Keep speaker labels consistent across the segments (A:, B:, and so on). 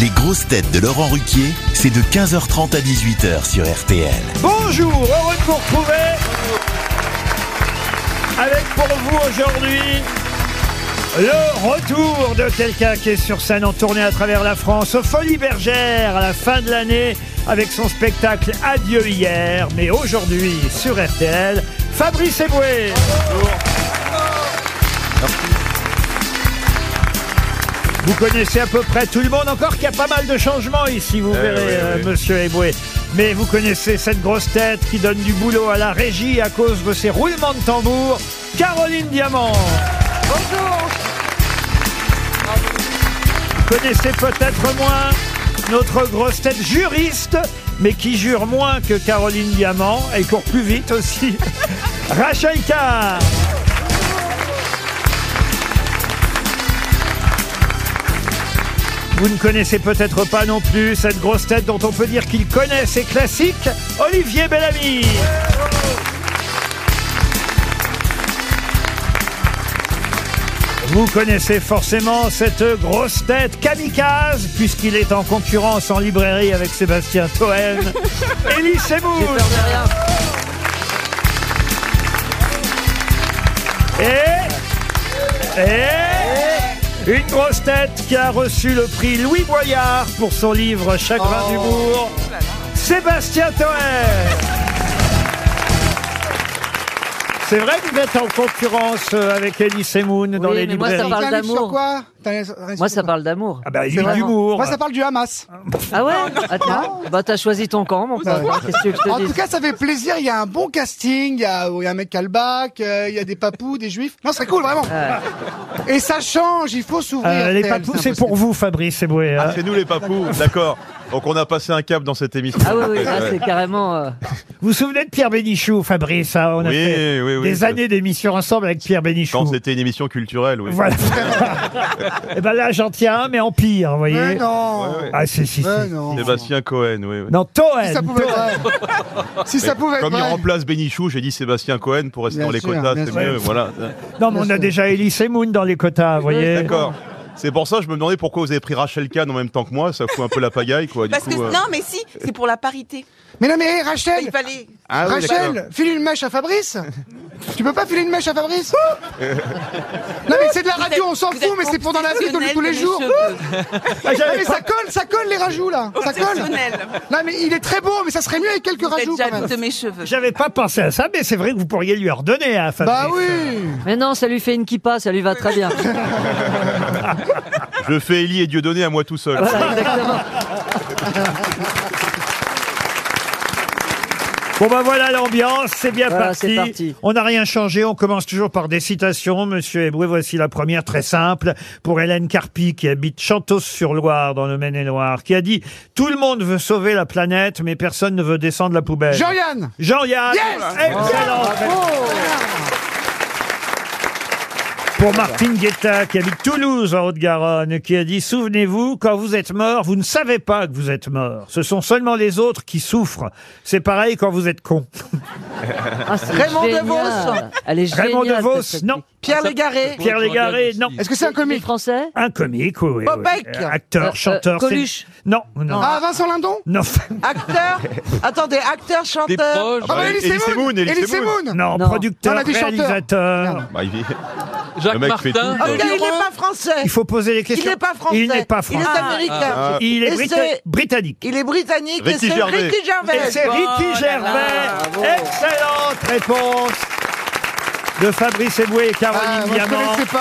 A: Les grosses têtes de Laurent Ruquier, c'est de 15h30 à 18h sur RTL.
B: Bonjour, heureux de vous retrouver. Avec pour vous aujourd'hui le retour de quelqu'un qui est sur scène en tournée à travers la France, aux Folies Bergères, à la fin de l'année, avec son spectacle Adieu hier, mais aujourd'hui sur RTL, Fabrice Eboué. Vous connaissez à peu près tout le monde, encore qu'il y a pas mal de changements ici, vous verrez,
C: Eh oui,
B: euh,
C: oui.
B: monsieur Eboué. Mais vous connaissez cette grosse tête qui donne du boulot à la régie à cause de ses roulements de tambour, Caroline Diamant. Bonjour. Vous connaissez peut-être moins notre grosse tête juriste, mais qui jure moins que Caroline Diamant. Elle court plus vite aussi. Rachel Carr. Vous ne connaissez peut-être pas non plus cette grosse tête dont on peut dire qu'il connaît ses classiques, Olivier Bellamy. Vous connaissez forcément cette grosse tête kamikaze, puisqu'il est en concurrence en librairie avec Sébastien Toen. Élie Semoun. Et... Et... Une grosse tête qui a reçu le prix Louis Boyard pour son livre Chagrin
D: Oh.
B: d'humour, Sébastien Toen. C'est vrai que vous êtes en concurrence euh, avec Elie Semoun dans
D: Oui,
B: les
D: mais moi, ça
B: librairies.
D: parle
E: T'as un livre sur
D: d'amour.
E: quoi T'as un- un livre
D: Moi,
E: sur
D: ça
E: quoi
D: parle d'amour.
B: Ah bah, il y
E: C'est
B: a
E: vrai.
B: d'humour.
E: Moi, ça parle du Hamas.
D: Ah ouais Attends, bah t'as choisi ton camp, mon pauvre. Qu'est-ce que tu veux que je
E: En
D: te
E: tout
D: dise
E: cas, ça fait plaisir. Il y a un bon casting. Il y a, il y a un mec qui a le bac. euh, Il y a des papous, des juifs. Non, c'est cool, vraiment. Et ça change. Il faut s'ouvrir.
B: Euh, les
E: RTL,
B: papous,
E: un
B: c'est
E: peu
B: pour vous, Fabrice Eboué. hein.
C: Ah, c'est nous les papous, d'accord. Donc on a passé un cap dans cette émission.
D: Ah oui, oui, là,
C: Ouais.
D: c'est carrément... euh,
B: Vous vous souvenez de Pierre Bénichou, Fabrice hein, On a
C: Oui,
B: fait
C: oui, oui.
B: des années d'émissions ensemble avec Pierre Bénichou.
C: Quand c'était une émission culturelle, oui.
B: Voilà. Et ben là, j'en tiens un, mais en pire, vous voyez.
E: Mais non.
C: Ouais, ouais.
B: Ah, si, si, si.
E: Mais non.
C: Sébastien Cohen, oui. oui.
B: Non,
E: Si ça
B: Toen.
E: pouvait être vrai. Si ça pouvait être
C: Comme il
E: vrai.
C: remplace Bénichou, j'ai dit Sébastien Cohen pour rester
E: Bien
C: dans les
E: sûr,
C: quotas,
E: bien
C: c'est
E: sûr.
C: mieux, voilà.
B: Non, mais on a déjà Elie Semoun dans les quotas, vous voyez.
C: D'accord. C'est pour ça que je me demandais pourquoi vous avez pris Rachel Kahn en même temps que moi, ça fout un peu la pagaille, quoi. du
F: Parce que
C: coup, euh.
F: non, mais si, c'est pour la parité.
E: Mais non, mais hey,
F: Il
E: Rachel,
F: fallait.
C: Ah oui, d'accord.
E: Rachel, file une mèche à Fabrice. tu peux pas filer une mèche à Fabrice Non, mais c'est de la radio. On s'en
F: Vous êtes
E: fout, mais c'est pour dans la vie de tous les
F: obsessionnel
E: jours.
F: de mes
G: Hein
F: cheveux.
B: Ah,
E: Ah,
B: j'avais
E: mais
B: pas-
E: ça colle, ça colle les rajouts là. Ça colle.
F: Obsessionnel.
E: Non, mais il est très beau, mais ça serait mieux avec quelques
F: Vous
E: rajouts
F: êtes
E: quand
F: jaloux
E: même.
F: de mes cheveux.
B: J'avais pas pensé à ça, mais c'est vrai que vous pourriez lui ordonner à Fabrice.
E: Bah oui.
D: Mais non, ça lui fait une kippa, ça lui va très bien.
C: Je fais Ellie et Dieudonné à moi tout seul.
D: Voilà, exactement.
B: Bon bah voilà l'ambiance, c'est bien
D: Voilà,
B: parti.
D: c'est parti.
B: On n'a rien changé, on commence toujours par des citations. Monsieur Eboué, voici la première très simple pour Hélène Carpi qui habite Chantos-sur-Loire dans le Maine-et-Loire, qui a dit « Tout le monde veut sauver la planète, mais personne ne veut descendre la poubelle. »
E: Jean-Yann.
B: Jean-Yann Eh
E: Yes
B: Excellent Pour Martine Guetta, qui habite Toulouse, en Haute-Garonne, qui a dit « Souvenez-vous, quand vous êtes mort, vous ne savez pas que vous êtes mort. Ce sont seulement les autres qui souffrent. C'est pareil quand vous êtes con.
D: Ah, c'est
E: Raymond
D: génial.
E: Devos.
D: Elle est
B: Raymond
D: géniale,
B: Devos,
D: cette
B: non.
D: petite. Ah,
E: Pierre Légaré.
B: Pierre Légaré, non. Euh,
E: Est-ce que c'est un
D: Les
E: comique
D: Français
B: Un comique, oui. oui,
E: Popek.
B: oui. Acteur,
D: Euh,
B: chanteur.
D: euh,
B: c'est-
D: Coluche.
B: Non, non.
E: Ah, Vincent Lindon
B: Non,
E: Acteur Attendez, acteur,
H: Des
E: chanteur
H: proches.
E: Ah bah
C: Elie
E: Elie Semoun
C: Semoun, Elie
E: Elie
C: Semoun.
E: Semoun
B: non,
D: Non.
B: producteur,
E: On a dit chanteur.
B: réalisateur.
E: Merde.
C: Bah, il- Le
H: Jacques
C: mec fait
H: Martin.
C: tout,
I: Oh,
C: quoi.
E: il est
F: pas français.
B: Il faut poser les questions.
F: n'est pas français.
B: Il n'est pas
F: Il est
B: français.
F: américain.
C: Ah.
B: Il est,
F: Et
B: brita-
F: c'est-
B: britannique.
F: Il est britannique
C: Ricky
F: et c'est
C: Gervais.
F: Ricky Gervais.
B: Et c'est Ricky
E: Ah,
D: bravo.
B: Gervais. Excellente réponse de Fabrice Eboué et
E: Ah,
B: Caroline
E: moi, je
B: Diamant.
E: connaissais pas.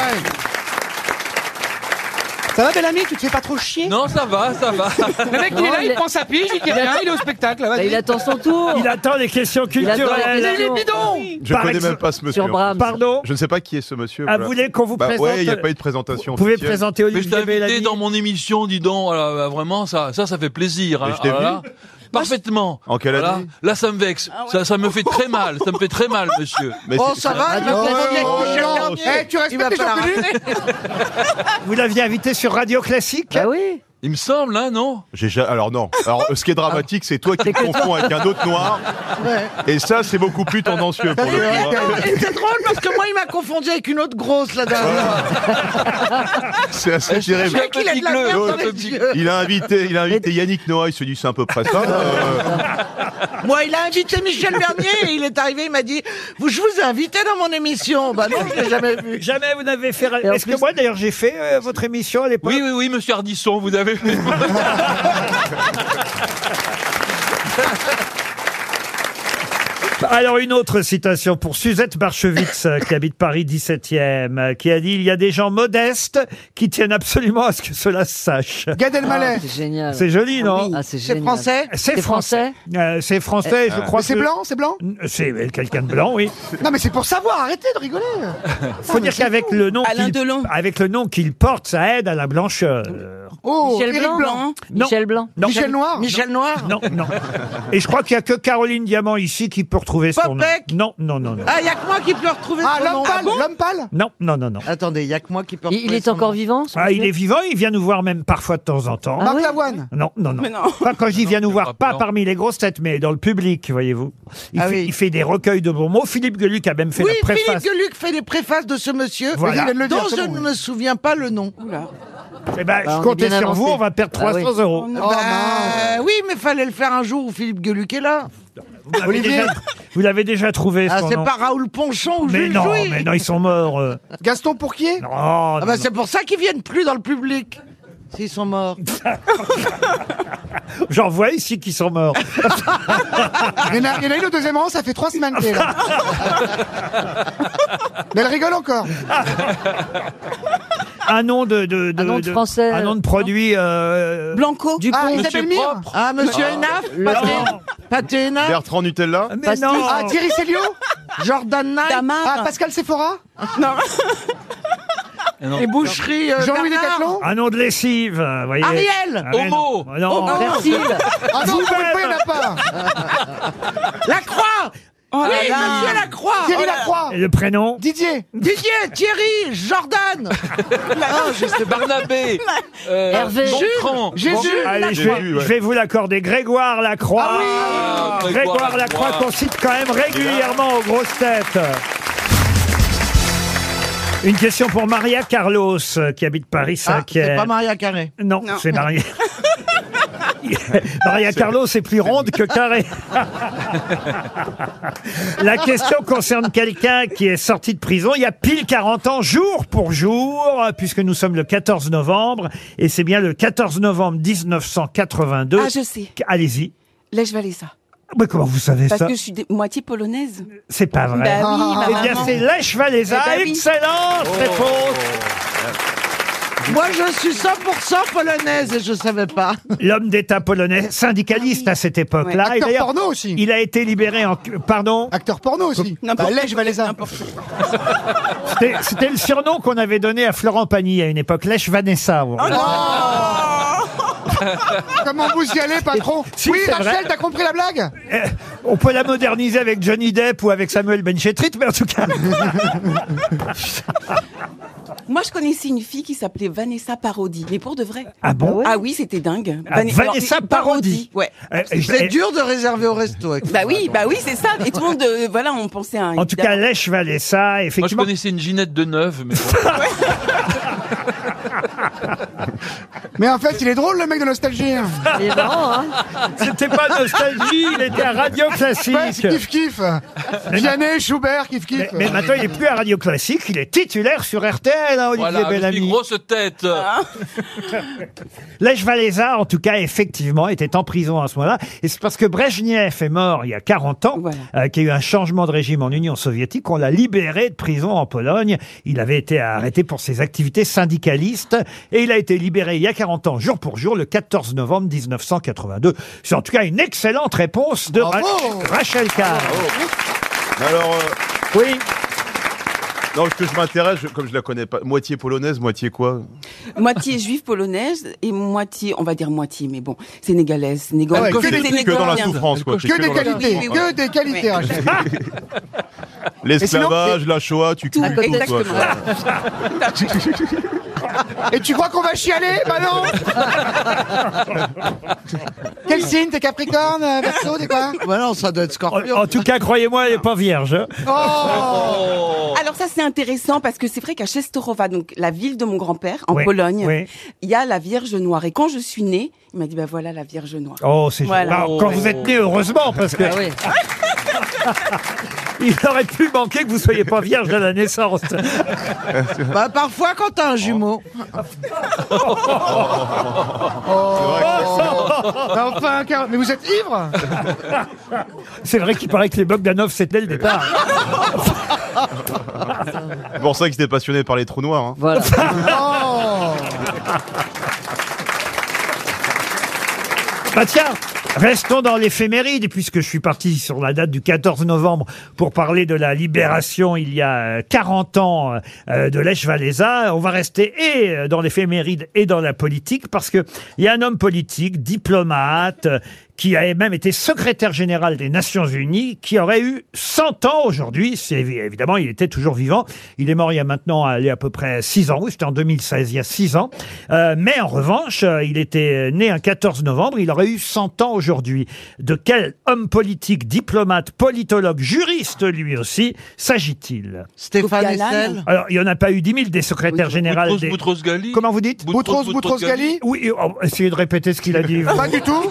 E: elle. Ça va, belle amie Tu te fais pas trop chier
H: Non, ça
D: Bah,
H: va, ça va.
J: Le mec, il est là, il prend sa pige, il dit rien, il est au spectacle,
D: Bah,
J: vas-y.
D: Il attend son tour.
B: Il attend les questions
D: Il attend la
B: culturelles.
D: question.
C: Je
B: Par
C: connais
B: exemple,
C: même pas ce monsieur.
D: Sur Brahms.
B: Pardon
C: Je ne sais pas qui est ce monsieur.
B: Ah,
C: voilà.
B: vous voulez qu'on vous
C: Bah
B: présente euh,
C: ouais, il n'y a pas eu de présentation.
B: Vous pouvez
C: officielle.
B: présenter
H: Mais je t'ai
B: Olivier
H: invité
B: Bellamy.
H: dans mon émission, dis donc. voilà, bah, vraiment, ça, ça, ça fait plaisir. hein.
C: Mais je t'ai
H: Ah,
C: vu.
H: là, Parfaitement.
C: En quelle
H: Voilà.
C: année
H: Là, ça me vexe. Ça, ça me fait très mal. Ça me fait très mal, monsieur.
C: Mais
F: Ah Oh,
C: c'est-
F: ça va, il
D: Radio
F: va
D: Classique.
F: falloir
C: Oh,
F: Michel
C: non,
F: Garnier.
E: Eh, tu
F: Il va
E: respectes les gens
F: falloir-
E: connus
B: Vous l'aviez invité sur Radio Classique
D: Bah oui.
H: Il me semble, hein, non
C: J'ai ja- Alors non. Alors ce qui est dramatique, c'est toi qui me confonds avec un autre noir. Et ça, c'est beaucoup plus tendancieux pour le coup. hein.
I: Et c'est drôle parce que moi, il m'a confondu avec une autre grosse la dernière fois.
C: C'est assez géré.
I: Le mec, il a de la
H: Petit
I: merde
H: gleu,
I: dans les
H: petit-
I: yeux.
C: Il a invité, il a invité Yannick Noah. Il se dit c'est à peu près ça. euh,
I: Moi, il a invité Michel Bernier et il est arrivé, il m'a dit vous, Je vous ai invité dans mon émission. Bah non, je l'ai jamais vu.
B: Jamais vous n'avez fait.
D: en
B: Euh, Est-ce que
D: plus-
B: moi d'ailleurs j'ai fait euh, votre émission à l'époque
H: Oui, oui, oui, monsieur Ardisson, vous avez.
B: Alors une autre citation pour Suzette Barchevitz euh, qui habite Paris 17e, euh, qui a dit il y a des gens modestes qui tiennent absolument à ce que cela se sache.
E: Gad Elmaleh.
D: Ah, C'est génial.
B: C'est joli, non
D: Ah, c'est
I: C'est
D: génial.
I: français
B: C'est
D: C'est français Eh, ah.
B: Euh, C'est français, je crois.
E: Eh, Mais c'est
B: que-
E: blanc, c'est blanc
B: C'est euh, quelqu'un de blanc, oui.
E: Non, mais c'est pour savoir, arrêtez de rigoler.
B: Faut dire qu'avec le nom
F: Alain
B: qu'il-
F: Delon.
B: avec le nom qu'il porte, ça aide à la blancheur.
E: Oh,
D: Michel
E: Éric
D: Blanc,
E: Blanc.
B: Non.
D: Michel Blanc.
B: Non.
E: Michel Noir.
I: hein. Michel Noir
B: Non, non. Et je crois qu'il n'y a que Caroline Diamant ici qui peut retrouver son nom.
I: Popek
B: Non, non, non, non.
I: Ah, il a que moi qui peux retrouver
E: Ah,
I: son nom.
E: l'homme
I: Ah
E: pâle,
I: bon
E: l'homme pâle.
B: Non, non, non, non.
I: Attendez, il y a que moi qui peux
D: Il, il
I: retrouver
D: est
I: son
D: encore
I: nom.
D: vivant ce
B: Ah, il
D: monsieur
B: est vivant, il vient nous voir même parfois de temps en temps.
D: Ah
E: Marc
D: ouais
E: Lavoine.
B: Non, non, non.
F: Mais non.
B: Pas quand je dis vient nous
H: je
B: voir,
H: crois
B: pas
H: pas, non.
B: parmi les grosses têtes, mais dans le public, voyez-vous. Il,
I: Ah
B: fait,
I: oui.
B: il fait des recueils de bons mots. Philippe Gueluc a même fait
I: Oui,
B: la préface.
I: Philippe Gueluc fait les préfaces de ce monsieur
B: Voilà.
E: Il vient de le dire,
I: dont
E: c'est
I: je
E: bon,
I: ne
E: oui.
I: me souviens pas le nom.
B: Eh ben,
D: Bah, on
B: je
D: est
B: comptais
D: bien
B: sur
D: avancé.
B: vous, on va perdre
D: Ah
B: 300
D: oui.
B: euros.
E: Oh,
I: Bah,
E: mince.
I: oui, mais fallait le faire un jour où Philippe Gueluc est là.
B: Vous l'avez déjà, vous l'avez déjà trouvé,
I: Ah,
B: son
I: c'est
B: nom.
I: pas Raoul Ponchon ou
B: Mais
I: Jules
B: non,
I: Jouy.
B: mais non, ils sont morts. euh.
E: Gaston Pourquier.
B: Non, non,
I: Ah bah
B: non.
I: c'est pour ça qu'ils viennent plus dans le public. S'ils sont morts.
B: J'en vois ici qui sont morts.
E: Il y, en a, il y en a une au deuxième rang, ça fait trois semaines qu'elle est là. Mais elle rigole encore.
B: Un nom de, de, de-
D: Un nom de français,
B: Un nom de
D: euh,
B: produit. euh,
F: Blanco.
D: Dupont.
E: Ah,
H: Monsieur
E: Isabelle Mire.
H: propre.
I: Ah, monsieur Hénaf
B: Laurent.
I: Pathé Hénaf
C: Bertrand Nutella.
B: Mais non.
E: Ah, Thierry Célio.
I: Jordan Knight
F: Damar.
E: Ah, Pascal Sephora.
H: Non.
I: Et boucherie euh,
E: Jean-Louis
I: Bernard.
E: Décathlon.
B: Un nom de lessive, euh, voyez.
I: Ariel.
B: Ah, mais non.
H: Homo.
B: Non.
D: Persil.
E: Ah non, pour une fois, il n'y en a pas.
I: La Croix
F: Oh
I: Oui,
F: là là.
I: monsieur La Croix Oh
E: Thierry Lacroix.
B: Et Le prénom
E: Didier.
I: Didier, Thierry, Jordan
H: Ah, je sais, Barnabé. euh,
I: Ah,
D: Hervé.
H: Gontran.
E: Jésus.
B: Allez, je
C: J'ai
B: vais,
C: vu, ouais.
B: je vais vous l'accorder. Grégoire Lacroix.
H: Ah,
B: Grégoire
H: Grégoire
B: Lacroix
H: Lacroix.
B: qu'on cite quand même régulièrement aux grosses têtes. Une question pour Maria Carlos euh, qui habite Paris
I: Ah,
B: 5
I: C'est pas Maria Carré.
B: Non,
F: Non.
B: c'est Maria. Maria Carlos est plus ronde que carré. La question concerne quelqu'un qui est sorti de prison il y a pile 40 ans, jour pour jour, puisque nous sommes le 14 novembre, et c'est bien le 14 novembre 1982.
F: Ah, je sais.
B: Allez-y.
F: Lech Walesa.
B: Mais comment vous savez
F: Parce
B: ça
F: que je suis des- moitié polonaise.
B: C'est pas vrai.
F: Bah oui, ma
B: Eh bien,
F: maman.
B: c'est Lech Walesa.
F: Eh ben oui.
B: Excellente réponse.
I: Moi, je suis 100% polonaise et je savais pas.
B: L'homme d'État polonais, syndicaliste
F: Ah oui.
B: à cette époque-là. Et
E: Acteur
B: d'ailleurs,
E: porno aussi.
B: il a été libéré en. Pardon
E: Acteur porno aussi.
F: N'importe
E: Bah, Lèche Valéza.
B: C'était- C'était le surnom qu'on avait donné à Florent Pagny à une époque. Lèche Vanessa. vous voyez.
E: Comment vous y allez, patron
B: Si,
E: Oui,
B: c'est
E: Rachel,
B: vrai.
E: t'as compris la blague
B: Eh, On peut la moderniser avec Johnny Depp ou avec Samuel Benchetrit, mais en tout cas.
F: Moi, je connaissais une fille qui s'appelait Vanessa Parodi. Mais pour de vrai.
B: Ah bon
F: Ah oui, c'était dingue.
B: Ah,
F: Vane-
B: Vanessa
F: Alors,
B: Parodi.
F: Ouais.
B: Eh, eh, je-
I: C'est
B: eh,
I: dur de réserver au resto. avec-
F: Bah oui, bah oui, c'est ça. Et tout le monde, euh, voilà, on pensait à un.
B: En tout cas, Lèche Walesa,
H: Moi, je
B: effectivement.
H: connaissais une Ginette de Neuve, mais bon.
E: Mais en fait, il est drôle, le mec de Nostalgie. hein.
D: Il est marrant, hein
B: C'était pas nostalgie, il était à Radio
E: Ouais,
B: Classique.
E: Bah, c'est kiff kiff. Vianney, Schubert, kiff
B: Mais,
E: kiff.
B: mais maintenant, il est plus à Radio Classique, il est titulaire sur RTL, hein, Olivier
H: voilà, avec une
B: Bellamy.
H: grosse tête.
F: Ah.
B: Lech Walesa, en tout cas, effectivement, était en prison à ce moment-là. Et c'est parce que Brejnev est mort il y a 40 ans,
F: Voilà.
B: euh, qu'il y a eu un changement de régime en Union soviétique. On l'a libéré de prison en Pologne. Il avait été arrêté pour ses activités syndicalistes. Et il a été libéré il y a 40 ans, jour pour jour, le 14 novembre 1982. C'est en tout cas une excellente réponse de Ra-
E: Bravo
B: Rachel Carr.
C: Alors. euh,
B: Oui.
C: Non, ce que je m'intéresse, je- comme je la connais pas, moitié polonaise, moitié quoi
F: Moitié juive polonaise et moitié, on va dire moitié, mais bon, sénégalaise, sénégalaise.
E: Ah ouais, que des-
C: Que dans la souffrance, quoi. C'est
E: Que des
C: dans la
E: qualités,
F: oui, oui.
E: que des qualités,
F: Ouais.
E: Rachel.
C: L'esclavage, la Shoah, tu
F: Tout,
C: cules tout, quoi.
F: exactement.
E: Et tu crois qu'on va chialer Bah non Quel signe T'es Capricorne euh, Verseau T'es quoi
I: Bah non, ça doit être Scorpion.
B: En, en tout cas, croyez-moi, elle n'est pas vierge. hein.
E: Oh
F: Alors ça c'est intéressant parce que c'est vrai qu'à Chestorowa, donc la ville de mon grand-père en
B: Oui,
F: Pologne,
B: oui.
F: il y a la Vierge Noire. Et quand je suis née, il m'a dit bah voilà la Vierge Noire.
B: Oh, c'est
F: Voilà.
B: génial. Alors, Quand vous êtes né, heureusement, parce que
D: Ah oui.
B: il aurait pu manquer que vous soyez pas vierge à la naissance.
I: Bah parfois quand t'as un jumeau.
C: Oh.
G: Oh.
I: Oh.
E: Bah enfin, Car- mais vous êtes ivre
B: C'est vrai qu'il paraît que les Bogdanov, c'était le départ.
C: C'est pour ça qu'il était passionné par les trous noirs. hein.
D: Voilà.
B: Bah tiens, restons dans l'éphéméride, puisque je suis parti sur la date du 14 novembre pour parler de la libération il y a euh, 40 ans euh, de Lech Walesa. On va rester et euh, dans l'éphéméride et dans la politique, parce que il y a un homme politique, diplomate, euh, qui a même été secrétaire général des Nations Unies, qui aurait eu 100 ans aujourd'hui. C'est évi- évidemment, il était toujours vivant. Il est mort il y a maintenant allez, à peu près 6 ans. Oui, c'était en 2016, il y a 6 ans. Euh, mais en revanche, euh, il était né un 14 novembre. Il aurait eu 100 ans aujourd'hui. De quel homme politique, diplomate, politologue, juriste lui aussi, s'agit-il
I: Stéphane
F: Galan.
I: Essel.
B: Alors, il n'y en a pas eu 10 000 des secrétaires généraux. Des...
H: Boutros-Ghali.
B: Comment vous dites
E: Boutros, Boutros, Gali
B: Oui, oh, essayez de répéter ce qu'il a dit.
E: Pas du tout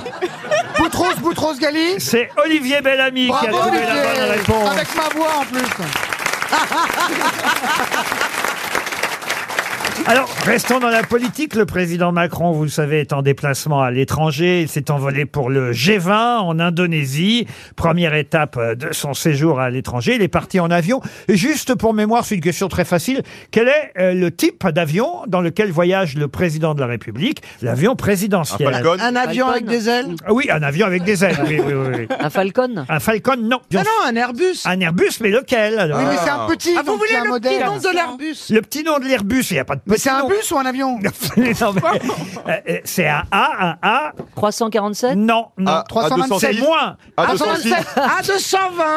E: Boutros, Boutros, Gali
B: C'est Olivier Bellamy qui a
E: Bravo,
B: trouvé la bonne
E: Olivier
B: réponse.
E: Avec ma voix en plus
B: Alors, restons dans la politique. Le président Macron, vous le savez, est en déplacement à l'étranger. Il s'est envolé pour le G20 en Indonésie. Première étape euh, de son séjour à l'étranger. Il est parti en avion. Et juste pour mémoire, c'est une question très facile. Quel est euh, le type d'avion dans lequel voyage le président de la République L'avion
C: Un
B: présidentiel.
C: Falcon.
I: Un avion avec des ailes.
B: Ah oui, un avion avec des ailes. Oui, oui, oui, oui.
D: Un Falcon
B: Un Falcon, non.
I: Ah non, un Airbus.
B: Un Airbus, mais lequel alors
E: Oui, mais c'est un petit,
I: Ah, vous
E: donc
I: voulez
E: c'est un
I: le petit
E: modèle.
I: nom de l'Airbus
B: Le petit nom de l'Airbus, il n'y a pas de
E: Mais
B: petit
E: c'est un
B: nom.
E: bus ou un avion
B: Non, mais, euh, euh, c'est un A, un A.
D: 347
B: Non, non.
E: Ah,
C: À- à
E: 327.
B: C'est
C: 206.
E: Ah,
B: moins. Ah,
C: À 206.
I: À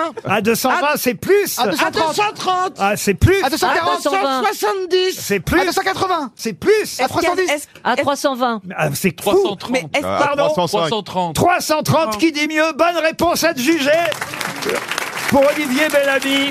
I: 220.
B: À 220, c'est plus.
E: à 200.
I: À 230.
B: Ah, c'est plus.
E: À
D: Ah,
E: 240
D: 220.
I: 170.
B: C'est
E: À
B: plus.
E: 280
B: C'est plus.
E: À
F: Est-ce qu'il y a-
E: 310
F: est-ce-
D: À
F: est-ce-
D: 320
B: Ah, c'est fou.
F: Mais
H: 330.
F: est-ce
C: Ah,
F: pardon,
C: 305.
H: 330.
B: 330, qui dit mieux Bonne réponse à te juger pour Olivier Bellamy.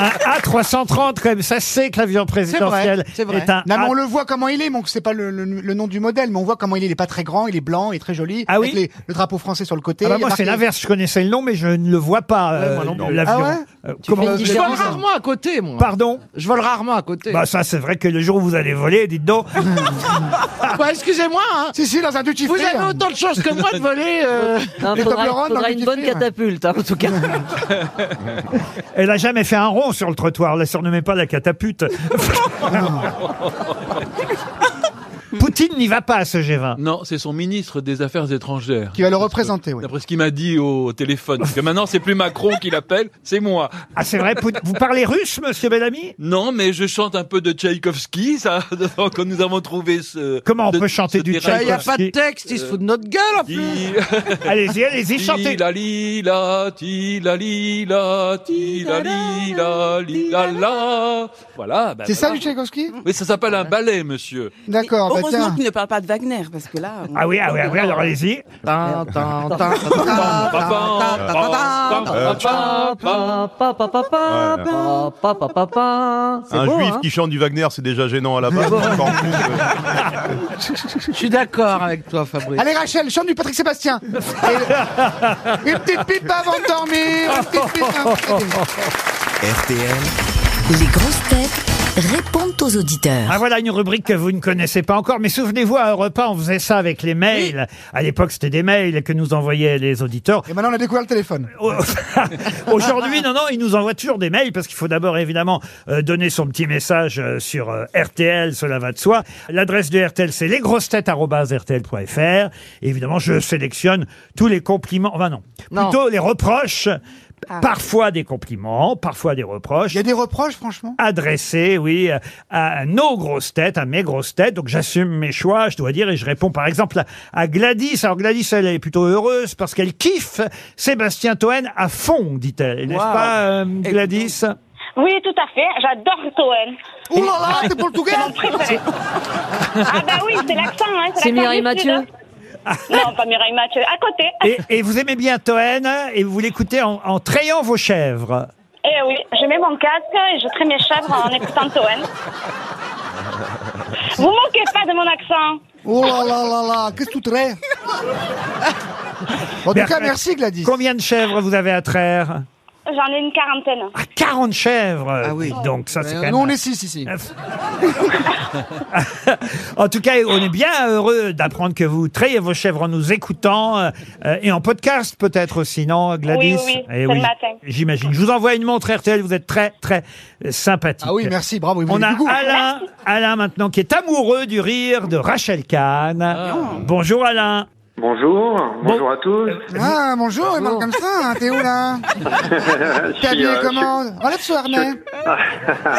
B: Un A330, quand même, ça c'est que l'avion présidentiel
I: c'est vrai.
B: est un
E: Non, mais
B: A-
E: on le voit comment il est, donc c'est pas le, le- le nom du modèle, mais on voit comment il est. Il est pas très grand, il est blanc, il est très joli.
B: Ah oui
E: Avec les- le drapeau français sur le côté.
B: Ah bah
E: il y a
B: moi c'est
E: marqué-
B: l'inverse, je connaissais le nom mais je ne le vois pas, euh, l'avion.
E: Ah ouais
B: Euh,
D: Tu fais une
B: vous-
I: Je vole
D: différence.
I: rarement à côté, moi.
B: Pardon
I: Je vole rarement à côté.
B: Bah ça c'est vrai que le jour où vous allez voler, dites donc,
I: Bah, excusez-moi, hein.
E: Ah. Si, si, dans un duty
I: Vous
E: free. hein.
I: avez autant de choses que moi de voler. euh.
D: Non,
E: Les
D: faudra,
E: Toblerones dans
D: faudra
E: le
D: une
E: duty
D: bonne
E: free, ouais.
D: catapulte, hein, en tout cas.
B: Elle a jamais fait un rond sur le trottoir. La surnommez pas la catapulte. Poutine n'y va pas à ce G20.
H: Non, c'est son ministre des Affaires étrangères.
E: Qui va le représenter, oui.
H: D'après ce qu'il m'a dit au téléphone. Parce que maintenant, c'est plus Macron qui l'appelle, c'est moi.
B: Ah, c'est vrai, Pout- vous parlez russe, monsieur Bellamy
H: Non, mais je chante un peu de Tchaïkovski, ça, quand nous avons trouvé ce.
B: Comment on
H: de-
B: peut chanter
H: ce
B: du
H: terrain.
I: Bah, Il n'y a pas de
B: Tchaïkovski.
I: texte, il se fout de notre gueule en plus.
H: Il-
B: Allez-y, allez-y, chantez.
H: Ti la li la, ti la li la, ti la li la, li la la. Voilà. ben
B: Bah
E: C'est ça du
H: voilà.
E: Tchaïkovski
H: Oui, ça s'appelle un ballet, monsieur.
E: D'accord, bah
F: Mm. Heureusement
E: tiens.
F: qu'il ne parle pas de Wagner parce que là. on-
B: Ah oui, ah oui, ah oui, alors allez-y.
I: Tin, tin, tin, tin, tin, tin, tin, tin, tin.
C: Euh,
D: Pa, pa, pa, pa, pa, pa,
C: Ouais.
D: pa, pa, pa, pa, pa. C'est
C: Un
D: beau,
C: juif
D: hein
C: qui chante du Wagner, c'est déjà gênant à la base. encore plus, euh,
I: Je suis d'accord avec toi, Fabrice.
E: Allez Rachel, chante du Patrick Sébastien. Et, une petite pipe avant de dormir. Une petite pipe.
A: RTL,
K: Les grosses têtes répondent aux auditeurs.
B: Ah voilà une rubrique que vous ne connaissez pas encore, mais souvenez-vous, à Europa, on faisait ça avec les mails. À l'époque, c'était des mails que nous envoyaient les auditeurs.
E: Et maintenant on a découvert le téléphone.
B: Oh, Aujourd'hui, non, non, il nous envoie toujours des mails parce qu'il faut d'abord évidemment euh, donner son petit message euh, sur euh, RTL, cela va de soi. L'adresse de RTL, c'est lesgrossetêtes.rtl.fr. Évidemment, je sélectionne tous les compliments, enfin non,
I: Non.
B: plutôt les reproches, parfois des compliments, parfois des reproches
E: Il y a des reproches, franchement.
B: adressé, oui, euh, à nos grosses têtes, à mes grosses têtes. Donc j'assume mes choix, je dois dire, et je réponds par exemple à, à Gladys. Alors Gladys, elle est plutôt heureuse parce qu'elle kiffe Sébastien Toen à fond, dit-elle. N'est-ce
F: Waouh.
B: pas, euh, Gladys
K: Oui, tout à fait. J'adore Toen.
E: Ouh là là, c'est pour le Tougan
K: C'est mon préféré. ah bah oui, c'est l'accent. Hein,
B: C'est
K: l'accent
B: Mireille
K: du
B: Mathieu
K: Sud, hein. Non, pas Mireille Mathieu. À côté.
B: Et, et vous aimez bien Toen et vous l'écoutez en, en trayant vos chèvres.
K: Eh oui, je mets mon casque et je traîne mes chèvres en écoutant Toen. Vous manquez pas de mon accent.
E: Oh là là là là, qu'est-ce que tu traites En tout cas, merci, Gladys.
B: Combien de chèvres vous avez à traire
K: J'en ai une quarantaine.
B: Ah, 40 chèvres Ah oui. Donc ça, c'est quand même...
E: Nous, on est six ici.
B: En tout cas, on est bien heureux d'apprendre que vous trayez vos chèvres en nous écoutant euh, euh, et en podcast peut-être aussi, non, Gladys
K: Oui, oui, oui,
B: Eh
K: c'est le matin.
B: J'imagine. Je vous envoie une montre RTL, vous êtes très, très euh, sympathique.
E: Ah oui, merci, bravo. vous
B: On
E: avez
B: a
E: du goût.
B: Alain, Alain maintenant qui est amoureux du rire de Rachel Kahn. Bonjour Alain.
L: Bonjour, bonjour à tous.
E: Ah, bonjour, il marche comme ça, hein, t'es où là
L: Je
E: T'es
L: suis,
E: habillé
L: euh,
E: comment Enlève ce harnais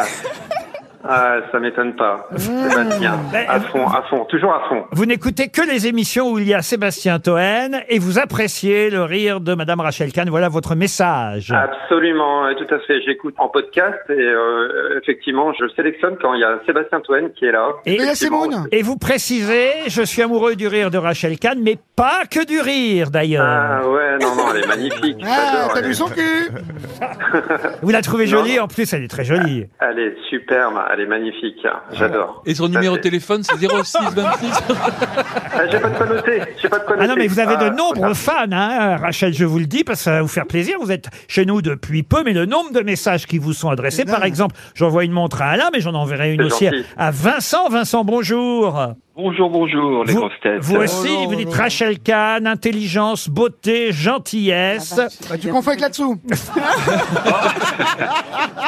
L: Ah, ça m'étonne pas. Sébastien, à fond, à fond, toujours à fond.
B: Vous n'écoutez que les émissions où il y a Sébastien Toen et vous appréciez le rire de Madame Rachel Kahn. Voilà votre message.
L: Absolument, euh, tout à fait. J'écoute en podcast et euh, effectivement, je sélectionne quand il y a Sébastien Toen qui est là. Effectivement.
B: Et vous précisez, je suis amoureux du rire de Rachel Kahn, mais pas que du rire d'ailleurs.
L: Ah ouais, non, non, elle est magnifique.
E: Ah,
L: J'adore, elle est-
E: cul
B: Vous la trouvez
L: Non, Euh,
B: jolie, en plus elle est très jolie.
L: Elle est superbe, hein. elle est magnifique. J'adore.
H: Et son numéro de téléphone, c'est 06 26.
L: Ah, J'ai pas de quoi noter. J'ai pas de quoi
B: Ah
L: noter.
B: non, mais vous avez
L: Ah,
B: de nombreux fans, hein, Rachel, je vous le dis, parce que ça va vous faire plaisir. Vous êtes chez nous depuis peu, mais le nombre de messages qui vous sont adressés, par exemple, j'envoie une montre à Alain, mais j'en enverrai une
L: C'est
B: aussi à-
L: gentil.
B: à Vincent. Vincent, bonjour.
L: Bonjour, bonjour, les
B: Vous-
L: grosses têtes.
B: Vous aussi, vous dites Rachel Kahn, intelligence, beauté, gentillesse.
E: Bah, Tu confonds avec là-dessous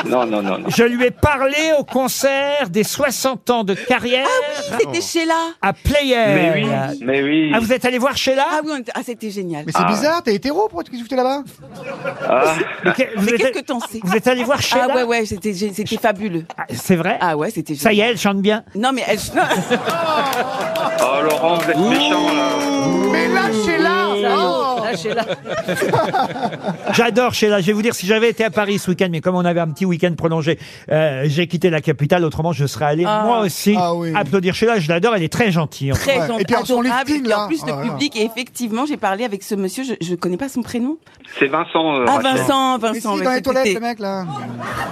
L: Non, non, non, non.
B: Je lui ai parlé au concert des 60 ans de carrière.
F: Ah oui, c'était Sheila.
B: À Player.
L: Mais oui, mais oui.
B: Ah, vous êtes allé voir Sheila
F: Ah oui, on était- ah, c'était génial.
E: Mais c'est bizarre, t'es hétéro, pourquoi tu- qu'est-ce que tu fais là-bas
L: Ah.
B: Mais que- vous
F: Mais
B: êtes-
F: qu'est-ce que t'en sais
B: Vous êtes allé voir Sheila
F: Ah ouais, ouais, c'était gé- c'était fabuleux.
B: C'est vrai
F: Ah ouais, c'était
B: Ça y est, elle chante bien.
F: Non, mais elle... non.
L: Oh, Laurent, vous êtes méchant, là.
E: Mais lâchez-la oh
B: J'adore Sheila. Je vais vous dire, si j'avais été à Paris ce week-end, mais comme on avait un petit week-end prolongé, euh, j'ai quitté la capitale. Autrement, je serais allé
F: Ah.
B: moi aussi applaudir Sheila. Je l'adore. Elle est très gentille. en fait.
F: Très
E: Ouais.
F: gentil,
E: Et puis, alors, son
F: adorable,
E: lifting,
F: et puis
E: là.
F: en plus
E: Ah,
F: le
E: voilà.
F: public, et effectivement, j'ai parlé avec ce monsieur, je, je connais pas son prénom.
L: C'est Vincent. euh,
F: Ah,
L: Rachel.
F: Vincent,
E: Mais si,
F: Vincent. ouais,
E: dans les
F: c'était-
E: toilettes, le mec, là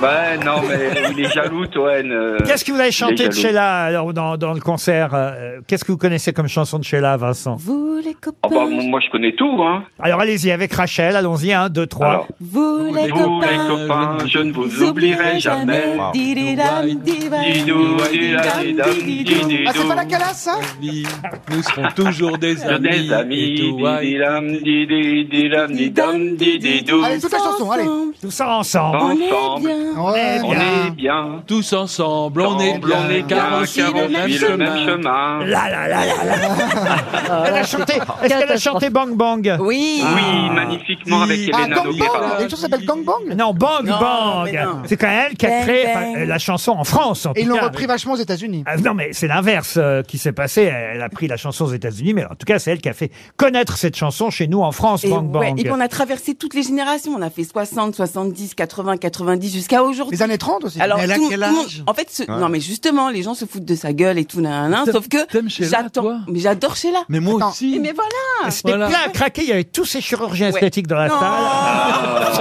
L: Ouais, non, mais il est jaloux, Toen. euh,
B: Qu'est-ce que vous avez
L: il est
B: chanté de
L: jaloux.
B: Sheila alors, dans, dans le concert euh, Qu'est-ce que vous connaissez comme chanson de Sheila, Vincent
F: Vous les copains,
L: Oh, bah, m- moi, je connais tout, hein.
B: Alors allez-y avec Rachel. Allons-y. 1, 2, 3.
L: Alors.
F: vous les
L: Vous, les
F: copains,
L: copains, je ne vous oublierai jamais. Ah.
F: Diriram, diram,
L: Didou, dida,
F: diram,
L: dida,
F: didou.
L: dididou.
E: Ah, c'est pas la calasse, ça
H: Nous serons toujours des
L: Je
H: amis.
L: des amis,
H: et tout, ouais.
L: didilam, dididilam, didam, dididou.
E: Allez, toute la chanson, allez
F: Ensemble,
B: Tous ensemble.
F: On est
L: Ensemble,
F: bien.
E: Ouais,
L: on est bien.
H: Tous ensemble, on est
L: Ensemble,
H: bien.
L: on est
H: car on
L: bien,
H: suit
L: car on suit le même chemin.
B: Là, là, là, là, là. Elle a chanté. Est-ce qu'elle a
M: Catastrophe.
B: chanté Bang Bang
F: Oui.
L: Oui, magnifiquement avec
H: Ah,
E: Ah,
L: Elena
E: Gangbang
L: Noguera.
E: Il y a une chose qui s'appelle Gangbang
B: Non, Bang
F: Non,
B: Bang.
F: mais non.
B: C'est quand même elle qui a
F: Bang,
B: créé
F: bang.
B: enfin, la chanson en France. En
E: Et ils
B: tout
E: l'ont
B: cas.
E: repris vachement aux États-Unis.
B: Ah, non, mais c'est l'inverse euh, qui s'est passé. Elle a pris la chanson aux États-Unis, mais en tout cas, c'est elle qui a fait connaître cette chanson chez nous en France,
F: Et,
B: Bang
F: ouais,
B: Bang.
F: et qu'on a traversé toutes les générations. On a fait 60, 70, 80, 90 jusqu'à aujourd'hui.
E: Les années 30 aussi.
F: Alors,
N: elle a
F: tout,
N: quel
F: tout le monde-
N: âge
F: En fait, ce- non, mais justement, les gens se foutent de sa gueule et tout, nan, nan, nan,
H: T'aimes-
F: sauf que
H: t'aimes Sheila, toi
F: j'attends. Mais j'adore Sheila.
H: Mais moi
E: Attends.
F: Et
H: aussi.
F: Mais voilà.
B: C'était
H: Voilà.
B: plein à craquer. Il y avait tous ces chirurgiens
F: Ouais.
B: esthétiques dans la
F: Non.
B: salle.
L: Et-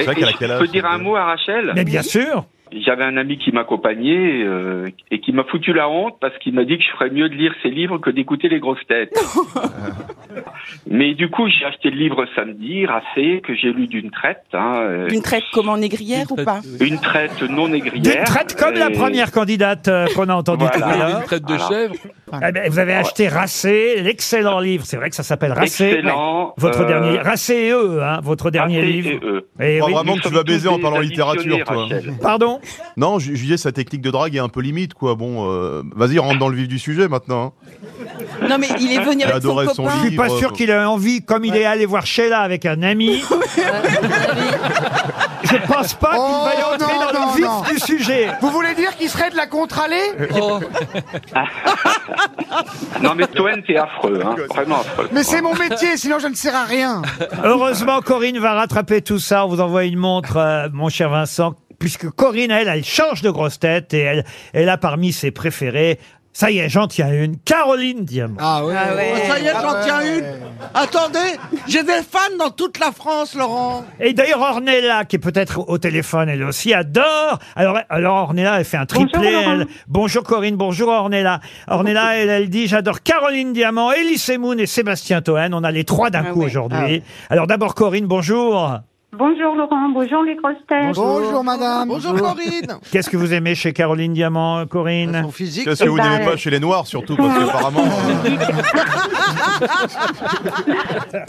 C: C'est vrai
L: Ah. et
C: qu'elle a
L: je
C: quel âge,
L: peux dire un
C: cette
L: mot à Rachel
B: Mais bien sûr.
L: J'avais un ami qui m'accompagnait euh, et qui m'a foutu la honte parce qu'il m'a dit que je ferais mieux de lire ses livres que d'écouter les grosses têtes. Mais du coup, j'ai acheté le livre samedi, Racé, que j'ai lu d'une traite. hein, euh,
F: Une traite comme en négrière ou pas
L: une traite non aigrière.
B: D'une traite comme la
L: Et-
B: première candidate euh, qu'on a entendue
L: Voilà.
B: tout à l'heure.
H: Une traite de
L: Voilà.
H: chèvre.
B: Eh ben, vous avez acheté Racé, l'excellent livre. C'est vrai que ça s'appelle Racé.
L: Excellent.
B: Votre
L: euh,
B: dernier Racé et eux, hein, votre dernier
L: Racé et E.
B: livre.
L: eux.
B: Eh
C: Pas
B: oui.
C: Oh, vraiment
L: Nous
C: que tu
L: sommes
C: vas baiser
L: tous
C: en parlant
L: des
C: littérature, toi.
L: additionnés, Rachel.
B: Pardon.
C: Non, je, je disais, sa technique de drague est un peu limite, quoi. Bon, euh, vas-y, rentre dans le vif du sujet maintenant. hein.
F: Non, mais il est venu
C: Elle
F: avec son
C: adorait
F: copain.
C: son
B: Je suis pas
C: Livre,
B: sûr
C: euh,
B: qu'il ait envie, comme il est allé voir Sheila avec un ami. Je pense pas qu'il
E: Oh,
B: va y entrer
E: non,
B: dans
E: non,
B: le vif
E: non.
B: du sujet.
E: Vous voulez dire qu'il serait de la contre-allée
H: Oh,
L: Non, mais Toen, t'es affreux, hein. Vraiment affreux.
E: Mais c'est mon métier, sinon je ne sers à rien.
B: Heureusement, Corinne va rattraper tout ça. On vous envoie une montre, euh, mon cher Vincent. puisque Corinne, elle, elle change de grosse tête et elle, elle a parmi ses préférées, ça y est, j'en tiens une, Caroline Diamant.
E: Ah ouais,
I: Oh, ça y est, j'en tiens une. Attendez, j'ai des fans dans toute la France, Laurent.
B: Et d'ailleurs, Ornella, qui est peut-être au téléphone, elle aussi adore. Alors, alors Ornella, elle fait un triplé. elle- Bonjour, Corinne, bonjour Ornella. Ornella, elle, elle dit J'adore Caroline Diamant, Elise Moon et Sébastien Toen. On a les trois
E: Ah
B: d'un coup aujourd'hui. Alors d'abord, Corinne, bonjour.
O: Bonjour Laurent, bonjour les grosses têtes.
E: Bonjour. Bonjour, madame. Bonjour, Bonjour.
O: Corinne.
B: Qu'est-ce que vous aimez chez Caroline Diamant, Corinne Son
I: physique.
C: Qu'est-ce que vous n'aimez pas chez les Noirs, surtout, parce euh, qu'apparemment...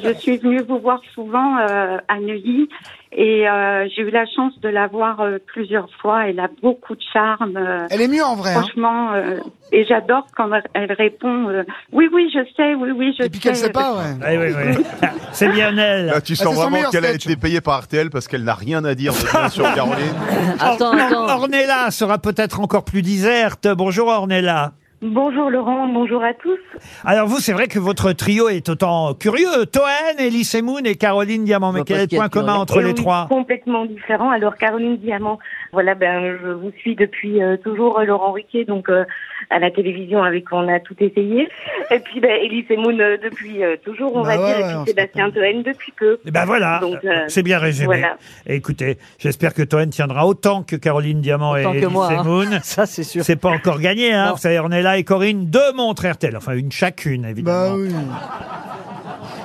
O: Je suis venue vous voir souvent euh, à Neuilly et euh, j'ai eu la chance de la voir euh, plusieurs fois. Elle a beaucoup de charme. euh,
E: Elle est mieux en vrai. hein.
O: Franchement, euh, et j'adore quand elle répond euh, oui, oui, je sais, oui, oui, je sais. Et puis
E: qu'elle sait pas, ouais.
B: Eh oui, oui. C'est bien elle.
C: Là, tu
B: Ah,
C: sens
B: c'est son
C: vraiment
B: meilleur
C: qu'elle a
B: sketch.
C: été payée par RTL parce qu'elle n'a rien à dire de bien sur Caroline.
B: Or- Ornella sera peut-être encore plus déserte. Bonjour Ornella.
O: Bonjour Laurent, bonjour à tous.
B: Alors vous, c'est vrai que votre trio est autant curieux. Toen, Elise Moon et Caroline Diamant. Mais
O: Bah, parce
B: quel est
O: qu'il y a
B: le point
O: de curieux.
B: commun entre
O: Eh
B: les
O: oui,
B: trois
O: Complètement différent. Alors Caroline Diamant, voilà, ben je vous suis depuis euh, toujours euh, Laurent Riquet, donc euh, à la télévision avec on a tout essayé. Et puis ben Elise et Moon euh, depuis euh, toujours, on
B: Bah
O: va
B: ouais,
O: dire,
B: ouais,
O: et
B: on
O: puis Sébastien Toen depuis peu.
B: Eh ben voilà,
O: Donc, euh,
B: c'est bien résumé.
O: voilà.
B: Et Écoutez, j'espère que Toen tiendra autant que Caroline Diamant
D: Autant
B: et
D: que moi,
B: Elie
D: hein.
B: Semoun.
D: Ça, c'est sûr.
B: C'est pas encore gagné, hein.
D: Non.
B: Vous savez, Ornella et Corinne, deux montres RTL. Enfin, une chacune, évidemment.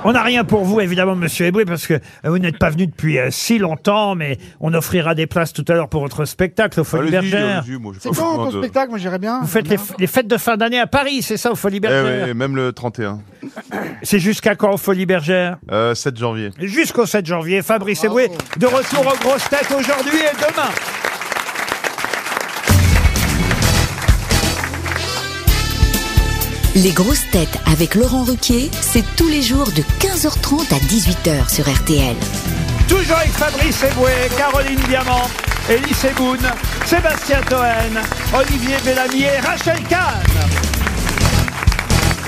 B: On n'a rien pour vous, évidemment, monsieur Eboué, parce que euh, vous n'êtes pas venu depuis euh, si longtemps, mais on offrira des places tout à l'heure pour votre spectacle au Folies
C: Allez-y,
B: Bergère.
C: allez-y, moi, j'ai
E: C'est
C: pas
E: quand
C: besoin
E: ton
C: de-
E: spectacle Moi j'irais bien.
B: Vous faites les, f- les fêtes de fin d'année à Paris, c'est ça, au Folies
C: Eh
B: Bergère
C: ouais, même le 31,
B: C'est jusqu'à quand au Folies Bergère
C: euh, 7 janvier.
B: Jusqu'au 7 janvier, Fabrice Eboué, de retour aux grosses têtes aujourd'hui et demain.
K: Les grosses têtes avec Laurent Ruquier, c'est tous les jours de 15h30 à 18h sur RTL.
B: Toujours avec Fabrice Eboué, Caroline Diamant, Elise Boone, Sébastien Toen, Olivier Bellamy et Rachel Kahn.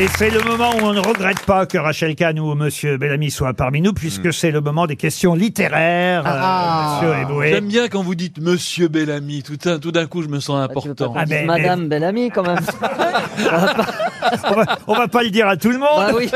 B: Et c'est le moment où on ne regrette pas que Rachel Kahn ou Monsieur Bellamy soient parmi nous, puisque c'est le moment des questions
H: Ah,
B: littéraires, euh,
E: Ah.
B: Monsieur Eboué.
H: J'aime bien quand vous dites Monsieur Bellamy. Tout un- tout d'un coup, je me sens important.
D: Ah, mais- Madame Bellamy, quand même.
B: on, va, on va pas le dire à tout le monde.
D: Bah oui.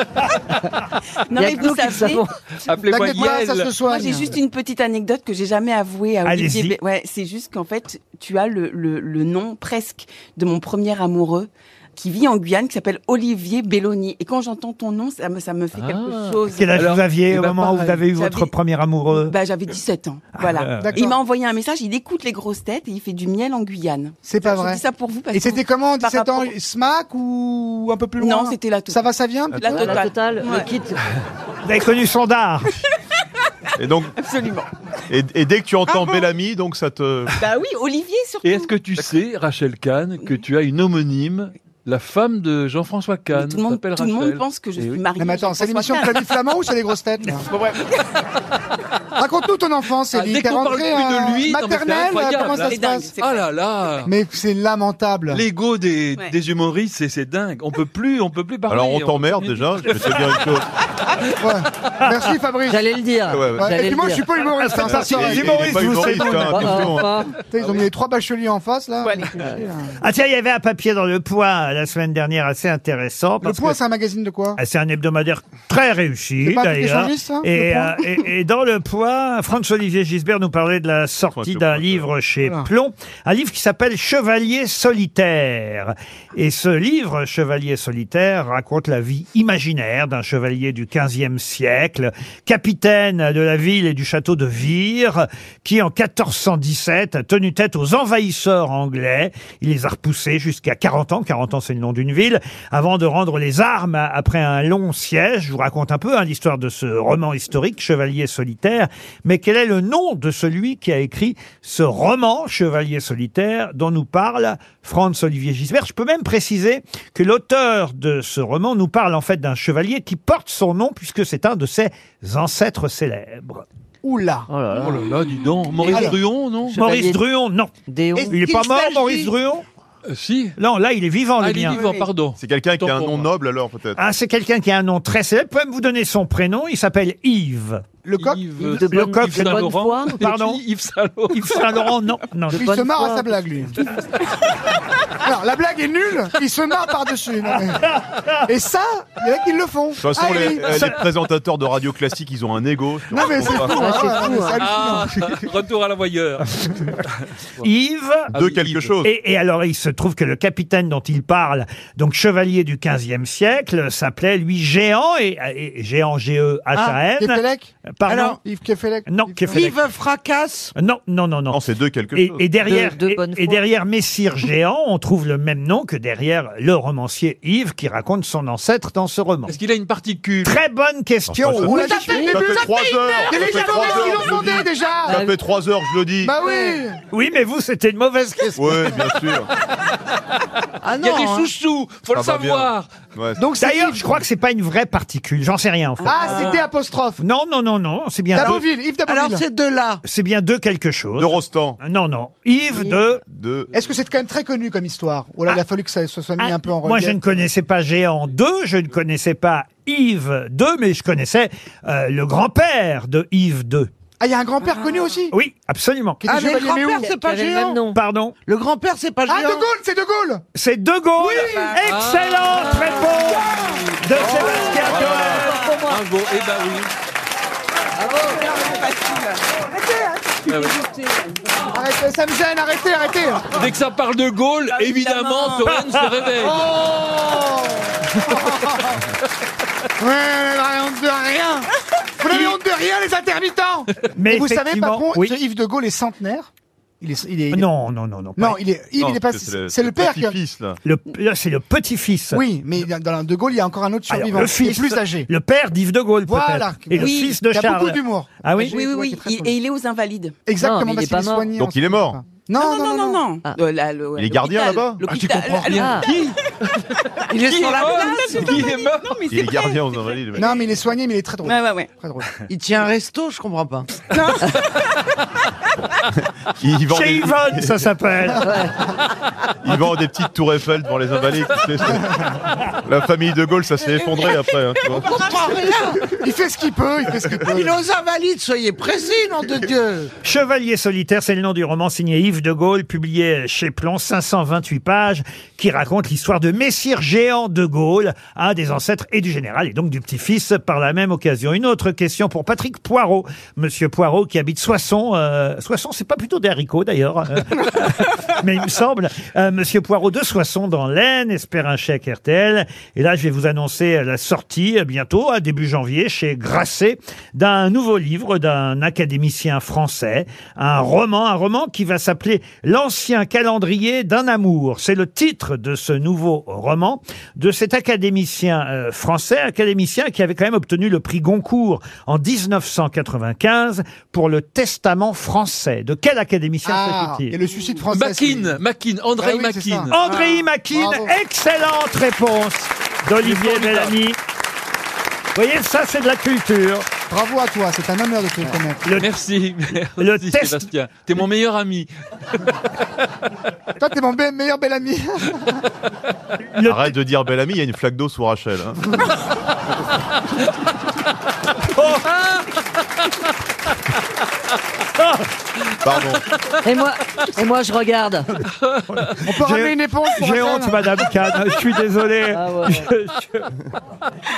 F: Non,
D: Y a
F: mais
D: que
F: vous
D: nous qui le
F: savez,
D: savons.
H: Appelez-moi T'inquiète pas, Yael. ça se
F: Moi,
H: soigne.
F: j'ai juste une petite anecdote que j'ai jamais avouée à Olivier.
H: Allez-y.
F: Bé- Ouais, c'est juste qu'en fait, tu as le, le, le nom presque de mon premier amoureux qui vit en Guyane, qui s'appelle Olivier Belloni. Et quand j'entends ton nom, ça me, ça me fait
E: Ah.
H: Ah.
F: quelque chose.
B: Quel âge vous
H: eh
B: aviez
H: ben,
B: au moment où vous avez eu
F: J'avais-
B: votre premier amoureux
F: bah, J'avais 17 ans.
B: ouais.
F: Voilà.
B: D'accord.
F: il m'a envoyé un message, il écoute les grosses têtes et il fait du miel en Guyane.
E: C'est pas vrai.
F: Je dis ça pour vous. Parce
E: Et c'était comment 17 ans
F: rapport-
E: Smack ou un peu plus loin
F: Non, c'était la totale.
E: Ça va, ça vient un petit
F: La
E: peu
F: totale. La
D: totale, le kit.
B: Vous avez connu son dard.
C: Et donc,
F: Absolument.
C: et, et dès que tu
H: Ah
C: entends Bellamy, donc ça te...
F: Bah oui, Olivier surtout.
H: Et est-ce que tu sais, Rachel Kahn, que tu as une homonyme, la femme de Jean-François Kahn
F: tout le monde-
H: s'appelle
F: tout le monde
H: Rachel.
F: pense que je
H: Eh
F: suis
H: oui.
F: mariée.
E: Non, mais attends, c'est l'émission
F: Jean-François
E: Planif Flamand ou c'est les grosses têtes là Raconte-nous ton enfance,
H: Ah,
E: Élie.
H: dès
E: T'es
H: qu'on parle
E: rentrée
H: plus de
E: euh,
H: lui, non, mais c'est
E: maternelle euh,
H: incroyable,
E: Comment ça
H: hein.
E: se passe
H: Ah là là
E: Mais c'est lamentable.
H: L'ego des,
F: Ouais.
H: des humoristes, c'est- c'est dingue. On peut plus, on peut plus parler.
C: Alors on t'emmerde déjà, je vais te dire une chose.
E: Merci Fabrice.
D: J'allais le dire.
C: Ouais, ouais.
E: Ouais,
D: J'allais
E: et puis moi,
D: le
E: je suis
D: dire.
E: pas humoriste.
C: Ah,
E: hein,
C: c'est
E: ça
C: parti,
E: sort.
C: il est pas humoriste, hein, attention.
E: Putain, Ils ont mis les trois bacheliers en face là. Compliqué, là.
B: Ah tiens, il y avait un papier dans le poids la semaine dernière assez
C: Oh,
B: intéressant.
E: Le
B: parce
E: point,
B: que-
E: c'est un magazine de quoi
B: Ah, C'est un hebdomadaire très réussi,
E: Hein. C'est pas un petit
B: d'ailleurs.
E: échangiste, ça, Le
B: Et,
E: Point
B: euh, et- et dans le poids, François-Olivier Gisbert nous parlait de la sortie d'un livre chez Plomb, un livre qui s'appelle Chevalier solitaire. Et ce livre, Chevalier solitaire, raconte la vie imaginaire d'un chevalier du XVe siècle, capitaine de la ville et du château de Vire, qui en 1417 a tenu tête aux envahisseurs anglais. Il les a repoussés jusqu'à 40 ans, 40 ans c'est le nom d'une ville, avant de rendre les armes a- après un long siège. Je vous raconte un peu hein, l'histoire de ce roman historique, Chevalier solitaire. Mais quel est le nom de celui qui a écrit ce roman, Chevalier solitaire, dont nous parle Franz Olivier Gisbert Je peux même préciser que l'auteur de ce roman nous parle en fait d'un chevalier qui porte son nom puisque c'est un de ses ancêtres célèbres.
E: Oula.
H: Oh là là, dis donc. Maurice
B: Alors-
H: Druon, non
B: Maurice Druon, non.
D: Déon.
B: Il est pas
H: qu'il
B: mort,
H: s'agit-
B: Maurice Druon
H: Euh, si.
B: Non, là, il est vivant,
H: Ah,
B: le
H: il est
B: mien.
H: vivant, pardon.
C: C'est quelqu'un qui
H: Autant
C: a un
H: pour
C: nom
H: moi.
C: noble alors peut-être
B: Ah, c'est quelqu'un qui a un nom très célèbre. Je peux même vous donner son prénom. Il s'appelle Yves.
E: Le coq
H: Yves- De bonne- Yves Saint Laurent.
B: Pardon
H: Yves Saint Laurent.
B: Yves Saint Laurent, non. non.
E: il se marre à sa blague, lui. Alors, la blague est nulle, il se marre par-dessus. Non, mais- Et ça, il y en a qui le font.
C: De toute façon,
E: Ah,
C: les,
E: oui.
C: les présentateurs de radio classique, ils ont un ego. sur-
E: Non, mais c'est fou,
C: euh,
E: hein, Ah, ouais, c'est
H: Ah, retour à la voyeur.
B: Yves.
H: Ah
C: De quelque chose.
B: Et, et alors, il se trouve que le capitaine dont il parle, donc chevalier du 15e siècle, s'appelait lui Géant, et, et- et Géant E
E: Ah,
B: G-E-H-A-N.
E: Kefelec
B: Pardon
E: Alors, Yves Kefelec
B: Non, Kefelec.
E: fracasse
B: Non, non, non, non.
C: c'est deux quelque
B: Et,
C: chose.
B: et derrière, et- et, derrière Messire Géant, on trouve le même nom que derrière le romancier Yves qui raconte son ancêtre dans ce roman.
H: Est-ce qu'il a une particule
B: Très bonne question.
C: Ça fait-
B: On l'a
C: ça
B: dit-
C: fait trois heures.
E: Il y a
C: Ça
E: les
C: fait
E: gens
C: trois
E: qui l'ont
C: heures, je le
E: fondé,
C: dis.
E: déjà.
C: Ça fait trois heures, je le dis.
E: Bah oui
B: Oui, mais vous, c'était une mauvaise question.
C: Oui, bien sûr. Ah, bah,
E: Ah
H: Il y a des chouchous, faut le
B: Ça va bien.
H: savoir.
E: Donc, c'est
B: D'ailleurs,
E: Yves.
B: je crois que c'est pas une vraie particule. J'en sais rien, en fait.
E: Ah, c'était apostrophe.
B: Non, non, non, non, c'est bien
E: Daboville, Yves Daboville.
B: de là. C'est bien de quelque chose. De
C: Rostand.
B: Non, non. Yves de...
E: Est-ce que c'est quand même très connu comme histoire Ou alors il a fallu que ça se soit mis un peu en relief
B: Moi, je ne connaissais pas Géant 2, je ne connaissais pas Yves 2, mais je connaissais euh, le grand-père de Yves 2.
E: Ah, il y a un grand-père connu aussi
B: Oui, absolument.
E: Qui était Ah, mais le chevalier grand-père, Méo. c'est pas Qui avait le Géant. même nom.
B: Pardon
E: Le grand-père, c'est pas Ah, De Gaulle, c'est De Gaulle
B: C'est De Gaulle
F: Ah.
B: Excellente réponse
F: Oh.
B: de Sébastien Toen.
H: Bravo, et bah oui. Ah ouais.
E: Arrêtez, ça me gêne, arrêtez, arrêtez
H: Dès que ça parle de Gaulle,
E: Ah,
H: évidemment, Toen se
E: Oh
H: réveille.
B: Ah.
E: Ouais, on honte de rien Vous n'avez honte de rien, les intermittents
B: Mais
E: Et vous savez,
B: effectivement,
E: patron,
B: oui.
E: ce Yves de Gaulle est centenaire. Il est, il est- il est-
B: Non, non, non, non.
E: Non,
B: pas-
E: il est, Yves, il est pas. C'est le, père qui. a-
B: Le- là, c'est le petit-fils.
E: Oui, mais dans dans De Gaulle, il y a encore un autre
B: Alors,
E: survivant.
B: le
E: qui est
B: fils,
E: plus âgé.
B: Le père d'Yves de Gaulle,
E: Voilà.
B: peut-être.
E: Oui.
B: Et le fils de
E: Il y a
B: Charles.
E: beaucoup d'humour.
B: Ah oui
F: Oui, oui, oui. Il- et il est aux Invalides.
E: Exactement, parce qu'il est, soigné. en-
C: Donc il est mort.
B: Ah,
E: Non, non, non,
F: Non.
E: non.
F: Euh, là, le-
C: Il est gardien
F: l'hôpital,
C: là-bas Ah,
F: l'hôpital,
H: rien.
F: l'hôpital.
H: Qui
E: Il est
H: Qui
E: sur la
H: mort
E: place.
H: Qui est mort
F: Non, mais
C: Il est
F: c'est vrai.
C: gardien aux invalides. le mec.
E: Non, mais il est soigné, mais il est très drôle.
F: Ouais, ouais, ouais.
E: Très drôle.
I: Il tient un resto, je comprends pas.
C: Il vend
B: Chez
C: des-
B: Yvonne, ça s'appelle.
C: Il vend des petites tours Eiffel devant les invalides. tu sais, c'est- La famille de Gaulle, ça s'est effondré après. hein, tu vois.
I: comprends rien
E: Il fait ce qu'il peut, il fait ce qu'il peut.
I: Il est aux invalides, soyez précis, nom de Dieu
B: Chevalier solitaire, c'est le nom du roman signé Yves de Gaulle, publié chez Plon, 528 pages, qui raconte l'histoire de Messire Géant de Gaulle, un des ancêtres et du général, et donc du petit-fils par la même occasion. Une autre question pour Patrick Poirot. Monsieur Poirot, qui habite Soissons. euh, Soissons, c'est pas plutôt des haricots, d'ailleurs. euh, mais il me semble. Euh, Monsieur Poirot de Soissons, dans l'Aisne, espère un chèque RTL. Et là, je vais vous annoncer euh, la sortie euh, bientôt, à début janvier, chez Grasset, d'un nouveau livre d'un académicien français, un roman, un roman qui va s'appeler L'ancien calendrier d'un amour. C'est le titre de ce nouveau roman de cet académicien euh, français, académicien qui avait quand même obtenu le prix Goncourt en 1995 pour le Testament français. De quel académicien
E: Ah,
B: s'agit-il
E: et le suicide français.
H: Makin, Makin, Andrei
E: Ah oui, c'est
H: Makin.
E: ça. Ah.
B: André Makin,
E: bravo.
B: excellente réponse d'Olivier Bellamy. Vous voyez, ça c'est de la culture.
E: Bravo à toi, c'est un honneur de te le connaître.
B: Le,
H: Merci, merci
B: Le test-
H: Sébastien. T'es mon meilleur ami.
E: Toi, t'es mon be- meilleur bel ami.
B: le-
C: Arrête de dire, bel ami, il y a une flaque d'eau sous Rachel. hein.
B: Oh.
C: Pardon.
D: Ah. Et moi, et moi, je regarde.
E: On peut ramener une éponge pour
B: J'ai
E: Rachel
B: honte, Madame Kahn, je suis désolé.
D: Ah ouais.
B: Je- je-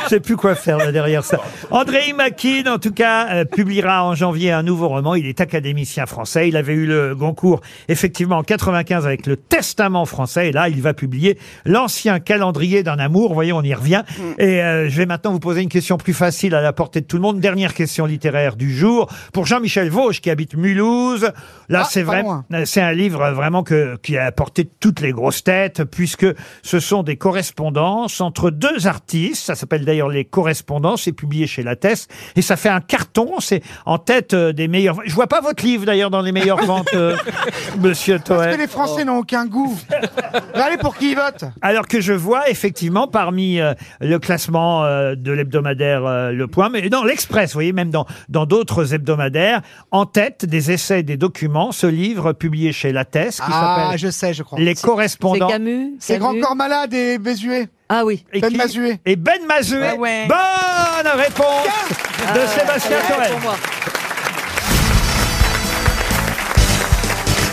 B: je sais plus quoi faire là, derrière ça. André Makin, en tout cas, euh, publiera en janvier un nouveau roman. Il est académicien français. Il avait eu le Goncourt, effectivement, en 95 avec le Testament français. Et là, il va publier l'ancien calendrier d'un amour. Vous voyez, on y revient.
E: Mm.
B: Et euh, je vais maintenant vous poser une question plus facile à la portée de tout le monde. Dernière question littéraire du jour pour Jean-Michel Vauche qui habite Mulhouse. Là,
E: Ah,
B: c'est
E: pas
B: vrai.
E: loin.
B: Euh, C'est un livre euh, vraiment que, qui a apporté toutes les grosses têtes, puisque ce sont des correspondances entre deux artistes. Ça s'appelle d'ailleurs Les Correspondances, c'est publié chez Lattès, et ça fait un carton. C'est en tête euh, des meilleurs. Je vois pas votre livre d'ailleurs dans les meilleures ventes, euh, Monsieur
E: Parce
B: Toer.
E: que les Français
B: Oh.
E: n'ont aucun goût. Mais allez, pour qui ils votent
B: Alors que je vois effectivement parmi euh, le classement euh, de l'hebdomadaire euh, Le Point, mais dans l'Express, vous voyez, même dans dans d'autres hebdomadaires, en tête des essais des document, ce livre publié chez Lattès, qui
E: Ah,
B: s'appelle
E: je sais, je crois.
B: Les
E: C'est-
B: correspondants.
E: c'est Camus C'est Camus Grand Corps Malade et Bézuet.
D: Ah oui.
B: Et ben Mazué. Et Ben Mazué.
E: Ah ouais.
B: Bonne réponse de Sébastien Thorel.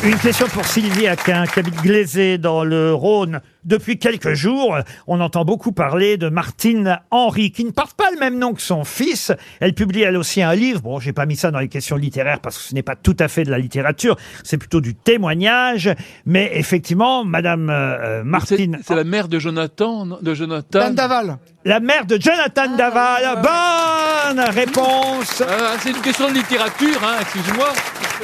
B: Une question pour Sylvie Aquin, qui habite Glaisé dans le Rhône. Depuis quelques jours, on entend beaucoup parler de Martine Henry, qui ne porte pas le même nom que son fils. Elle publie elle aussi un livre. Bon, j'ai pas mis ça dans les questions littéraires parce que ce n'est pas tout à fait de la littérature. C'est plutôt du témoignage. Mais effectivement, Madame euh, Martine. C'est la mère de Jonathan, de Jonathan.
E: Dan Daval.
B: La mère de Jonathan Daval. Bonne réponse.
H: Ah, c'est une question de littérature, hein, excuse-moi.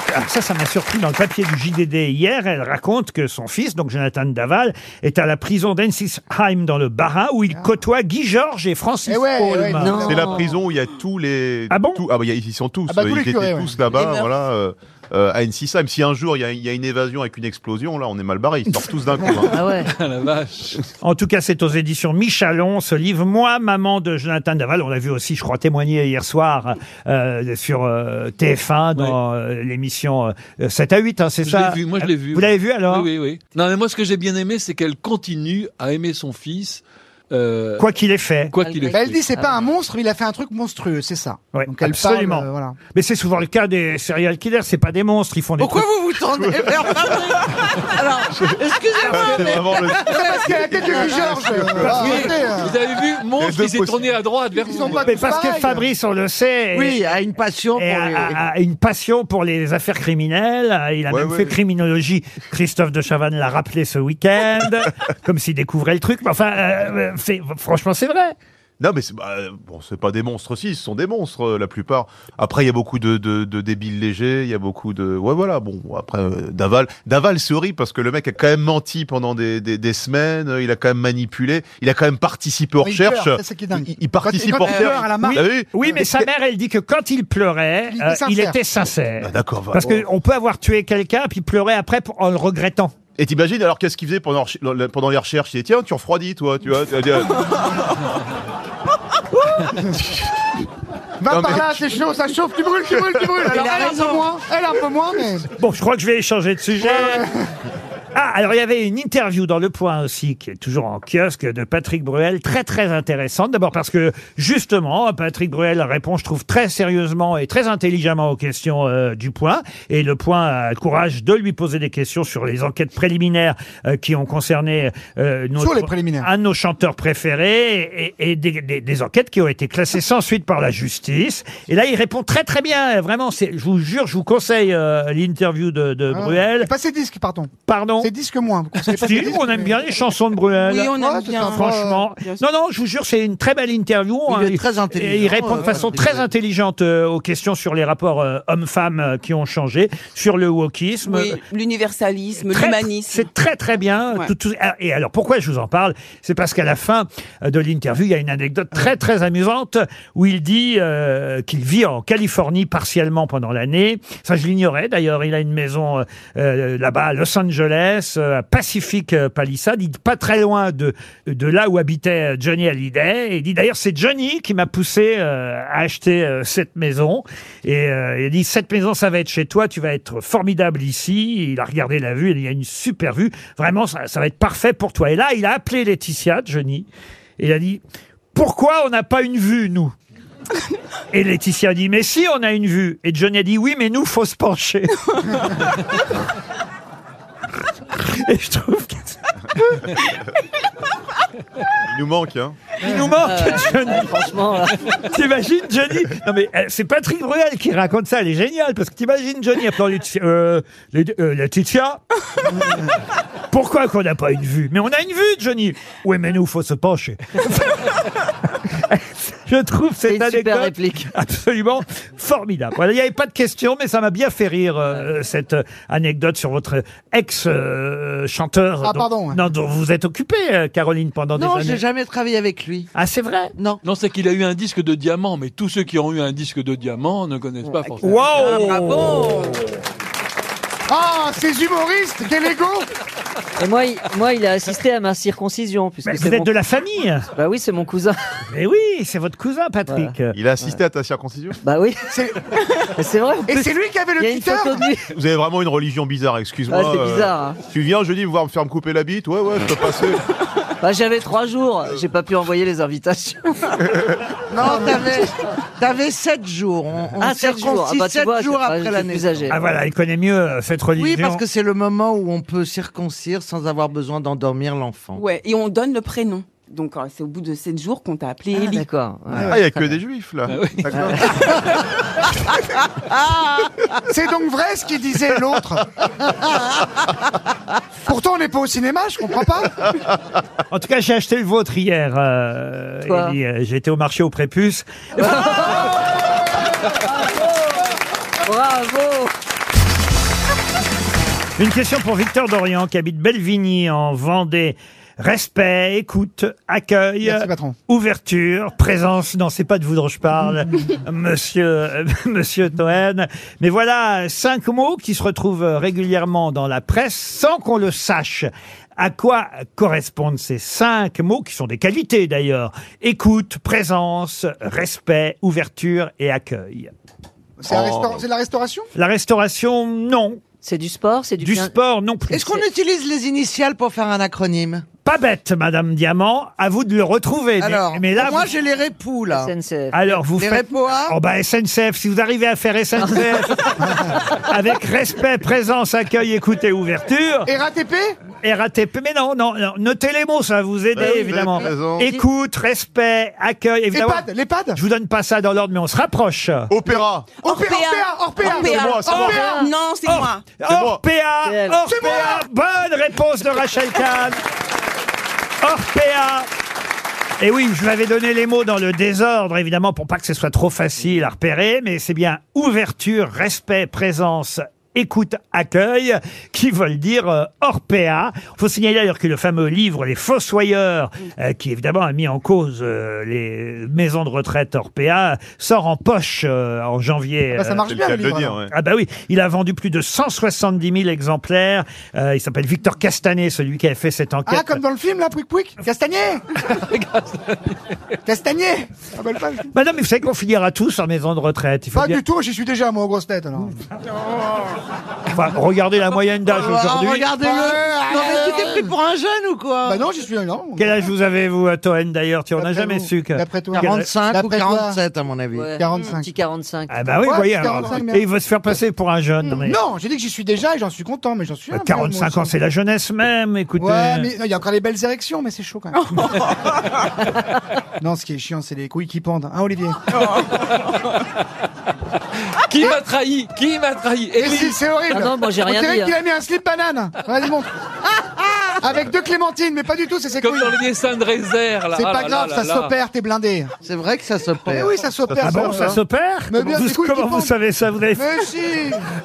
B: Alors Ah, ça, ça m'a surpris dans le papier du JDD hier. Elle raconte que son fils, donc Jonathan Daval, est à la prison d'Ensisheim dans le Bas-Rhin où il côtoie Guy Georges et Francis Holm.
C: C'est la prison où il y a tous les. Ah bon Ah bah, il y a- ils y sont tous.
B: Ah bah, tous
C: ils
B: les
C: étaient
B: curés, ouais.
C: tous là-bas,
B: Énorme.
C: voilà. euh, euh, à Ensisheim. Si un jour il y, a- il y a une évasion avec une explosion, là, on est mal barré. Ils sortent tous d'un coup. hein.
D: Ah ouais.
H: la vache.
B: En tout cas, c'est aux éditions Michalon, ce livre Moi, maman de Jonathan Daval. On l'a vu aussi, je crois, témoigner hier soir euh, sur euh, TF1 dans euh, l'émission euh, 7 à 8, hein, c'est
H: Je
B: ça
H: l'ai vu, moi je l'ai vu.
B: Vous l'avez vu alors
H: Oui, oui, oui. Non, mais moi ce que j'ai bien aimé, c'est qu'elle continue à aimer son fils. euh,
B: Quoi qu'il ait fait.
H: Quoi qu'il ait
E: Bah,
H: fait.
E: elle dit c'est pas un monstre, il a fait un truc monstrueux, c'est ça.
B: Ouais,
E: Donc elle parle,
B: absolument.
E: euh, voilà.
B: Mais c'est souvent le cas des serial killers, c'est pas des monstres, ils font des
I: Pourquoi
B: trucs-
I: vous vous tournez vers Patrick Alors, excusez-moi,
B: Ah, c'est
I: mais...
B: vraiment le-
E: Parce qu'elle a la tête de Guy Georges. euh, voilà.
H: Oui,
E: Arrêtez,
I: hein.
E: euh.
H: vous avez vu, monstre, il s'est tourné à droite vers vous.
B: Mais parce que Fabrice, on le sait.
H: Oui,
B: a une passion
H: pour les-
B: a, a une passion pour les affaires criminelles. Il a
H: Ouais,
B: même
H: ouais.
B: fait criminologie. Christophe de Chavannes l'a rappelé ce week-end, comme s'il découvrait le truc. Mais enfin, euh, c'est- franchement, c'est vrai.
C: Non, mais c'est bah, euh, bon, c'est pas des monstres aussi, ce sont des monstres, euh, la plupart. Après, il y a beaucoup de, de, de débiles légers, il y a beaucoup de. Ouais, voilà, bon, après, euh, Daval. Daval, c'est horrible parce que le mec a quand même menti pendant des, des, des semaines, euh, il a quand même manipulé, il a quand même participé aux
E: Il pleure,
C: recherches.
E: ça, c'est qui est dingue.
C: Il- il participe
E: Quand- quand
C: aux
E: il
C: recherches.
E: pleure à la marche.
C: Vous avez vu
B: Oui, mais sa mère, elle dit que quand il pleurait,
E: Ah, Il était
B: euh, il,
E: sincère.
B: était sincère.
C: Ah, d'accord, va-
B: Parce qu'on peut avoir tué quelqu'un puis pleurer après pour- en le regrettant.
C: Et t'imagines alors qu'est-ce qu'il faisait pendant, pendant les recherches Il disait tiens tu refroidis toi tu vois. ah. tu vois, tu
E: Va
C: Non,
E: par
C: mais-
E: là, c'est chaud, ça chauffe, tu brûles, tu brûles, tu brûles.
I: Il a
E: Alors, elle un peu
I: raison.
E: moins, elle un peu moins, mais.
B: Bon, je crois que je vais changer de sujet. Ah, alors il y avait une interview dans Le Point aussi, qui est toujours en kiosque, de Patrick Bruel, très très intéressante. D'abord parce que, justement, Patrick Bruel répond, je trouve, très sérieusement et très intelligemment aux questions euh, du Point. Et Le Point a le courage de lui poser des questions sur les enquêtes préliminaires euh, qui ont concerné euh, notre-
E: Sur les préliminaires.
B: un de nos chanteurs préférés et, et des, des- des enquêtes qui ont été classées sans suite par la justice. Et là, il répond très très bien, vraiment. c'est- Je vous jure, je vous conseille euh, l'interview de, de
E: Ah.
B: Bruel.
E: C'est pas ses disques, pardon.
B: Pardon.
E: Ses disques moins. vous conseillez pas
B: Si,
E: ses disques,
B: on aime bien les chansons de Bruel.
E: Oui, on aime Ouais, bien.
B: Franchement. Non, non, je vous jure, c'est une très belle interview.
I: Il
B: hein.
I: est très intelligent,
B: Et il répond de
I: euh,
B: façon
I: Patrick
B: très intelligente euh, aux questions sur les rapports euh, hommes-femmes euh, qui ont changé, sur le wokisme.
F: Oui, l'universalisme,
B: Très-
F: l'humanisme.
B: C'est très très bien.
F: Ouais.
B: Tout- tout- ah, et alors pourquoi je vous en parle C'est parce qu'à la fin euh, de l'interview, il y a une anecdote très très amusante où il dit euh, qu'il vit en Californie partiellement pendant l'année. Ça, je l'ignorais d'ailleurs. Il a une maison euh, euh, là-bas à Los Angeles, euh, à Pacific euh, Palisades, il dit pas très loin de, de là où habitait euh, Johnny Hallyday. Et il dit d'ailleurs c'est Johnny qui m'a poussé euh, à acheter euh, cette maison. Et euh, il dit cette maison ça va être chez toi, tu vas être formidable ici. Il a regardé la vue, il y a une super vue. Vraiment ça, ça va être parfait pour toi. Et là il a appelé Laetitia, Johnny, et il a dit pourquoi on n'a pas une vue nous. Et Laetitia a dit mais si on a une vue. Et Johnny a dit oui mais nous faut se pencher. Et je trouve que
C: Il nous manque hein.
B: Il nous manque, Johnny.
D: franchement,
B: T'imagines, Johnny Non, mais euh, c'est Patrick Bruel qui raconte ça. Elle est géniale parce que t'imagines, Johnny, appelant Laetitia. Euh, les- euh, Laetitia Pourquoi qu'on n'a pas une vue Mais on a une vue, Johnny Oui, mais nous, faut se pencher. Je trouve cette
D: une super
B: anecdote
D: réplique.
B: absolument formidable. Voilà, il n'y avait pas de question, mais ça m'a bien fait rire euh, cette anecdote sur votre ex euh, chanteur.
E: Ah,
B: dont-
E: pardon, ouais.
B: non, dont vous vous êtes occupée, euh, Caroline, pendant
I: Non,
B: des années.
I: j'ai jamais travaillé avec lui.
B: Ah, c'est vrai
I: Non.
H: Non, c'est qu'il a eu un disque de diamant, mais tous ceux qui ont eu un disque de diamant ne connaissent pas forcément.
B: Wow
E: Ah, ces humoristes, quel égo
D: Et moi, il, moi, il a assisté à ma circoncision. Puisque
B: Mais
D: c'est
B: vous êtes
D: mon-
B: de la famille
D: Bah oui, c'est mon cousin.
B: Mais oui, c'est votre cousin, Patrick.
C: Il a assisté à ta circoncision
D: Bah oui. C'est vrai.
E: Et c'est lui qui avait le tuteur
C: Vous avez vraiment une religion bizarre, excuse-moi. euh,
D: Ah, c'est bizarre, hein.
C: Tu viens jeudi me voir me faire me couper la bite Ouais, ouais, je peux passer.
D: Bah, j'avais trois jours, j'ai pas pu envoyer les invitations.
I: Non, t'avais, t'avais 7 jours. On, on
D: Ah, sept jours.
I: circoncit
D: Ah, bah, tu
I: 7
D: vois,
I: jours
D: c'est- ah,
I: après
D: j'étais
I: la
D: plus
I: naissance.
D: âgé.
B: Ah voilà, il connaît mieux euh, cette religion.
I: Oui, parce que c'est le moment où on peut circoncire sans avoir besoin d'endormir l'enfant.
F: Ouais, et on donne le prénom. Donc euh, c'est au bout de 7 jours qu'on t'a appelé Élie.
D: D'accord.
C: Ah, il y a que des juifs là.
B: Bah
C: D'accord.
E: C'est donc vrai ce qu'il disait l'autre. Pourtant, on n'est pas au cinéma, je comprends pas.
B: En tout cas, j'ai acheté le vôtre hier. euh,
E: Toi
B: Ellie. Euh, J'ai été au marché au prépuce.
D: Bravo
B: Une question pour Victor Dorian qui habite Belvigny en Vendée. Respect, écoute, accueil,
E: Merci, patron.
B: ouverture, présence. Non, c'est pas de vous dont je parle, monsieur, euh, monsieur Toen. Mais voilà cinq mots qui se retrouvent régulièrement dans la presse sans qu'on le sache. À quoi correspondent ces cinq mots qui sont des qualités d'ailleurs Écoute, présence, respect, ouverture et accueil.
E: C'est la,
B: Oh.
E: restaura- c'est la restauration
B: La restauration, non.
D: C'est du sport, c'est
B: du sport, non plus.
I: Est-ce qu'on utilise les initiales pour faire un acronyme
B: Pas bête, Madame Diamant. À vous de le retrouver. Mais-
I: Alors,
B: mais, là,
I: moi
B: vous-
I: j'ai les répous là.
D: SNCF.
B: alors vous
I: les hein
B: faites.
I: répoa
B: Oh bah SNCF. Si vous arrivez à faire SNCF avec respect, présence, accueil, écoute et ouverture.
E: RATP
B: RATP. Mais non, non, non. Notez les mots, ça va vous aider
C: Ouais, ouais,
B: évidemment.
C: présence.
B: Écoute, respect, accueil. Évidemment.
E: EHPAD L'EHPAD
B: Je vous donne pas ça dans l'ordre, mais on se rapproche.
C: Opéra.
E: Orpea Orpea
F: Orpea.
C: moi, c'est moi.
F: Orpea. Non, c'est
B: Or-
F: moi.
C: C'est moi.
B: Orpea, Orpea, bonne réponse de Rachel Kahn. Orpea. Et oui, je vous avais donné les mots dans le désordre, évidemment, pour pas que ce soit trop facile à repérer, mais c'est bien ouverture, respect, présence, écoute, accueil, qui veulent dire euh, Orpea. faut signaler d'ailleurs que le fameux livre Les Fossoyeurs, euh, qui évidemment a mis en cause euh, les maisons de retraite Orpea, sort en poche euh, en janvier.
E: Bah, ça marche
C: C'est le
E: bien,
C: cas
E: le
C: de le
E: livre.
C: dire,
E: alors.
C: ouais.
B: Ah bah oui, il a vendu plus de 170 000 exemplaires. Euh, il s'appelle Victor Castanet, celui qui a fait cette enquête.
E: Ah, comme dans le film, là, Pouic Pouic Castagnier Castagnier Ah, bah, le pas-
B: Madame, mais vous savez qu'on finira tous en maison de retraite. Il faut
E: Pas
B: bien...
E: du tout, j'y suis déjà, moi, aux grosses têtes. alors.
B: Enfin, regardez la moyenne d'âge
E: Euh,
B: aujourd'hui.
I: Regardez-le. Non mais tu t'es pris pour un jeune ou quoi
E: Bah non, j'y suis... Non.
B: Quel âge vous avez-vous, euh, Toen, d'ailleurs Tu en as
E: D'après
B: jamais
E: vous.
B: su que...
E: D'après toi.
I: 45 ou
E: D'après toi.
I: 47 à mon avis.
D: Ouais.
E: 45.
D: Un petit 45.
B: Ah bah oui,
E: Ouais,
B: voyez.
E: c'est
B: alors.
E: 45, merde.
B: Et il veut se faire passer pour un jeune. mais-
E: Non, j'ai dit que j'y suis déjà et j'en suis content, mais j'en suis un
B: Euh,
E: peu,
B: 45
E: moi
B: ans,
E: aussi.
B: c'est la jeunesse même, écoutez.
E: Ouais, mais non, il y a encore les belles érections, mais c'est chaud quand même.
B: Oh,
E: non, ce qui est chiant, c'est les couilles qui pendent. Hein, Olivier
H: Qui m'a trahi Qui m'a trahi
E: Et si,
H: Élie
E: c'est horrible.
D: Ah non, moi, j'ai rien
E: On dirait
D: dit,
E: qu'il
D: hein.
E: a mis un slip banane. Vas-y, montre. Ah, Avec deux clémentines, mais pas du tout, c'est ses
H: Comme
E: couilles.
H: dans le dessin de Réserve, là.
E: C'est
H: Ah
E: pas
H: là
E: grave,
H: là
E: ça
H: là.
E: s'opère, t'es blindé.
I: C'est vrai que ça se
E: Mais
I: perd.
E: oui, ça s'opère.
B: Ah bon, ça s'opère
E: Mais bien,
B: Vous-
E: c'est cool
B: Comment
E: qu'ils
B: vous
E: font.
B: savez ça Vous avez
E: Mais si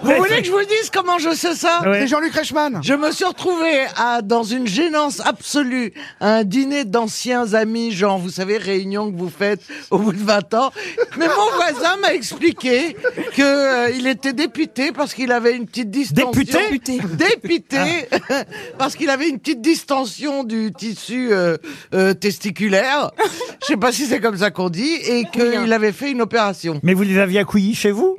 I: Vous voulez que je vous dise comment je sais ça
B: Ouais.
E: C'est Jean-Luc Reichmann.
I: Je me suis retrouvé à, dans une gênance absolue, à un dîner d'anciens amis, genre, vous savez, réunion que vous faites au bout de 20 ans. Mais mon voisin m'a expliqué que euh, il était député parce qu'il avait une petite distension.
B: Député Ah.
I: Député parce qu'il avait une petite distension du tissu euh, euh, testiculaire. Je sais pas si c'est comme ça qu'on dit et qu'il avait fait une opération.
B: Mais vous les aviez accueillis chez vous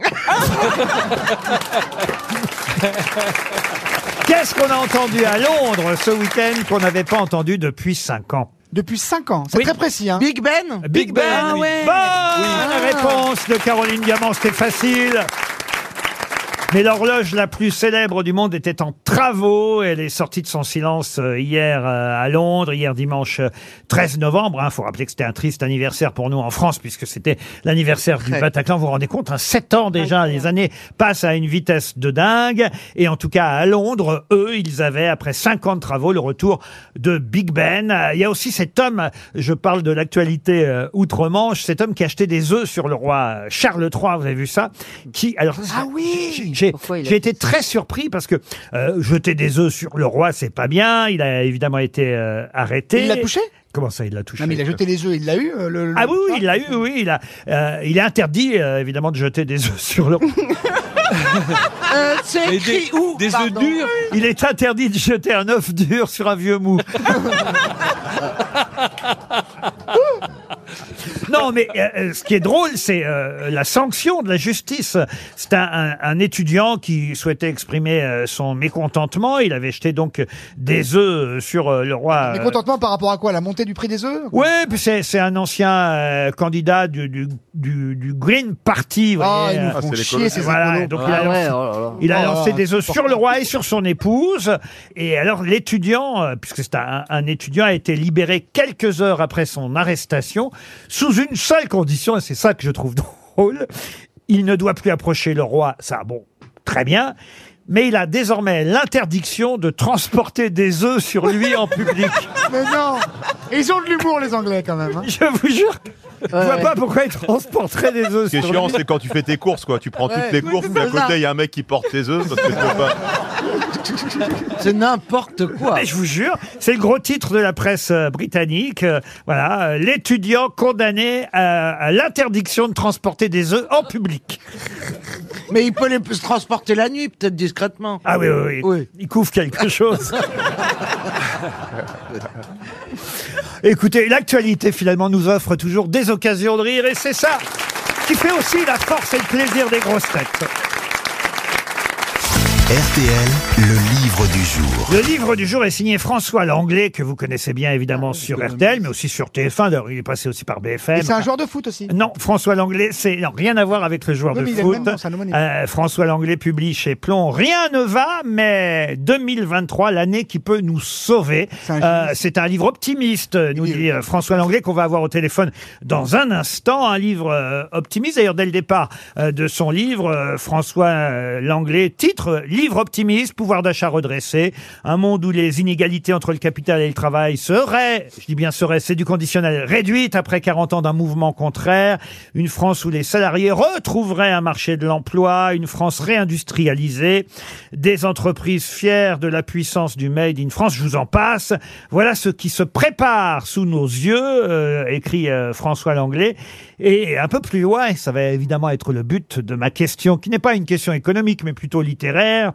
B: Qu'est-ce qu'on a entendu à Londres ce week-end qu'on n'avait pas entendu depuis 5 ans
E: Depuis 5 ans, c'est
B: Oui.
E: très précis. Hein.
I: Big Ben
B: Big Ben,
H: Ben,
E: Ah
D: Ah
B: oui.
H: ouais.
B: Bonne
H: Oui.
B: réponse de Caroline Diamant, c'était facile mais l'horloge la plus célèbre du monde était en travaux. Elle est sortie de son silence euh, hier euh, à Londres, hier dimanche euh, 13 novembre. Il faut rappeler que c'était un triste anniversaire pour nous en France, puisque c'était l'anniversaire du
I: Très.
B: Bataclan. Vous vous rendez compte, hein, 7 ans déjà, les années passent à une vitesse de dingue. Et en tout cas, à Londres, eux, ils avaient, après 5 ans de travaux, le retour de Big Ben. Euh, Il y a aussi cet homme, je parle de l'actualité euh, outre-Manche, cet homme qui achetait des œufs sur le roi euh, Charles III, vous avez vu ça qui, alors, Ah oui J'ai
D: Pourquoi il a
B: j'ai
D: fait
B: été très surpris parce que euh, jeter des œufs sur le roi, c'est pas bien. Il a évidemment été euh, arrêté.
E: Il l'a touché
B: Comment ça, il l'a touché
E: Non, mais il a jeté les œufs, il l'a eu. euh, le, le-
B: Ah oui, oui, il l'a eu, oui. Il, a, euh, il est interdit, euh, évidemment, de jeter des œufs sur le roi.
I: Euh, c'est
H: Mais
I: écrit
H: des,
I: où
H: des œufs
I: pardon
H: durs
B: Il est interdit de jeter un œuf dur sur un vieux mou. Non, mais euh, ce qui est drôle, c'est euh, la sanction de la justice. C'est un, un- un étudiant qui souhaitait exprimer euh, son mécontentement. Il avait jeté donc des œufs sur euh, le roi. euh,
E: Mécontentement par rapport à quoi La montée du prix des œufs
B: oui, puis c'est c'est un ancien euh, candidat du, du, du, du Green Party. vous
E: Ah,
B: voyez. euh.
E: ils nous Ah, font c'est les chier, colocs. ces
B: Voilà,
E: écolos.
B: donc
E: Ah
B: il a
E: ouais,
B: lancé,
E: oh là là.
B: il a
E: Oh là
B: lancé
E: là,
B: des œufs
E: c'est
B: sur le roi et sur son épouse. Et alors l'étudiant, euh, puisque c'est un, un étudiant, a été libéré quelques heures après son arrestation, sous une seule condition, et c'est ça que je trouve drôle, il ne doit plus approcher le roi. Ça, bon, très bien. Mais il a désormais l'interdiction de transporter des œufs sur lui en public.
E: Mais non Ils ont de l'humour, les Anglais, quand même.
B: Je vous jure Je vois pas pourquoi ils transporteraient des œufs.
C: Ce qui est
B: sur
C: chiant,
B: lui.
C: c'est quand tu fais tes courses, quoi. Tu prends
B: Ouais.
C: toutes tes
B: Oui,
C: courses,
B: c'est
C: puis à
B: ça.
C: côté, il y a un mec qui porte tes œufs parce que tu peux pas.
B: C'est n'importe quoi. je vous jure, c'est le gros titre de la presse euh, britannique. Euh, voilà, euh, l'étudiant condamné à, à l'interdiction de transporter des œufs en public.
I: Mais il peut les se transporter la nuit, peut-être discrètement.
B: Ah oui, oui, oui. Il couvre quelque chose. Écoutez, l'actualité finalement nous offre toujours des occasions de rire et c'est ça qui fait aussi la force et le plaisir des grosses têtes.
A: RTL, le livre du jour.
B: Le livre du jour est signé François Langlais, que vous connaissez bien évidemment sur RTL, mais aussi sur TF1. D'ailleurs, il est passé aussi par BFM.
E: Et c'est un joueur de foot aussi.
B: Non, François Langlais, c'est non, rien à voir avec le joueur
E: Oui,
B: de
E: mais il a le
B: foot.
E: même nom, c'est un homonyme.
B: Euh, François Langlais publie chez Plomb Rien ne va, mais 2023, l'année qui peut nous sauver. Euh, C'est un livre optimiste, nous dit euh, François Langlais, qu'on va avoir au téléphone dans un instant. Un livre euh, optimiste, d'ailleurs, dès le départ euh, de son livre, euh, François euh, Langlais titre euh, Livre optimiste, pouvoir d'achat redressé, un monde où les inégalités entre le capital et le travail seraient, je dis bien seraient, c'est du conditionnel, réduites après 40 ans d'un mouvement contraire, une France où les salariés retrouveraient un marché de l'emploi, une France réindustrialisée, des entreprises fières de la puissance du Made in France, je vous en passe. Voilà ce qui se prépare sous nos yeux, euh, écrit euh, François Langlais. Et un peu plus loin, et ça va évidemment être le but de ma question, qui n'est pas une question économique, mais plutôt littéraire,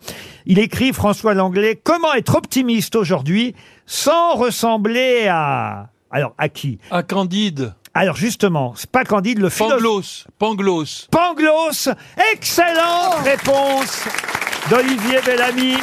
B: il écrit François Langlais, comment être optimiste aujourd'hui sans ressembler à... Alors, à qui
H: À Candide.
B: Alors justement, c'est pas Candide, le philosophe...
H: Pangloss. Pangloss.
B: Pangloss.
E: Oh.
B: Excellente réponse d'Olivier Bellamy.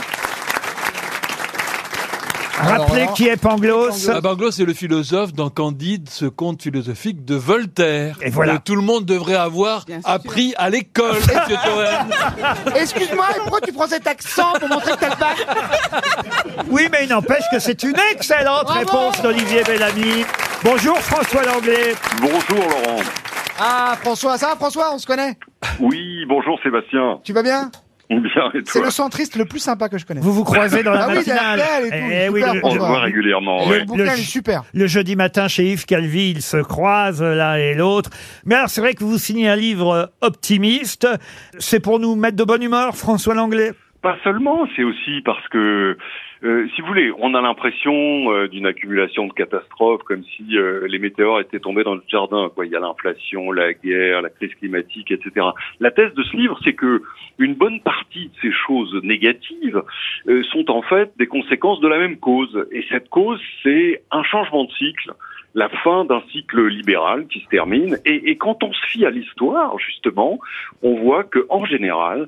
B: Rappelez qui est Pangloss.
H: Ah, Pangloss est le philosophe dans Candide, ce conte philosophique de Voltaire.
B: Et voilà.
H: Que tout le monde devrait avoir appris à l'école, monsieur Toen.
E: Excuse-moi, et pourquoi tu prends cet accent pour montrer que t'as le bac
B: Oui, mais il n'empêche que c'est une excellente
E: Bravo.
B: réponse d'Olivier Bellamy. Bonjour François Langlais.
P: Bonjour Laurent.
E: Ah, François, ça va, François, on se connaît
P: Oui, bonjour Sébastien.
E: Tu vas bien
P: Bien et
E: C'est
P: toi
E: le centriste le plus sympa que je connais.
B: Vous vous croisez dans la
E: ah oui, il y a
B: matinale.
E: appel et tout, il est
B: Eh oui,
E: super,
B: le-
P: On se
E: François.
P: voit régulièrement,
E: Et
P: ouais.
E: Le bouquin
B: je-
E: est super.
B: Le jeudi matin chez Yves Calvi, ils se croisent l'un et l'autre. Mais alors, c'est vrai que vous signez un livre euh, optimiste. C'est pour nous mettre de bonne humeur, François Langlais.
P: Pas seulement, c'est aussi parce que, euh, si vous voulez, on a l'impression euh, d'une accumulation de catastrophes, comme si euh, les météores étaient tombés dans le jardin. Quoi. Il y a l'inflation, la guerre, la crise climatique, etc. La thèse de ce livre, c'est que une bonne partie de ces choses négatives euh, sont en fait des conséquences de la même cause. Et cette cause, c'est un changement de cycle la fin d'un cycle libéral qui se termine. Et, et quand on se fie à l'histoire, justement, on voit que en général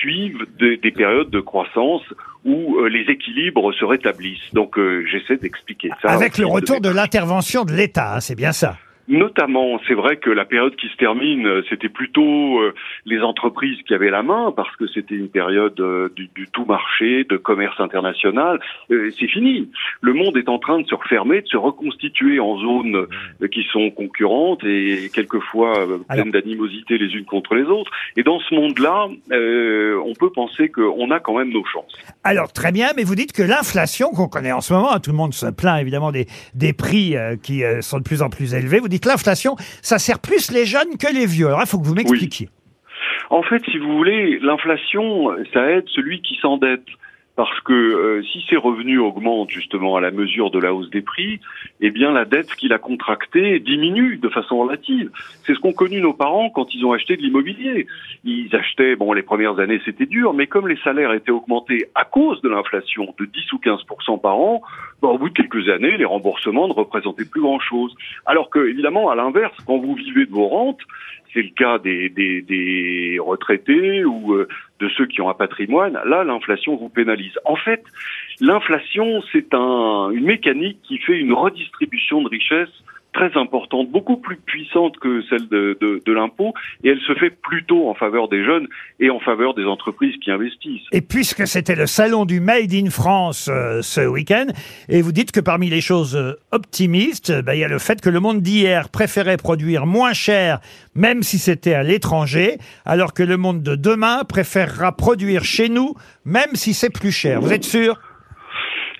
P: suivent des, des périodes de croissance où euh, les équilibres se rétablissent. Donc euh, j'essaie d'expliquer ça.
B: Avec le
P: aussi de
B: retour de l'intervention de l'État, hein, c'est bien ça.
P: Notamment, c'est vrai que la période qui se termine, euh, c'était plutôt euh, les entreprises qui avaient la main, parce que c'était une période euh, du, du tout marché, de commerce international. Euh, c'est fini. Le monde est en train de se refermer, de se reconstituer en zones euh, qui sont concurrentes et quelquefois euh, pleines d'animosité les unes contre les autres. Et dans ce monde-là, euh, on peut penser qu'on a quand même nos chances.
B: Alors très bien, mais vous dites que l'inflation qu'on connaît en ce moment, hein, tout le monde se plaint évidemment des, des prix euh, qui euh, sont de plus en plus élevés, vous dites l'inflation, ça sert plus les jeunes que les vieux. Alors il faut que vous m'expliquiez.
P: En fait, si vous voulez, l'inflation, ça aide celui qui s'endette. Parce que euh, si ses revenus augmentent justement à la mesure de la hausse des prix, eh bien la dette qu'il a contractée diminue de façon relative. C'est ce qu'ont connu nos parents quand ils ont acheté de l'immobilier. Ils achetaient, bon, les premières années c'était dur, mais comme les salaires étaient augmentés à cause de l'inflation de 10 ou 15 par an, Bah, au bout de quelques années, les remboursements ne représentaient plus grand-chose. Alors que, évidemment, à l'inverse, quand vous vivez de vos rentes, c'est le cas des, des, des retraités ou euh, de ceux qui ont un patrimoine, là, l'inflation vous pénalise. En fait, l'inflation, c'est un, une mécanique qui fait une redistribution de richesse très importante, beaucoup plus puissante que celle de, de, de l'impôt, et elle se fait plutôt en faveur des jeunes et en faveur des entreprises qui investissent.
B: Et puisque c'était le salon du Made in France euh, ce week-end, et vous dites que parmi les choses euh, optimistes, euh, bah, il y a le fait que le monde d'hier préférait produire moins cher, même si c'était à l'étranger, alors que le monde de demain préférera produire chez nous, même si c'est plus cher. Vous êtes sûr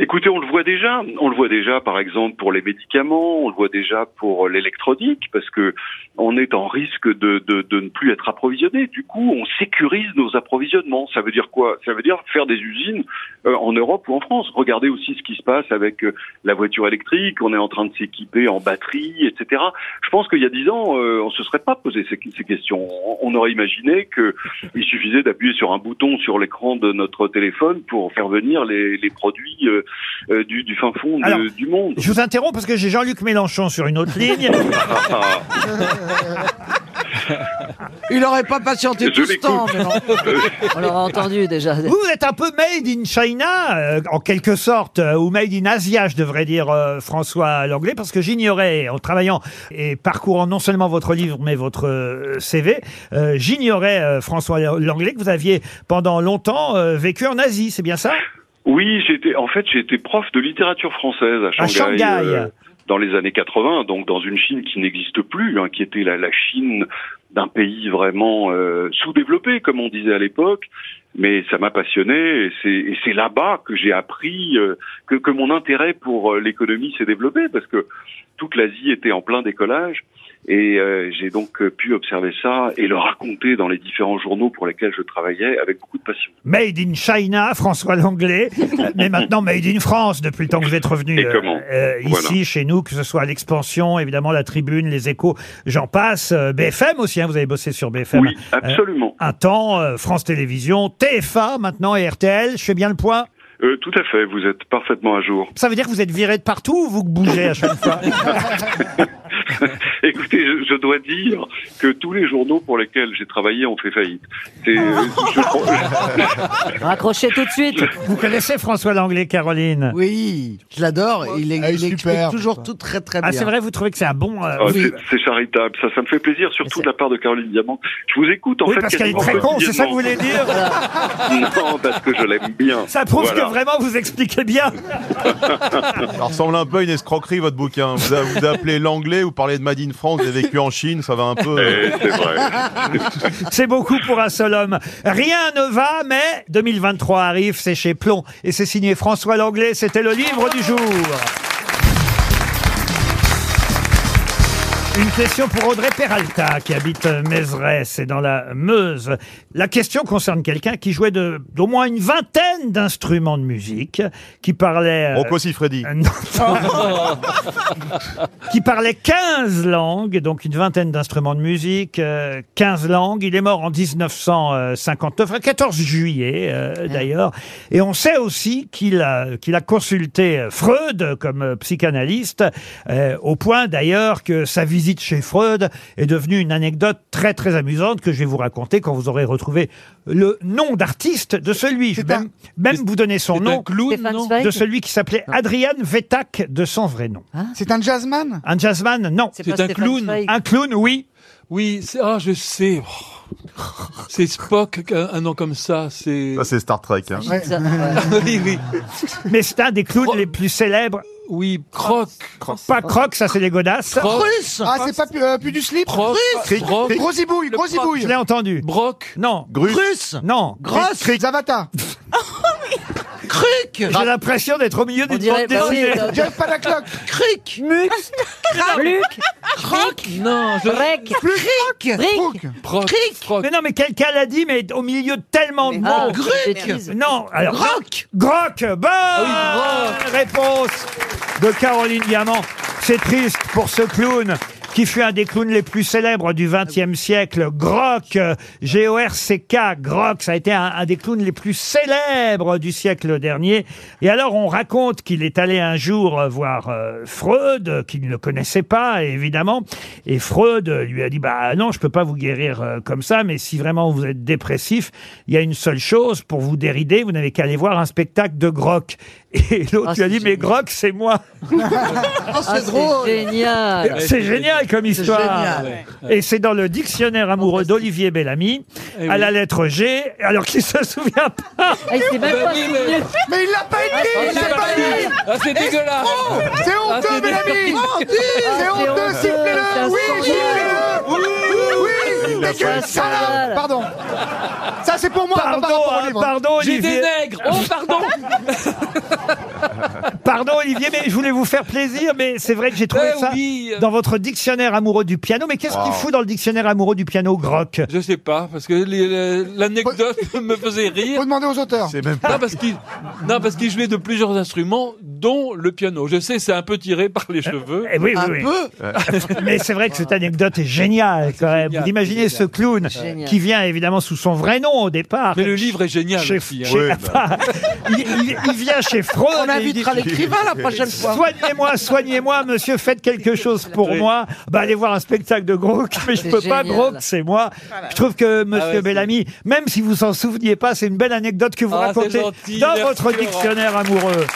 P: Écoutez, on le voit déjà. On le voit déjà, par exemple, pour les médicaments. On le voit déjà pour l'électronique, parce que on est en risque de, de, de ne plus être approvisionné. Du coup, on sécurise nos approvisionnements. Ça veut dire quoi Ça veut dire faire des usines euh, en Europe ou en France. Regardez aussi ce qui se passe avec euh, la voiture électrique. On est en train de s'équiper en batterie, etc. Je pense qu'il y a dix ans, euh, on se serait pas posé ces, ces questions. On, on aurait imaginé que il suffisait d'appuyer sur un bouton sur l'écran de notre téléphone pour faire venir les, les produits euh, euh, du, du fin fond de-
B: Alors,
P: du monde.
B: Je vous interromps parce que j'ai Jean-Luc Mélenchon sur une autre ligne.
P: Ah,
I: Il n'aurait pas patienté tout ce temps. mais non.
D: On l'aura entendu déjà.
E: Oh,
B: Vous, vous êtes un peu made in China, euh, en quelque sorte, euh, ou made in Asia, je devrais dire, euh, François Langlais, parce que j'ignorais, en travaillant et parcourant non seulement votre livre, mais votre euh, CV, euh, j'ignorais, euh, François Langlais, que vous aviez pendant longtemps euh, vécu en Asie, c'est bien ça
P: Oui, j'étais en fait j'étais prof de littérature française à
B: À
P: Shanghai. euh,
B: Shanghai.
P: dans les années 80, donc dans une Chine qui n'existe plus, hein, qui était la, la Chine d'un pays vraiment euh, sous-développé, comme on disait à l'époque. Mais ça m'a passionné et c'est- et c'est là-bas que j'ai appris euh, que, que mon intérêt pour euh, l'économie s'est développé parce que toute l'Asie était en plein décollage et euh, j'ai donc euh, pu observer ça et le raconter dans les différents journaux pour lesquels je travaillais avec beaucoup de passion.
B: Made in China, François Langlais, euh, mais maintenant Made in France depuis le temps que vous êtes revenu euh,
P: Et comment Voilà.
B: ici chez nous, que ce soit à l'expansion, évidemment la Tribune, les Échos, j'en passe, euh, BFM aussi, hein, vous avez bossé sur BFM.
P: Oui,
B: euh,
P: absolument.
B: un temps, euh, France Télévisions, TFA maintenant et RTL, je fais bien le point.
P: Euh, tout à fait, vous êtes parfaitement à jour.
B: Ça veut dire que vous êtes viré de partout ou vous bougez à chaque fois
P: Écoutez, je, je dois dire que tous les journaux pour lesquels j'ai travaillé ont fait faillite. C'est- euh,
B: Oh.
E: Ah,
D: Raccrochez tout de suite.
B: Vous connaissez François Langlais, Caroline
I: Oui, je l'adore. Il, est- il explique toujours tout très très bien.
B: Ah, c'est vrai, vous trouvez que c'est un bon. euh,
P: Ah, c'est- C'est charitable, ça, ça me fait plaisir, surtout de la part de Caroline Diamant. Je vous écoute en
B: Oui,
P: fait.
B: parce qu'elle est
P: quasiment
B: très con, c'est ça que vous voulez
P: quotidiennement.
B: dire
P: Non, parce que je l'aime bien.
B: Ça prouve
P: Voilà.
B: que vraiment vous expliquez bien.
C: Ça ressemble un peu à une escroquerie, votre bouquin. Vous, a- vous appelez l'anglais, vous parlez de Made in France, vous avez vécu en Chine, ça va un peu. euh,
P: Eh, c'est vrai.
B: C'est beaucoup pour un seul homme. Rien ne va, mais 2023 arrive, c'est chez Plomb. Et c'est signé François Langlais, c'était le livre du jour. Une question pour Audrey Peralta, qui habite Mézeray, c'est dans la Meuse. La question concerne quelqu'un qui jouait de- d'au moins une vingtaine d'instruments de musique, qui parlait...
C: Rocco Siffredi.
B: Euh, non. qui parlait 15 langues, donc une vingtaine d'instruments de musique, euh, 15 langues. Il est mort en 1959, le 14 juillet
D: Ah.
B: euh, d'ailleurs. Et on sait aussi qu'il a, qu'il a consulté Freud comme euh, psychanalyste, euh, au point d'ailleurs que sa visite chez Freud est devenue une anecdote très très amusante que je vais vous raconter quand vous aurez retrouvé le nom d'artiste de celui. Je vais même, même vous donner son nom
D: Stéphane Zweig Ah.
B: de celui qui s'appelait Adrian Vetac de son vrai nom. C'est un jazzman Un jazzman, non. Ah.
D: C'est pas C'est un Stéphane clown. Zweig.
B: Un clown, oui.
H: Oui, c'est- ah, je sais. Oh. C'est Spock, un, un nom comme ça, c'est...
C: Ça, c'est Star Trek. hein.
H: oui, oui.
B: Mais c'est un des clowns les plus célèbres.
H: Oui, Croc.
B: Pas Croc, ça c'est les godasses.
E: Ah, c'est pas pu, euh, plus du slip
H: Prof.
E: Russe
H: Prof.
E: Gros zibouille, gros zibouille
B: Je l'ai entendu.
H: Broc.
B: Non.
I: Russe.
B: Non.
I: Grosse.
E: Zavata
I: Cruc.
B: J'ai l'impression d'être au milieu
D: On
B: d'une
D: dirait-
B: bande
D: bah oui,
B: dessinée.
D: on dirait-
E: Jeff euh, Panaclock
I: Cruc.
D: Mux, Luc,
I: Croc.
H: Non, je...
D: Rec,
I: Cric.
D: Brick,
H: Proc. Croc.
B: Mais non, mais quelqu'un l'a dit, mais au milieu de tellement de
D: ah,
B: mots.
I: Gruc.
D: bêtise.
B: Non, alors.
I: Groc.
B: Groc, bonne
H: Ah
B: réponse de Caroline Diamant. C'est triste pour ce clown qui fut un des clowns les plus célèbres du XXe siècle, Grock, euh, G-O-R-C-K, Grock, ça a été un, un des clowns les plus célèbres du siècle dernier. Et alors, on raconte qu'il est allé un jour euh, voir euh, Freud, euh, qu'il ne connaissait pas, évidemment, et Freud euh, lui a dit, bah non, je peux pas vous guérir euh, comme ça, mais si vraiment vous êtes dépressif, il y a une seule chose pour vous dérider, vous n'avez qu'à aller voir un spectacle de Grock. Et l'autre lui a dit, mais Grock, c'est moi.
I: Oh, c'est drôle.
D: Ah, Génial.
B: C'est génial comme histoire.
I: génial.
B: Et c'est dans le dictionnaire amoureux d'Olivier Bellamy,
I: Eh
B: à
I: oui.
B: la lettre G, alors qu'il se souvient pas.
D: Ah, il s'est même pas souvenu.
E: Mais il l'a pas
D: Ah,
E: écrit,
D: c'est
E: il l'a pas
D: dégueulasse.
E: dit
H: Bah Ah, c'est dégueulasse.
E: Oh, C'est
H: Ah,
E: honteux,
H: c'est
E: Bellamy
H: dégueulasse.
D: Ah,
E: C'est honteux, sifflez-le Oui, sifflez-le Oui T'es qu'une salope Pardon Ça, c'est pour moi, pas par
B: Pardon,
E: rapport au
B: hein,
E: livre.
B: pardon,
H: J'ai
B: Olivier.
H: des nègres. Oh, pardon.
B: Pardon Olivier, mais je voulais vous faire plaisir, mais c'est vrai que j'ai trouvé
H: Eh
B: ça
H: oui.
B: dans votre dictionnaire amoureux du piano. Mais qu'est-ce qu'il
H: Wow.
B: fout dans le dictionnaire amoureux du piano, Grock
H: Je sais pas, parce que les- les- l'anecdote me faisait rire.
E: Faut demander aux auteurs.
C: C'est même
H: Non, parce qu'il, non, parce qu'il jouait de plusieurs instruments, dont le piano. Je sais, c'est un peu tiré par les cheveux.
B: Eh oui, oui,
I: Un
B: oui.
I: peu
B: Mais c'est vrai que cette anecdote est géniale quand même.
H: génial,
B: Vous imaginez
H: c'est
B: ce clown
D: Génial.
B: qui vient évidemment sous son vrai nom au départ.
H: Mais le livre est génial
B: Chez-
H: aussi. hein.
B: chez- il, il- il vient chez Freud.
I: On
B: et il dit-
I: invitera l'écrivain la prochaine fois.
B: Soignez-moi, soignez-moi, monsieur, faites quelque chose pour
H: Oui.
B: moi. Bah, allez voir un spectacle de Grock, mais je
D: C'est
B: peux pas,
D: génial.
B: Grock, c'est moi. Je trouve que monsieur
H: Ah ouais,
B: Bellamy, même si vous s'en souveniez pas, c'est une belle anecdote que vous
H: Ah, c'est
B: racontez
H: gentil,
B: dans
H: merci,
B: votre
H: Laurent.
B: dictionnaire amoureux.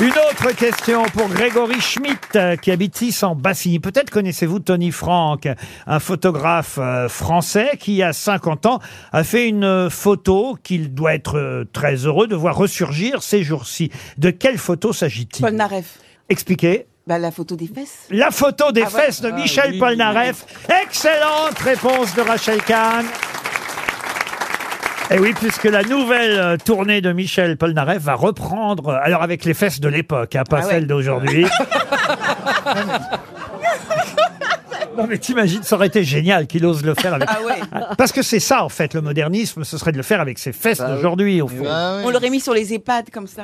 B: Une autre question pour Grégory Schmitt, euh, qui habite Isse en Bassigny. Peut-être connaissez-vous Tony Franck, un photographe euh, français qui, à 50 ans, a fait une euh, photo qu'il doit être euh, très heureux de voir ressurgir ces jours-ci. De quelle photo s'agit-il
F: Paul Naref.
B: Expliquez.
F: Bah, la photo des fesses.
B: La photo des
F: Ah ouais.
B: fesses de
H: Ah,
B: Michel
H: oui.
B: Polnareff. Excellente réponse de Rachel Kahn. Et oui, puisque la nouvelle euh, tournée de Michel Polnareff va reprendre, euh, alors avec les fesses de l'époque, hein, pas
F: Ah ouais.
B: celles d'aujourd'hui. Non mais t'imagines, ça aurait été génial qu'il ose le faire avec...
F: Ah ouais.
B: Parce que c'est ça en fait, le modernisme, ce serait de le faire avec ses
F: Bah
B: fesses d'aujourd'hui
F: Eh
B: au fond.
F: On l'aurait mis sur les EHPAD comme ça.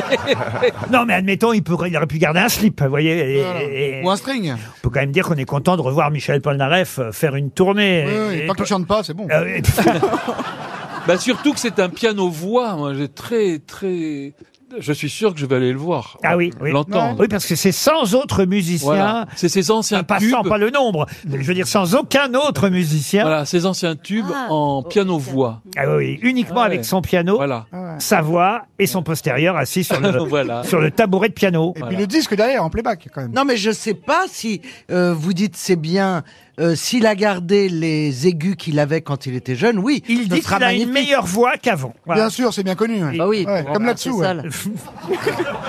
B: Non mais admettons, il, pourrait, il aurait pu garder un slip, vous voyez. et- et-
E: Ou un string
B: On peut quand même dire qu'on est content de revoir Michel Polnareff euh, faire une tournée.
E: Oui,
B: Et-
E: oui,
B: et-
E: Tant qu'il chante pas, c'est bon.
B: Euh, et-
H: Bah, surtout que c'est un piano-voix. Moi, j'ai très, très. Je suis sûr que je vais aller le voir.
B: ah oui, oui.
H: L'entendre.
B: Oui, parce que c'est sans autre musicien,
H: Voilà. C'est ces anciens
B: pas
H: tubes.
B: sans, pas le nombre, je veux dire sans aucun autre musicien.
H: Voilà, ces anciens tubes
D: Ah.
H: en piano-voix.
B: oh, Ah oui, uniquement
H: Ah ouais.
B: avec son piano,
H: Voilà.
E: Ah
B: sa voix et son postérieur assis sur le,
H: Voilà.
B: sur le tabouret de piano.
E: Et puis le disque derrière, en playback, quand même.
I: Non, mais je sais pas si euh, vous dites c'est bien. euh, S'il a gardé les aigus qu'il avait quand il était jeune, oui. ce
B: Il dit qu'il
I: sera
B: a une
I: magnifique.
B: meilleure voix qu'avant. Voilà.
E: Bien sûr, c'est bien connu. ouais.
D: Bah oui,
E: Ouais,
D: bon,
E: comme
D: bah,
E: là-dessous,
D: c'est
E: ouais.
D: ça, là.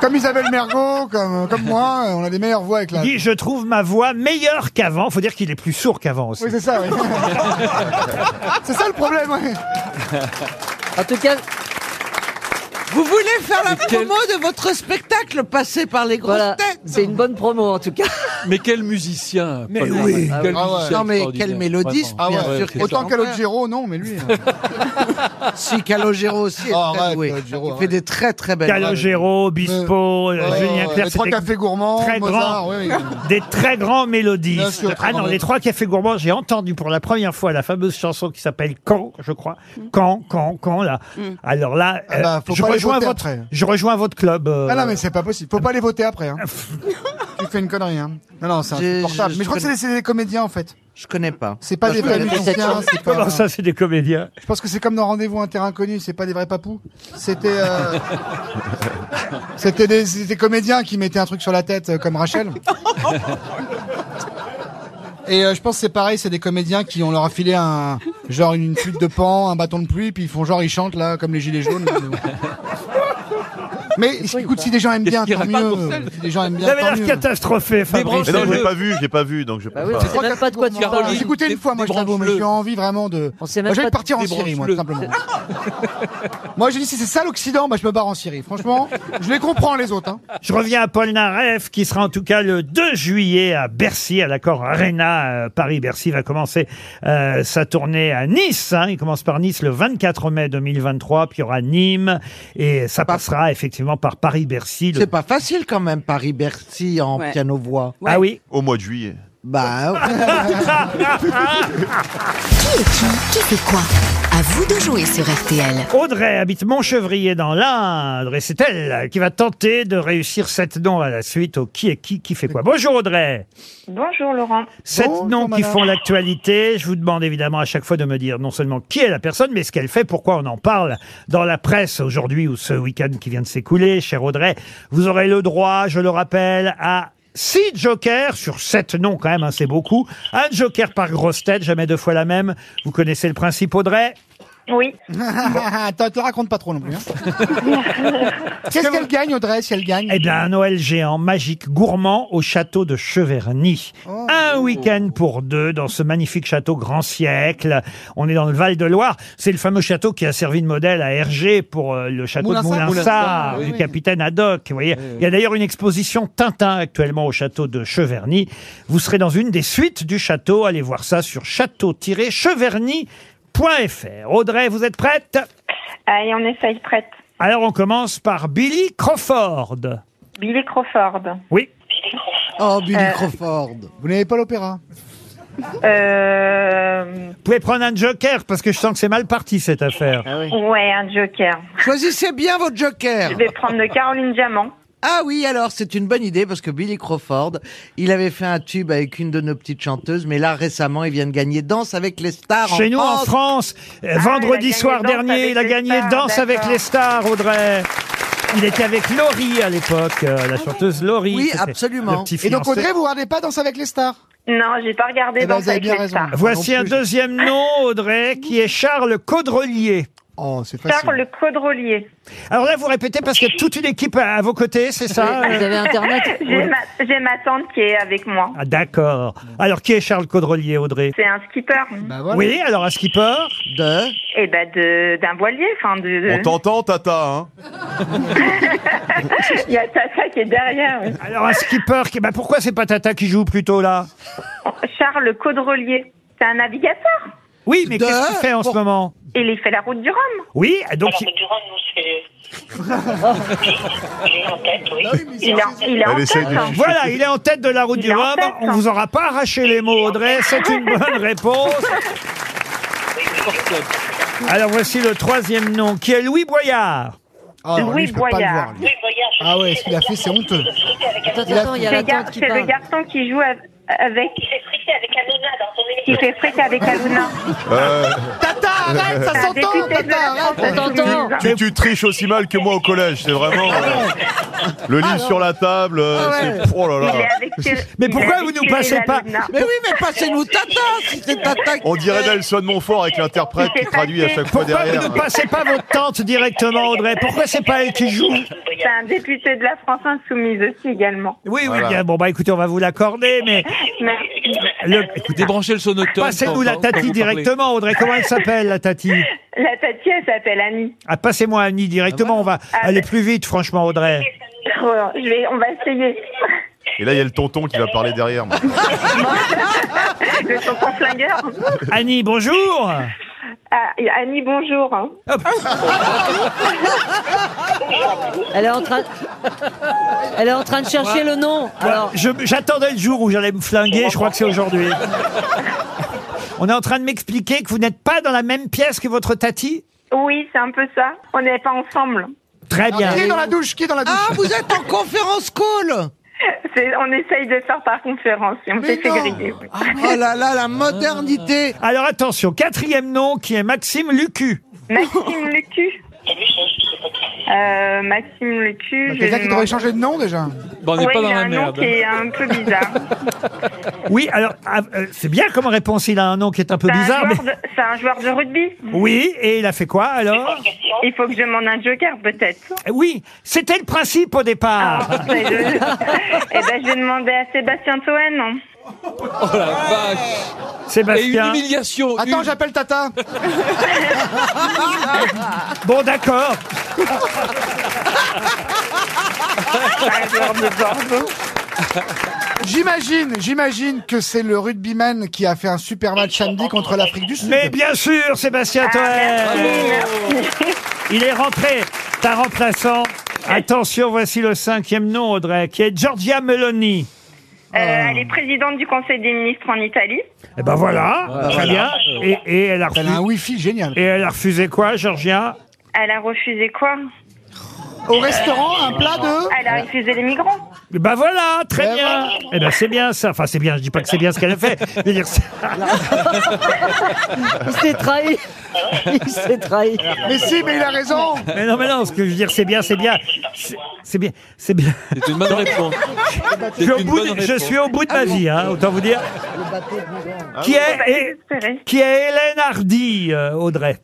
E: Comme Isabelle Mergot, comme, comme moi, on a des meilleures voix avec
B: Il
E: la...
B: dit, je trouve ma voix meilleure qu'avant. Faut dire qu'il est plus sourd qu'avant aussi.
E: Oui, c'est ça, oui.
G: Ah
E: c'est ça le problème, ouais.
D: En tout cas,
I: Vous voulez faire la
H: Mais quel-
I: promo de votre spectacle passé par les grosses
D: voilà,
I: têtes
D: c'est une bonne promo en tout cas.
H: Mais quel musicien
B: Mais
H: Paul
B: oui.
H: Naref.
I: Ah
H: Quel
E: ouais.
H: musicien
I: Non, mais
H: extraordinaire.
I: quelle mélodie,
H: Vraiment.
I: Ah ouais, Bien sûr
H: quel-
I: que-
E: Autant Calogero, non, mais lui... euh,
I: Si Calogero aussi est
E: Ah,
I: très
E: arrête,
I: doué.
E: Calogero,
I: il fait
E: arrête.
I: des très très belles.
B: Calogero, Obispo, euh,
E: ouais,
B: Julien
E: ouais,
B: Clerc,
E: les trois
B: c'était
E: cafés gourmands,
B: très
E: Mozart,
B: grand.
E: ouais, ouais.
B: Des très grands mélodistes.
E: Bien sûr, très
B: ah non,
E: grands
B: les trois cafés gourmands, j'ai entendu pour la première fois la fameuse chanson qui s'appelle Quand, je crois. Quand, quand, quand, là. Alors là,
E: Mm.
B: euh,
E: Ah bah, faut
B: je,
E: pas aller
B: rejoins
E: voter
B: votre,
E: après.
B: je rejoins votre club. euh,
E: Ah non, mais c'est pas possible. Faut pas aller voter après. hein. tu fais une connerie. Hein. Non, non, c'est
I: Je- je-
E: insupportable.
I: je
E: Mais je crois que c'est des, c'est des comédiens, en fait.
I: Je connais pas.
E: C'est pas
I: Non,
E: des
I: je
E: vrais
I: connais pas.
E: musiciens. c'est pas-
B: Comment ça, c'est des comédiens
E: Je pense que c'est comme dans Rendez-vous à un terrain inconnu. C'est pas des vrais papous. C'était... euh, C'était des, c'était des comédiens qui mettaient un truc sur la tête, euh, comme Rachel. Et euh, je pense que c'est pareil, c'est des comédiens qui on leur a filé un genre une flûte de pan, un bâton de pluie, puis ils font genre ils chantent là comme les gilets jaunes. Mais écoute, si des gens aiment bien,
H: Qu'est-ce
E: tant
H: qu'il raconte,
E: mieux.
H: Marcel
E: Si des gens aiment
B: Vous
E: bien,
B: avez
E: tant
B: l'air
E: mieux.
B: catastrophé, Fabrice.
C: Mais non, je
H: Sérieux
C: l'ai pas vu, j'ai pas vu, donc je peux
D: Bah oui,
C: pas.
D: on sait même pas de quoi tu
H: Caroline.
D: parles.
E: J'ai écouté une fois, moi, je
H: Débranche-le.
E: t'avoue, mais j'ai envie vraiment de.
D: On sait même
E: Moi, j'allais
D: pas-
E: partir en Syrie, moi, tout simplement. moi, j'ai dit, si c'est ça l'Occident, bah, je me barre en Syrie. Franchement, je les comprends, les autres. Hein.
B: Je reviens à Paul Naref, qui sera en tout cas le 2 juillet à Bercy, à l'accord Arena. euh, Paris-Bercy va commencer euh, sa tournée à Nice. hein. Il commence par Nice le 24 mai 2023, puis il y aura Nîmes, et ça passera effectivement par Paris-Bercy.
I: C'est pas facile quand même, Paris-Bercy en
B: Ouais.
I: piano-voix.
B: Ah oui
C: Au mois de juillet.
I: Bah.
K: Qui est qui Qui fait quoi À vous de jouer sur RTL.
B: Audrey habite Montchevrier dans l'Indre et c'est elle qui va tenter de réussir sept noms à la suite au qui est qui qui fait quoi. Bonjour Audrey.
O: Bonjour Laurent. Oh,
B: Sept noms qui font l'actualité. Je vous demande évidemment à chaque fois de me dire non seulement qui est la personne, mais ce qu'elle fait, pourquoi on en parle dans la presse aujourd'hui ou ce week-end qui vient de s'écouler. Cher Audrey, vous aurez le droit, je le rappelle, à six jokers sur sept noms quand même, hein, c'est beaucoup. Un joker par grosse tête, jamais deux fois la même. Vous connaissez le principe, Audrey
O: Oui.
E: Attends, te la raconte pas trop non plus. hein. Qu'est-ce qu'elle gagne, Audrey, si elle gagne
B: Eh bien, un Noël géant, magique, gourmand au château de Cheverny.
Q: Oh.
B: Un week-end pour deux dans ce magnifique château grand siècle. On est dans le Val-de-Loire. C'est le fameux château qui a servi de modèle à Hergé pour euh, le château de
Q: Moulinsart.
B: Moulinsart,
Q: Moulinsart, oui,
B: du
Q: oui.
B: capitaine Haddock. Vous voyez, il y a d'ailleurs une exposition Tintin actuellement au château de Cheverny. Vous serez dans une des suites du château. Allez voir ça sur château-cheverny.fr. Audrey, vous êtes prête
O: Allez, on essaye prête.
B: Alors, on commence par Billy Crawford.
O: Billy Crawford.
B: Oui.
I: Oh, Billy
O: Euh.
I: Crawford.
E: Vous n'avez pas l'opéra
O: Euh...
B: Vous pouvez prendre un joker parce que je sens que c'est mal parti cette affaire.
E: Ah
O: Ouais, un joker.
I: Choisissez bien votre joker.
O: Je vais prendre le Caroline Diamant.
I: Ah oui, alors c'est une bonne idée parce que Billy Crawford, il avait fait un tube avec une de nos petites chanteuses, mais là récemment, il vient de gagner Danse avec les stars.
B: Chez nous en
O: Ah,
B: France,
I: Ah,
B: euh, vendredi soir dernier, il a gagné Danse avec les stars, Audrey. Il était avec Laurie à l'époque, euh, la chanteuse Laurie.
I: Oui,
B: c'était le
I: absolument.
B: petit
E: Et donc,
B: fiancé.
E: Audrey, vous regardez pas Danse avec les stars
O: Non, j'ai pas regardé
E: Eh ben,
O: Danse
E: vous avez
O: avec
E: bien
O: les
E: raison.
O: stars.
B: Ah, Voici un deuxième nom, Audrey, qui est Charles Caudrelier.
E: Oh, c'est
O: Charles Caudrelier.
B: Alors là, vous répétez parce qu'il y a toute une équipe à, à vos côtés, c'est
O: Ah,
B: ça euh
O: J'ai ma, j'ai ma tante qui est avec moi.
B: Ah, D'accord. Alors, qui est Charles Caudrelier, Audrey
O: C'est un skipper.
B: Oui, alors un skipper
I: De
O: Et ben de d'un voilier, enfin de. de-
C: On t'entend, Tata, hein
O: Il y a Tata qui est derrière. oui.
B: Alors, un skipper, qui... bah, pourquoi c'est pas Tata qui joue plutôt là
O: Charles Caudrelier, c'est un navigateur.
B: Oui, mais qu'est-ce qu'il fait en ce moment
O: Il y fait la route du Rhum.
B: Oui, donc il-
O: Il est en, il est en tête, hein.
B: Voilà, il est en tête de la route du Rhum. On vous aura pas arraché les mots, Audrey. C'est une bonne réponse. Alors voici le troisième nom, qui est Louis Boyard.
E: Ah, alors, lui, je peux pas le voir, lui. Ah ouais, ce qu'il a fait, c'est honteux. Il a-
O: C'est gar- C'est le garçon qui joue av- avec. Il s'est friqué avec Aluna dans son émission. Il s'est friqué avec Aluna.
C: Euh.
E: Tata, arrête, ça
O: Un
E: s'entend,
O: député de
E: Tata,
O: la
E: arrête.
O: France insoumise.
C: tu, tu triches aussi mal que moi au collège, c'est vraiment...
B: Ah
C: euh, le livre sur la table, euh,
I: Ah ouais.
C: c'est... Oh là là
O: Il est avec Thierry- il
B: Mais
O: est
B: pourquoi
O: avec
B: vous nous
O: Thierry
B: passez pas
O: Lalouna.
I: Mais oui, mais passez-nous Tata, si c'est Tata. qui-
C: On dirait Nelson Montfort avec l'interprète qui traduit à chaque fois
B: Pourquoi vous
C: derrière.
B: ne passez pas votre tante directement, Audrey Pourquoi c'est pas elle qui joue
O: C'est un député de la France Insoumise aussi également.
B: Oui, oui,
H: Voilà.
B: bien. Bon, bah écoutez, on va vous l'accorder, mais
O: Merci.
B: le...
H: Débranchez le sonotone.
B: passez-nous la
H: quand- quand vous
B: Tati
H: parlez.
B: directement, Audrey. Comment elle s'appelle, la Tati
O: La Tati, elle s'appelle Annie.
B: ah, Passez-moi Annie
O: Ah,
B: directement. On va
O: bah.
B: aller plus vite, franchement, Audrey.
O: Oh, je vais, on va essayer.
C: Et là, il y a le tonton qui va parler derrière. moi.
O: Le tonton flingueur.
B: Annie, bonjour.
O: Ah, et Annie, bonjour. hein.
B: Ah, bah.
D: Elle est en train, elle est en train de chercher le nom.
B: Voilà,
D: Alors,
B: je- J'attendais le jour où j'allais me flinguer, je crois que c'est aujourd'hui. On est en train de m'expliquer que vous n'êtes pas dans la même pièce que votre tati
O: Oui, c'est un peu ça. On n'est pas ensemble.
B: Très bien.
E: Qui est dans la douche Qui est dans la douche
I: Ah, vous êtes en conférence call
O: C'est- On essaye de faire par conférence. et On
I: Mais
O: s'est fait
I: non.
O: griller. oui.
I: Oh là là, la modernité
B: Ah Alors attention, quatrième nom qui est Maxime Lucu.
E: Ah,
O: Maxime Lecu. Euh, Maxime Lecu.
E: Bah, Quelqu'un qui devrait changer de nom déjà.
H: Bah, on n'est
O: oui,
H: pas
O: il
H: dans
O: a
H: la
O: un nom
H: merde.
O: qui est un peu bizarre.
B: Oui, alors ah, euh, c'est bien comme réponse, il a un nom qui est un peu
O: C'est un
B: bizarre.
O: joueur
B: mais-
O: de- C'est un joueur de rugby.
B: Oui, et il a fait quoi alors
O: Il faut que je demande un joker, peut-être. Ah, bah,
B: Eh Oui, c'était le principe au départ.
O: Mais je- Eh ben, je vais demander à Sébastien Toen. non
H: Oh la vache Et une
B: Sébastien.
H: humiliation.
E: Attends,
H: une-
E: j'appelle Tata.
B: Bon d'accord.
O: Un joueur de Bordeaux.
E: J'imagine, j'imagine que c'est le rugbyman qui a fait un super match samedi contre l'Afrique du Sud.
B: Mais bien sûr, Sébastien
O: Ah,
B: Toen.
O: merci, merci.
B: Il est rentré, ta remplaçant. Attention, voici le cinquième nom, Audrey, qui est Giorgia Meloni.
O: Euh,
E: Oh.
O: Elle est présidente du Conseil des ministres en Italie.
B: Eh ben voilà,
O: Ouais,
B: très
O: voilà.
B: bien. Et, et elle a refusé.
E: un wifi génial.
B: Et elle a refusé quoi, Georgia
O: Elle a refusé quoi
E: Au restaurant, un plat de
O: Elle a refusé les migrants.
B: Ben voilà, très bien. Eh ben c'est bien ça. Enfin c'est bien. Je dis pas que c'est bien ce qu'elle a fait. Je veux dire, c'est-
D: Il s'est trahi. Il s'est trahi.
E: Mais si, mais il a raison.
B: Mais non, mais non. Ce que je veux dire, c'est bien, c'est bien, C'est- c'est bien, c'est bien.
H: C'est une bonne réponse.
B: Je suis, au bout de, je suis au bout de ma vie, hein, autant vous dire.
E: Ah
B: Qui est, est- qui est Hélène Hardy, euh, Audrey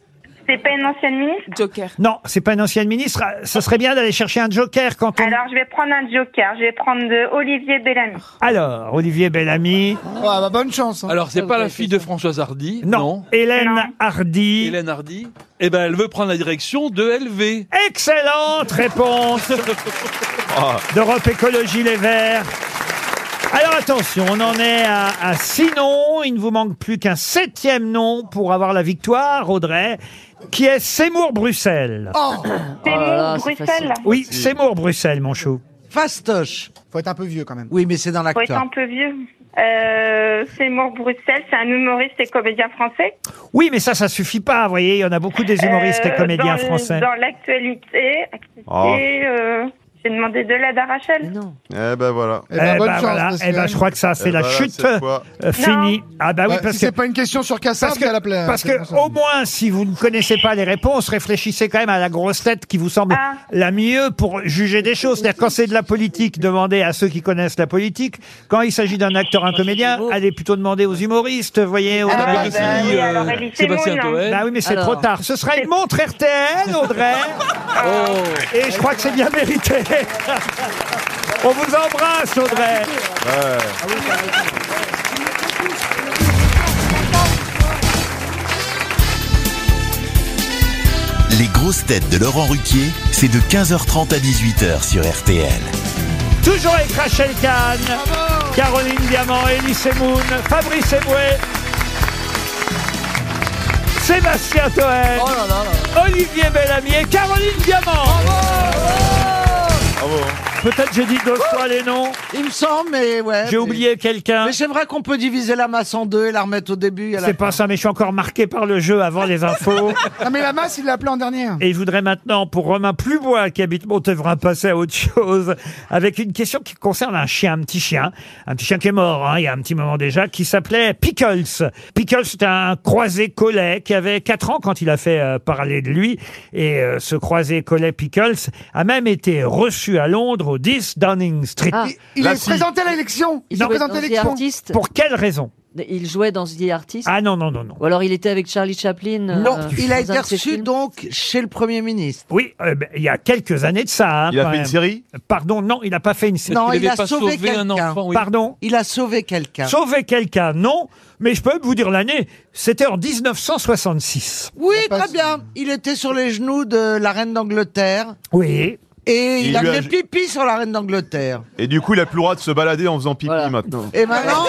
O: C'est pas une ancienne ministre
F: Joker.
B: Non, c'est pas une ancienne ministre. Ah, Ce serait bien d'aller chercher un joker quand on.
O: Alors je vais prendre un joker. Je vais prendre de Olivier Bellamy.
B: Alors, Olivier Bellamy.
I: bah,
E: bonne chance. hein.
H: Alors, c'est pas la fille de Françoise Hardy.
B: Non. Hélène Hardy.
H: Hélène Hardy. Eh ben, elle veut prendre la direction de LV.
B: Excellente réponse Ah. d'Europe Écologie Les Verts. Alors attention, on en est à, à six noms. Il ne vous manque plus qu'un septième nom pour avoir la victoire, Audrey, qui est Seymour Bruxelles.
E: Oh,
O: Bruxelles.
B: Oui, Seymour Bruxelles, mon chou.
I: Fastoche.
E: Faut être un peu vieux quand même.
I: Oui, mais c'est dans
O: Faut être
I: l'acteur.
O: un peu vieux. Euh, Seymour Bruxelles, c'est un humoriste et comédien français.
B: Oui, mais ça, ça suffit pas. Vous voyez, il y en a beaucoup des humoristes
O: Euh,
B: et comédiens
O: dans-
B: français.
O: Dans l'actualité, activité,
B: Oh.
O: euh, j'ai demandé de l'aide à Rachel. Non.
C: Eh ben voilà.
B: Eh ben, voilà. Eh ben, je crois que ça, c'est
C: Eh
B: la
C: ben,
B: chute
C: cette fois.
B: euh, finie. Ah bah oui,
E: Ouais,
B: parce
E: si
B: que
E: c'est pas une question sur Cassab,
B: Parce que,
E: c'est à la plaine.
B: parce que, au moins, si vous ne connaissez pas les réponses, réfléchissez quand même à la grosse tête qui vous semble la mieux pour juger des choses. C'est-à-dire, quand c'est de la politique, demandez à ceux qui connaissent la politique. Quand il s'agit d'un acteur, un comédien, allez plutôt demander aux humoristes, voyez. Audrey.
H: Ah, bah oui, euh, alors, Elie Sébastien Semoun, hein. Toen.
B: Bah oui, mais c'est
H: Alors. Oh.
B: trop tard. Ce sera une montre RTL, Audrey. Et je crois que c'est bien mérité. On vous embrasse, Audrey.
A: Les grosses têtes de Laurent Ruquier, c'est de 15h30 à 18h sur RTL.
B: Toujours avec Rachel Kahn, Caroline Diamant, Elie Semoun, Fabrice Eboué, Sébastien Toen, Olivier Bellamy et Caroline Diamant. Peut-être j'ai dit deux fois les noms.
I: Il me semble, mais ouais.
B: J'ai oublié quelqu'un.
I: Mais j'aimerais qu'on peut diviser la masse en deux et la remettre au début.
B: C'est pas ça, mais je suis encore marqué par le jeu avant les infos.
E: Non, Ah, mais la masse, il l'a appelé en dernier.
B: Et je voudrais maintenant, pour Romain Plubois, qui habite Montevrain, passer à autre chose, avec une question qui concerne un chien, un petit chien, un petit chien qui est mort, hein, il y a un petit moment déjà, qui s'appelait Pickles. Pickles, c'est un croisé collet qui avait 4 ans quand il a fait euh, parler de lui. Et euh, ce croisé collet Pickles a même été reçu à Londres au 10 Downing Street.
E: Ah. Il est présenté à l'élection. Il
D: Ah. Il jouait
E: est présenté
D: dans
E: à
D: The
E: l'élection.
D: Artist.
B: Pour quelle raison
D: Il jouait dans The Artist.
B: Ah non, non, non, non.
D: Ou alors il était avec Charlie Chaplin.
I: Non,
D: euh,
I: il a
D: dans
I: été
D: un de ses
I: reçu
D: films.
I: donc chez le Premier ministre.
B: Oui, euh, ben, il y a quelques années de ça. hein,
C: Il a
B: quand
C: fait une
B: même.
C: série
B: Pardon, non, il n'a pas fait une série.
I: Non, il, a sauvé, quelqu'un.
B: Pardon
I: Il a sauvé quelqu'un.
B: Sauver quelqu'un, non, mais je peux vous dire l'année, c'était en 1966.
I: Oui, très bien. Il était sur les genoux de la reine d'Angleterre
B: Oui.
I: et il,
C: Il
I: a
C: lui a-
I: fait pipi sur la reine d'Angleterre.
C: Et du coup, il a plus le droit de se balader en faisant pipi maintenant.
I: Et maintenant,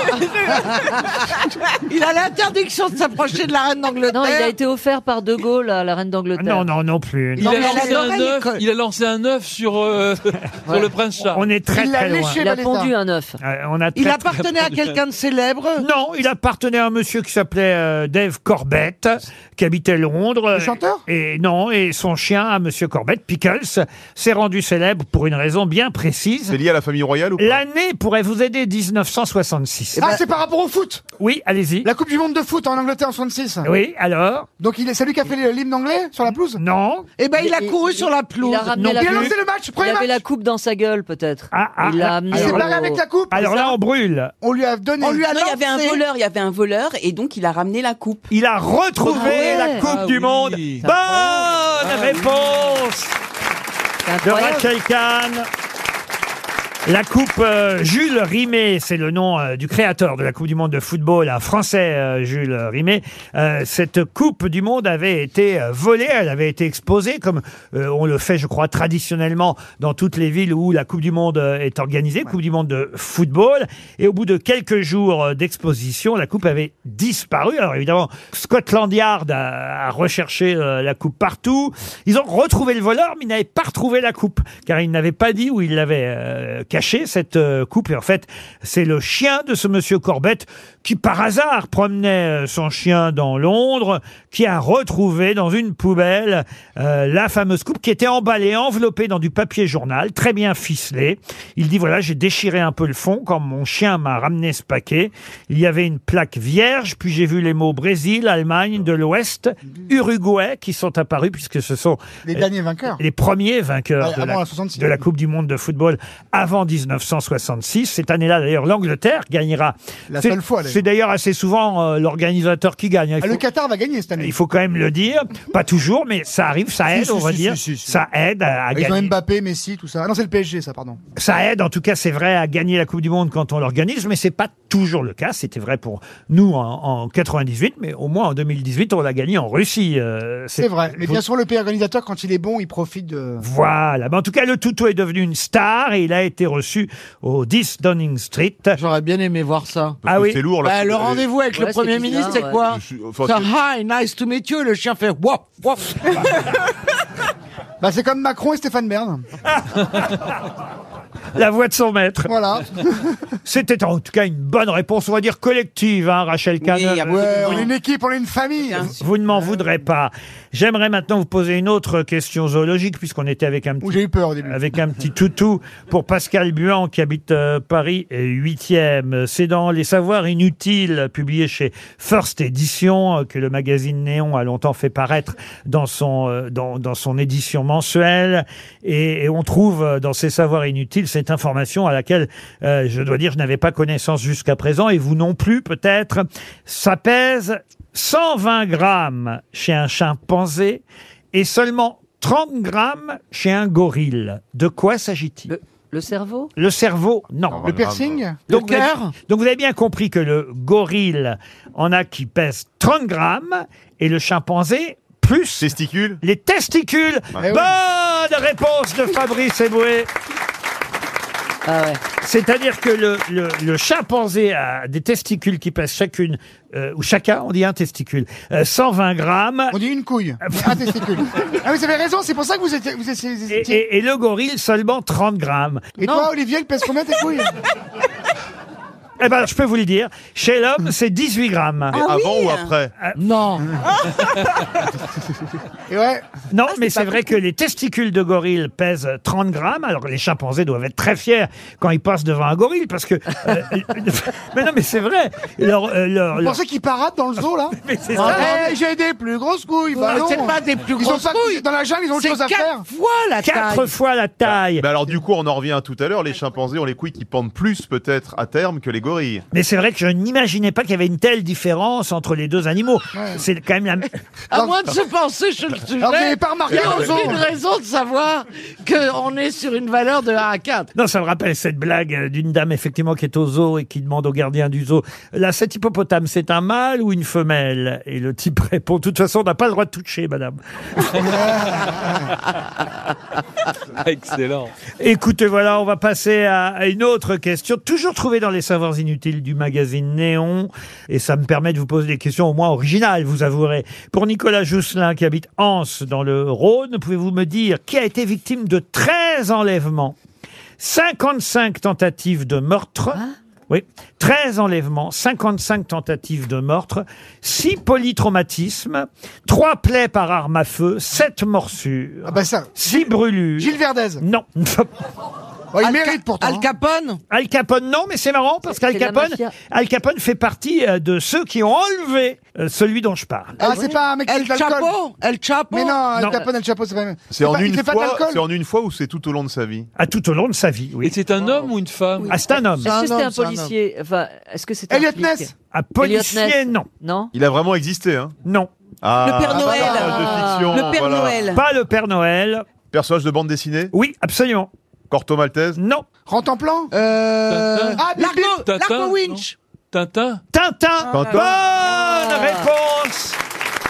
I: il a l'interdiction de s'approcher de la reine d'Angleterre.
D: Non, il a été offert par De Gaulle à la reine d'Angleterre.
B: Non, non, non plus.
H: Il,
B: non.
H: a
I: mais elle
H: lancé
I: adorait
H: un œuf,
I: l'école.
H: il a lancé un œuf sur, euh, sur le prince Charles.
B: On est très
I: Il l'a
B: très loin.
I: léché,
D: Il a
I: Valéta.
D: pondu un œuf.
B: Euh, on a
I: Il
B: très-
I: appartenait à quelqu'un de célèbre.
B: Non, il appartenait à un monsieur qui s'appelait euh, Dave Corbett, qui habitait Londres. Le
E: chanteur
B: Et non, et son chien à monsieur Corbett, Pickles, s'est rendu célèbre pour une raison bien précise.
C: C'est lié à la famille royale ou pas
B: L'année pourrait vous aider 1966.
E: Ah, c'est par rapport au foot.
B: Oui, allez-y.
E: La Coupe du Monde de foot en Angleterre en 66.
B: Oui, alors
E: Donc il est c'est lui qui a fait l'hymne anglais sur la pelouse.
B: Non.
I: Eh
E: Bah,
I: ben, il a
D: Et-
I: couru
D: et-
I: sur la pelouse.
D: Il a ramené
B: Non
D: la
E: Il a
B: plus.
D: coupe.
E: lancé le match,
D: Il
E: premier
D: avait
E: match.
D: la coupe dans sa gueule, peut-être.
B: Ah, ah,
D: il l'a
B: ah,
D: amené.
E: Il s'est
D: au- Ah,
E: barré avec la coupe.
B: Alors là, on brûle.
E: On lui a donné.
I: On lui
F: Non,
I: a
F: il y
I: lancé.
F: avait un voleur, il y avait un voleur, et donc il a ramené la coupe.
B: Il a retrouvé
D: Ah ouais.
B: la Coupe
H: Ah
B: du
H: oui.
B: Monde.
H: C'est
B: Bonne réponse
D: C'est
B: de
D: incroyable.
B: Rachel Kahn. La coupe euh, Jules Rimet, c'est le nom euh, du créateur de la Coupe du Monde de football, un Français, euh, Jules Rimet. Euh, cette Coupe du Monde avait été euh, volée, elle avait été exposée, comme euh, on le fait, je crois, traditionnellement dans toutes les villes où la Coupe du Monde euh, est organisée, Coupe du Monde de football. Et au bout de quelques jours euh, d'exposition, la Coupe avait disparu. Alors évidemment, Scotland Yard a, a recherché euh, la Coupe partout. Ils ont retrouvé le voleur, mais ils n'avaient pas retrouvé la Coupe, car ils n'avaient pas dit où ils l'avaient euh, cachée, cette euh, Coupe. Et en fait, c'est le chien de ce monsieur Corbett qui, par hasard, promenait euh, son chien dans Londres, qui a retrouvé dans une poubelle euh, la fameuse coupe qui était emballée, enveloppée dans du papier journal, très bien ficelée. Il dit, voilà, j'ai déchiré un peu le fond quand mon chien m'a ramené ce paquet. Il y avait une plaque vierge, puis j'ai vu les mots Brésil, Allemagne, de l'Ouest, Uruguay qui sont apparus puisque ce sont
E: Les derniers vainqueurs.
B: les premiers vainqueurs
E: Ouais,
B: de,
E: avant
B: la,
E: la 66.
B: de la Coupe du Monde de football avant 1966. Cette année-là, d'ailleurs, l'Angleterre gagnera.
E: La
B: C'est-
E: seule fois, d'ailleurs.
B: C'est d'ailleurs assez souvent euh, l'organisateur qui gagne. hein. Il
E: Ah, le
B: faut-
E: Qatar va gagner cette année.
B: il faut quand même le dire. Pas toujours, mais ça arrive, ça
E: Si,
B: aide,
E: si,
B: on va
E: si,
B: dire.
E: si,
B: Ça aide à, à
E: Ils ont
B: Ah, gagner.
E: Mbappé, Messi, tout ça. Ah non, c'est le PSG, ça, pardon.
B: Ça aide, en tout cas, c'est vrai, à gagner la Coupe du Monde quand on l'organise, mais c'est pas toujours le cas. C'était vrai pour nous en, en 98, mais au moins en 2018, on l'a gagné en Russie. euh,
E: C'est vrai. Mais bien
B: Faut-
E: sûr, le pays organisateur, quand il est bon, il profite de.
B: Voilà. Mais en tout cas, le Toutou est devenu une star et il a été reçu au 10 Downing Street.
I: J'aurais bien aimé voir ça.
B: Ah oui.
C: c'est lourd, là. Euh,
I: Bah, le rendez-vous avec le
D: Ouais,
I: Premier
D: c'est bizarre,
I: ministre, c'est
D: ouais.
I: quoi
C: Je suis- enfin,
I: Ça,
C: c'est-
I: Hi, nice to meet you. Le chien fait wop, wop.
E: Bah, c'est comme Macron et Stéphane Bern.
B: La voix de son maître.
E: Voilà.
B: C'était en tout cas une bonne réponse, on va dire collective, hein, Rachel Kahn.
E: Ouais, on est une équipe, on est une famille.
B: Vous ne m'en voudrez pas. J'aimerais maintenant vous poser une autre question zoologique, puisqu'on était avec un petit, avec un petit toutou pour Pascal Buan, qui habite euh, Paris 8e. C'est dans Les Savoirs Inutiles, publié chez First Edition, euh, que le magazine Néon a longtemps fait paraître dans son, euh, dans, dans son édition mensuelle. Et, et on trouve euh, dans ces Savoirs Inutiles cette information à laquelle, euh, je dois dire, je n'avais pas connaissance jusqu'à présent, et vous non plus peut-être. Ça pèse 120 grammes chez un chimpanzé et seulement 30 grammes chez un gorille. De quoi s'agit-il le, cerveau Le cerveau, non.
E: Le piercing
B: Donc, vous avez- donc vous avez bien compris que le gorille en a qui pèse 30 grammes et le chimpanzé plus...
C: Testicules
B: Les testicules
C: Ouais. Eh oui.
B: Bonne réponse de Fabrice Eboué Ah c'est-à-dire que le, le, le chimpanzé a des testicules qui pèsent chacune, euh, ou chacun, on dit un testicule, euh, 120 grammes. On
E: dit une couille, un testicule. Ah, mais vous avez raison, c'est pour ça que vous étiez. Vous étiez- vous
B: Et,
E: étiez-
B: et- et le gorille, seulement 30 grammes.
E: Et toi, Olivier, elle pèse combien tes couilles
B: Eh ben, je peux vous le dire, chez l'homme, c'est 18 grammes. Euh,
C: Mais Ah avant oui ou après
B: Non.
E: ouais.
B: Non, mais Ah, c'est vrai que les testicules de gorille pèsent 30 grammes. Alors, les chimpanzés doivent être très fiers quand ils passent devant un gorille, parce que... euh, mais non, mais c'est vrai. Leur, euh, leur-
E: Vous
B: leur-
E: pensez qu'ils paradent dans le zoo, là
B: Mais c'est
E: Ah,
B: ça.
E: eh, J'ai des plus grosses couilles. Bah
I: Ouais,
E: non.
I: Ah, c'est pas des plus
E: Ils ont
I: grosses
E: pas-
I: couilles.
E: Dans la jungle, ils ont autre
I: C'est
E: chose à
I: quatre
E: faire.
I: fois la
B: Quatre
I: taille.
B: fois la taille.
C: Mais Bah, alors du coup, on en revient à tout à l'heure, les chimpanzés ont les couilles qui pendent plus peut-être à terme que les gorilles.
B: Mais c'est vrai que je n'imaginais pas qu'il y avait une telle différence entre les deux animaux. C'est quand même la...
I: À moins de se penser sur le sujet.
E: vous n'avez pas remarqué
I: Il y a
E: un zoo.
I: aucune raison de savoir qu'on est sur une valeur de 1 à 4.
B: Non, ça me rappelle cette blague euh, d'une dame effectivement qui est au zoo et qui demande au gardien du zoo Là, cet hippopotame, c'est un mâle ou une femelle Et le type répond De toute façon, on n'a pas le droit de toucher, madame.
H: Excellent.
B: Écoutez, voilà, on va passer à, à une autre question, toujours trouvée dans les savoirs inutiles du magazine Néon. Et ça me permet de vous poser des questions au moins originales, vous avouerez. Pour Nicolas Jousselin, qui habite Anse, dans le Rhône, pouvez-vous me dire qui a été victime de 13 enlèvements, 55 tentatives de meurtre
E: Hein
B: oui, 13 enlèvements, 55 tentatives de meurtre, 6 polytraumatismes, 3 plaies par arme à feu, 7 morsures.
E: Ah bah ça.
B: 6 brûlures.
E: Gilles Verdez.
B: Non.
E: Oh, il mérite pourtant. hein.
I: Capone
B: Al Capone, non, mais c'est marrant parce qu'Al
D: C'est la
B: Capone,
D: mafia.
B: Al Capone fait partie euh, de ceux qui ont enlevé euh, celui dont je parle.
E: Ah, c'est pas un mec qui fait
I: El
E: de l'alcool.
I: Chapo El Chapo
E: Mais non,
B: Non.
E: El Capone, El Chapo, c'est pas même.
C: C'est en,
E: pas- il
C: une
E: fait pas de
C: fois-
E: l'alcool.
C: c'est en une fois ou c'est tout au long de sa vie
B: À Ah, tout au long de sa vie, oui.
H: Et c'est
E: Oh.
H: un homme ou une femme
B: Ah, c'est un homme.
D: Est-ce que
I: C'est un
D: c'était un
I: homme, c'est un
D: policier Enfin, est-ce que c'était
E: Elliot
D: un flic
E: Ness.
B: Un
D: Elliot
B: policier,
D: Ness.
B: non.
D: Non
C: Il a vraiment existé, hein
B: Non.
C: Ah,
F: Le Père Noël.
C: personnage de fiction,
F: Le Père
C: voilà.
F: Noël.
B: Pas le Père Noël.
C: Personnage de bande dessinée
B: Oui, absolument.
C: Corto Maltese
B: Non.
E: Rentemplan plan
I: Euh...
E: Ah, bip, bip.
I: Largo,
E: Tintin,
I: Largo Winch.
H: Tintin
B: Tintin
I: Tintin.
B: Bonne réponse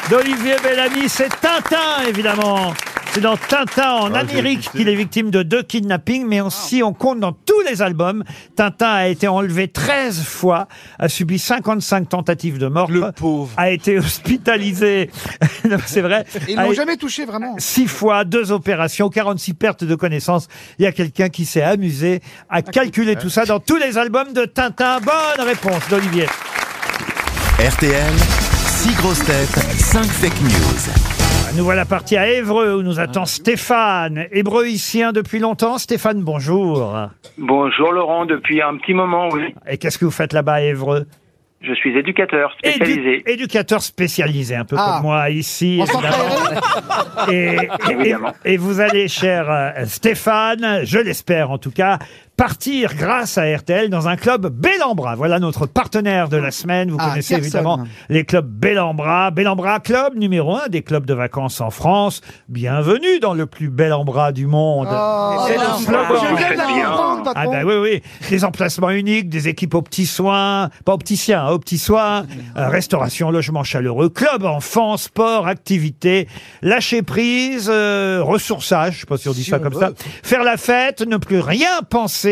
B: d'Olivier Bellamy, c'est Tintin évidemment c'est dans Tintin en
Q: Ah, j'ai
B: Amérique
Q: hésité. Ah.
B: qu'il est victime de deux kidnappings, mais on- si on compte dans tous les albums, Tintin a été enlevé 13 fois, a subi 55 tentatives de mort, a été hospitalisé, Non, c'est vrai,
E: Ils
B: a-
I: Ah,
E: l'ont jamais touché vraiment.
B: Six fois, deux opérations, 46 pertes de connaissances. Il y a quelqu'un qui s'est amusé à calculer tout ça dans tous les albums de Tintin. Bonne réponse d'Olivier.
A: RTL, 6 grosses têtes, 5 fake news.
B: Nous voilà partis à Évreux où nous attend Stéphane, hébreuicien depuis longtemps. Stéphane, bonjour.
L: Bonjour Laurent, depuis un petit moment, oui.
B: Et qu'est-ce que vous faites là-bas à Évreux
L: Je suis éducateur
B: Édu-
L: spécialisé.
B: éducateur spécialisé, un peu
L: Ah.
B: comme moi ici.
L: On s'en
B: évidemment. et, et-
L: Évidemment.
B: et vous allez, cher euh, Stéphane, je l'espère en tout cas, partir grâce à RTL dans un club Bellambra. Voilà notre partenaire de la semaine. Vous
E: Ah,
B: connaissez
E: personne.
B: évidemment les clubs Bellambra. Bellambra Club, numéro un des clubs de vacances en France. Bienvenue dans le plus Bellambra du monde.
E: Oh,
B: C'est le
E: Bellambra.
B: slogan.
E: Je viens de la comprendre, patron.
B: Ah bah oui, oui. Des emplacements uniques, des équipes aux petits soins, pas aux petits siens, hein, aux petits soins, Euh, restauration, logement chaleureux, club enfants, sport, activités, lâcher prise, euh, ressourçage, je sais pas si on dit
E: Si
B: ça
E: on
B: comme
E: veut.
B: ça, faire la fête, ne plus rien penser,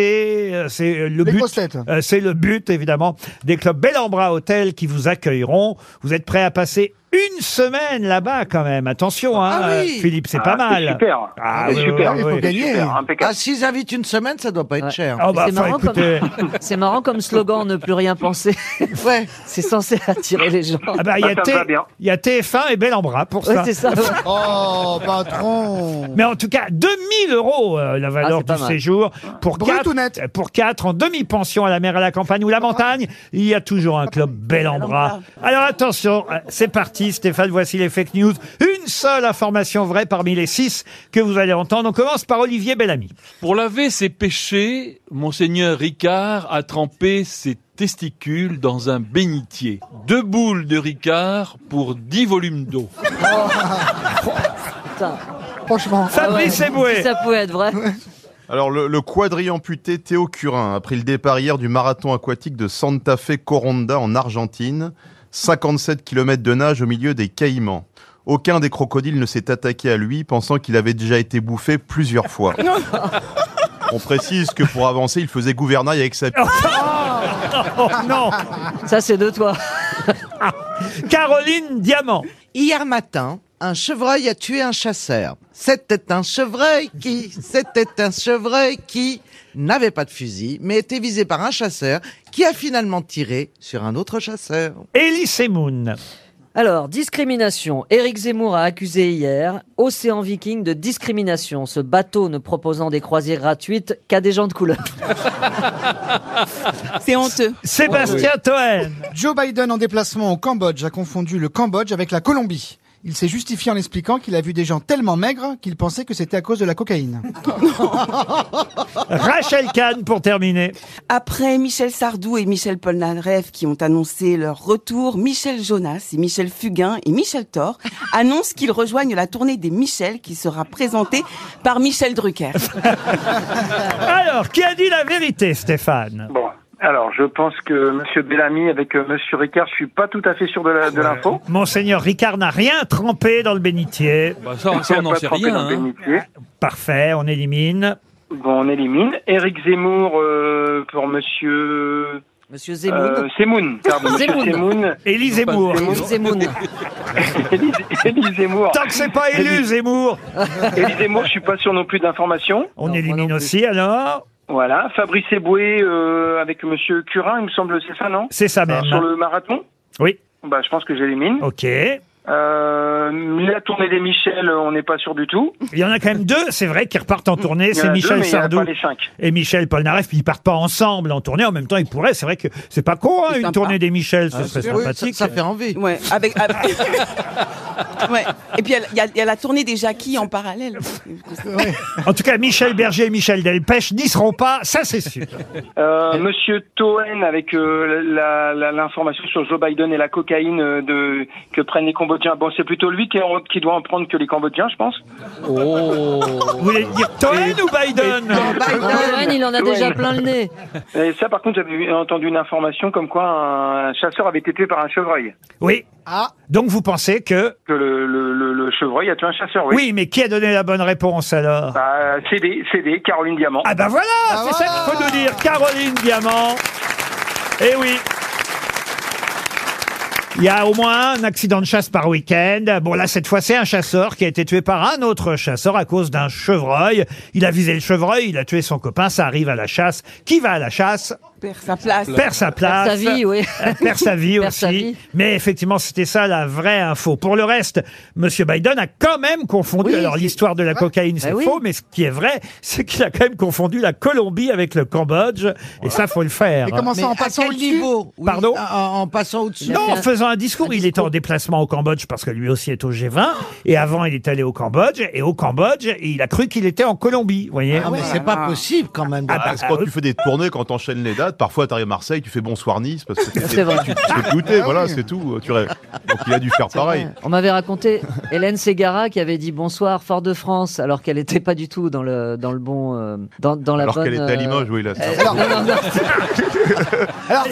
B: euh, c'est euh, le
E: Les
B: but.
E: grosses têtes.
B: Euh, c'est le but, évidemment, des clubs Bellambra Hôtel qui vous accueilleront. Vous êtes prêts à passer une semaine là-bas quand même. Attention, hein,
I: Ah oui.
B: euh, Philippe, c'est pas mal. Ah, oui, oui, oui.
I: Ah, s'ils invitent une semaine, ça doit pas être cher.
B: Ah, bah,
D: c'est,
B: enfin,
D: marrant
B: écoutez.
D: comme, c'est marrant comme slogan, ne plus rien penser.
I: ouais.
D: C'est censé attirer les gens.
B: Ah bah, il y, a T- il y a TF1 et Bellambra pour
D: Ouais,
B: ça.
D: c'est ça.
E: Oh, patron
B: Mais en tout cas, 2000 euros euh, la valeur
E: c'est pas
B: du
E: mal.
B: séjour pour
E: Brut
B: quatre, euh, pour quatre en demi-pension à la mer, à la campagne ou la montagne. Il y a toujours un club bel en bras. Alors attention, euh, c'est parti Stéphane, voici les fake news. Une seule information vraie parmi les six que vous allez entendre. On commence par Olivier Bellamy.
H: Pour laver ses péchés, Monseigneur Ricard a trempé ses testicules dans un bénitier. Deux boules de Ricard pour dix volumes d'eau.
E: Franchement.
B: Oh. Fabrice Eboué.
D: Si ça pouvait être vrai.
C: Alors, le, le quadri-amputé Théo Curin a pris le départ hier du marathon aquatique de Santa Fe Coronda en Argentine. 57 km de nage au milieu des Caïmans. Aucun des crocodiles ne s'est attaqué à lui, pensant qu'il avait déjà été bouffé plusieurs fois. On précise que pour avancer, il faisait gouvernail avec sa pipe.
B: Oh non Ah,
D: Ça, c'est de toi.
B: Caroline Diamant.
I: Hier matin, un chevreuil a tué un chasseur. C'était un chevreuil qui, c'était un chevreuil qui n'avait pas de fusil, mais était visé par un chasseur qui a finalement tiré sur un autre chasseur.
B: Elie Semoun.
D: Alors, discrimination. Éric Zemmour a accusé hier Océan Viking de discrimination, ce bateau ne proposant des croisières gratuites qu'à des gens de couleur.
F: C'est honteux.
B: Sébastien Toen.
E: Joe Biden en déplacement au Cambodge a confondu le Cambodge avec la Colombie. Il s'est justifié en expliquant qu'il a vu des gens tellement maigres qu'il pensait que c'était à cause de la cocaïne. Bah
B: Rachel Kahn pour terminer.
F: Après Michel Sardou et Michel Polnareff qui ont annoncé leur retour, Michel Jonas et Michel Fugain et Michel Thor annoncent qu'ils rejoignent la tournée des Michel qui sera présentée par Michel Drucker.
B: Alors, qui a dit la vérité, Stéphane
L: Bon, alors je pense que Monsieur Bellamy avec euh, Monsieur Ricard, je suis pas tout à fait sûr de la- de l'info.
B: Monseigneur Ricard n'a rien trempé dans le bénitier.
H: Bah ça, ça, on n'en
L: Pas
H: sait
L: trempé
H: rien.
L: dans le
H: hein.
L: bénitier.
B: Parfait, on élimine.
L: Bon, on élimine. Éric Zemmour euh, pour Monsieur. euh,
D: Monsieur
B: Zemoun.
L: Semoun, pardon. Monsieur
B: Zemoun.
L: Semoun.
B: Élie Zemmour.
D: Zemmoun.
L: Élie Élie Zemmour.
B: Tant que c'est pas élu, Zemmour.
L: Élie Zemmour, je suis pas sûr non plus d'informations.
B: On élimine aussi, alors.
L: Voilà, Fabrice Eboué euh, avec Monsieur Curin, il me semble, c'est ça, non
B: C'est ça même.
L: Sur le marathon
B: Oui.
L: Bah, je pense que j'élimine.
B: Ok. Il
L: Euh, la tournée des Michel, euh, on n'est pas sûr du tout.
B: y en a quand même deux, c'est vrai, qui repartent en tournée.
L: Il y en
B: C'est
L: a deux,
B: Michel
L: mais il y en a
B: Sardou
L: pas les cinq.
B: et Michel Polnareff. Puis ils partent pas ensemble en tournée. En même temps, ils pourraient. C'est vrai que c'est pas con, hein, une tournée des Michel. Ce serait sympathique.
I: Ah, Ça, fait envie.
F: Ouais, avec, avec- Ouais. Et puis il y a- il y, a- il y a la tournée des Jackie en parallèle.
B: En tout cas, Michel Berger et Michel Delpech n'y seront pas. Ça, c'est sûr.
L: Euh, Monsieur Toen avec euh, la- la- l'information sur Joe Biden et la cocaïne euh, de, que prennent les Combo- Cambodgiens. Bon, c'est plutôt lui qui, en- qui doit en prendre que les Cambodgiens, je pense.
B: Vous voulez dire Toen ou Biden
D: Cohen, il en a déjà plein le nez.
L: Et ça, par contre, j'avais eu- entendu une information comme quoi un chasseur avait été tué par un chevreuil.
B: Oui.
F: Ah.
B: Donc vous pensez que...
L: Que le, le- le- le chevreuil a tué un chasseur, oui.
B: Oui, mais qui a donné la bonne réponse alors
L: Bah, CD, CD, Caroline Diamant.
B: Ah bah voilà, c'est ça qu'il faut nous dire. Caroline Diamant. Eh oui. Il y a au moins un accident de chasse par week-end. Bon là, cette fois, c'est un chasseur qui a été tué par un autre chasseur à cause d'un chevreuil. Il a visé le chevreuil, il a tué son copain, ça arrive à la chasse. Qui va à la chasse
F: Perd sa place.
B: Perd sa place.
D: Perd sa vie, oui.
B: Perd sa vie
D: Perd
B: aussi. Mais effectivement, c'était ça la vraie info. Pour le reste, Monsieur Biden a quand même confondu.
D: Oui,
B: alors
D: c'est-
B: l'histoire de la
D: Ouais.
B: cocaïne, c'est
D: Bah oui.
B: faux, mais ce qui est vrai, c'est qu'il a quand même confondu la Colombie avec le Cambodge. Et ça, faut le faire.
I: Mais comment ça, en passant au niveau
B: Pardon
I: en, en passant au-dessus.
B: Non, en faisant un discours, il était en déplacement au Cambodge parce que lui aussi est au G20. Et avant, il est allé au Cambodge. Et au Cambodge, il a cru qu'il était en Colombie. Vous voyez
I: Ah, mais c'est pas possible quand même.
B: bah,
C: Ah, parce que quand tu fais des tournées, quand t'enchaînes les dates, parfois t'arrives à Marseille, tu fais bonsoir Nice, parce que t'es-
D: C'est vrai.
C: tu tu te fais goûter,
D: Ah
C: voilà,
D: oui.
C: c'est tout. Tu rêves. Donc il a dû faire pareil.
D: On m'avait raconté Hélène Ségara qui avait dit bonsoir Fort de France alors qu'elle n'était pas du tout dans le dans le bon euh, dans, dans la
C: Alors
D: bonne.
C: qu'elle était à
D: euh,
C: Limoges, oui, là. c'est
D: euh,
C: un peu-
D: non, non, non.
E: Ah,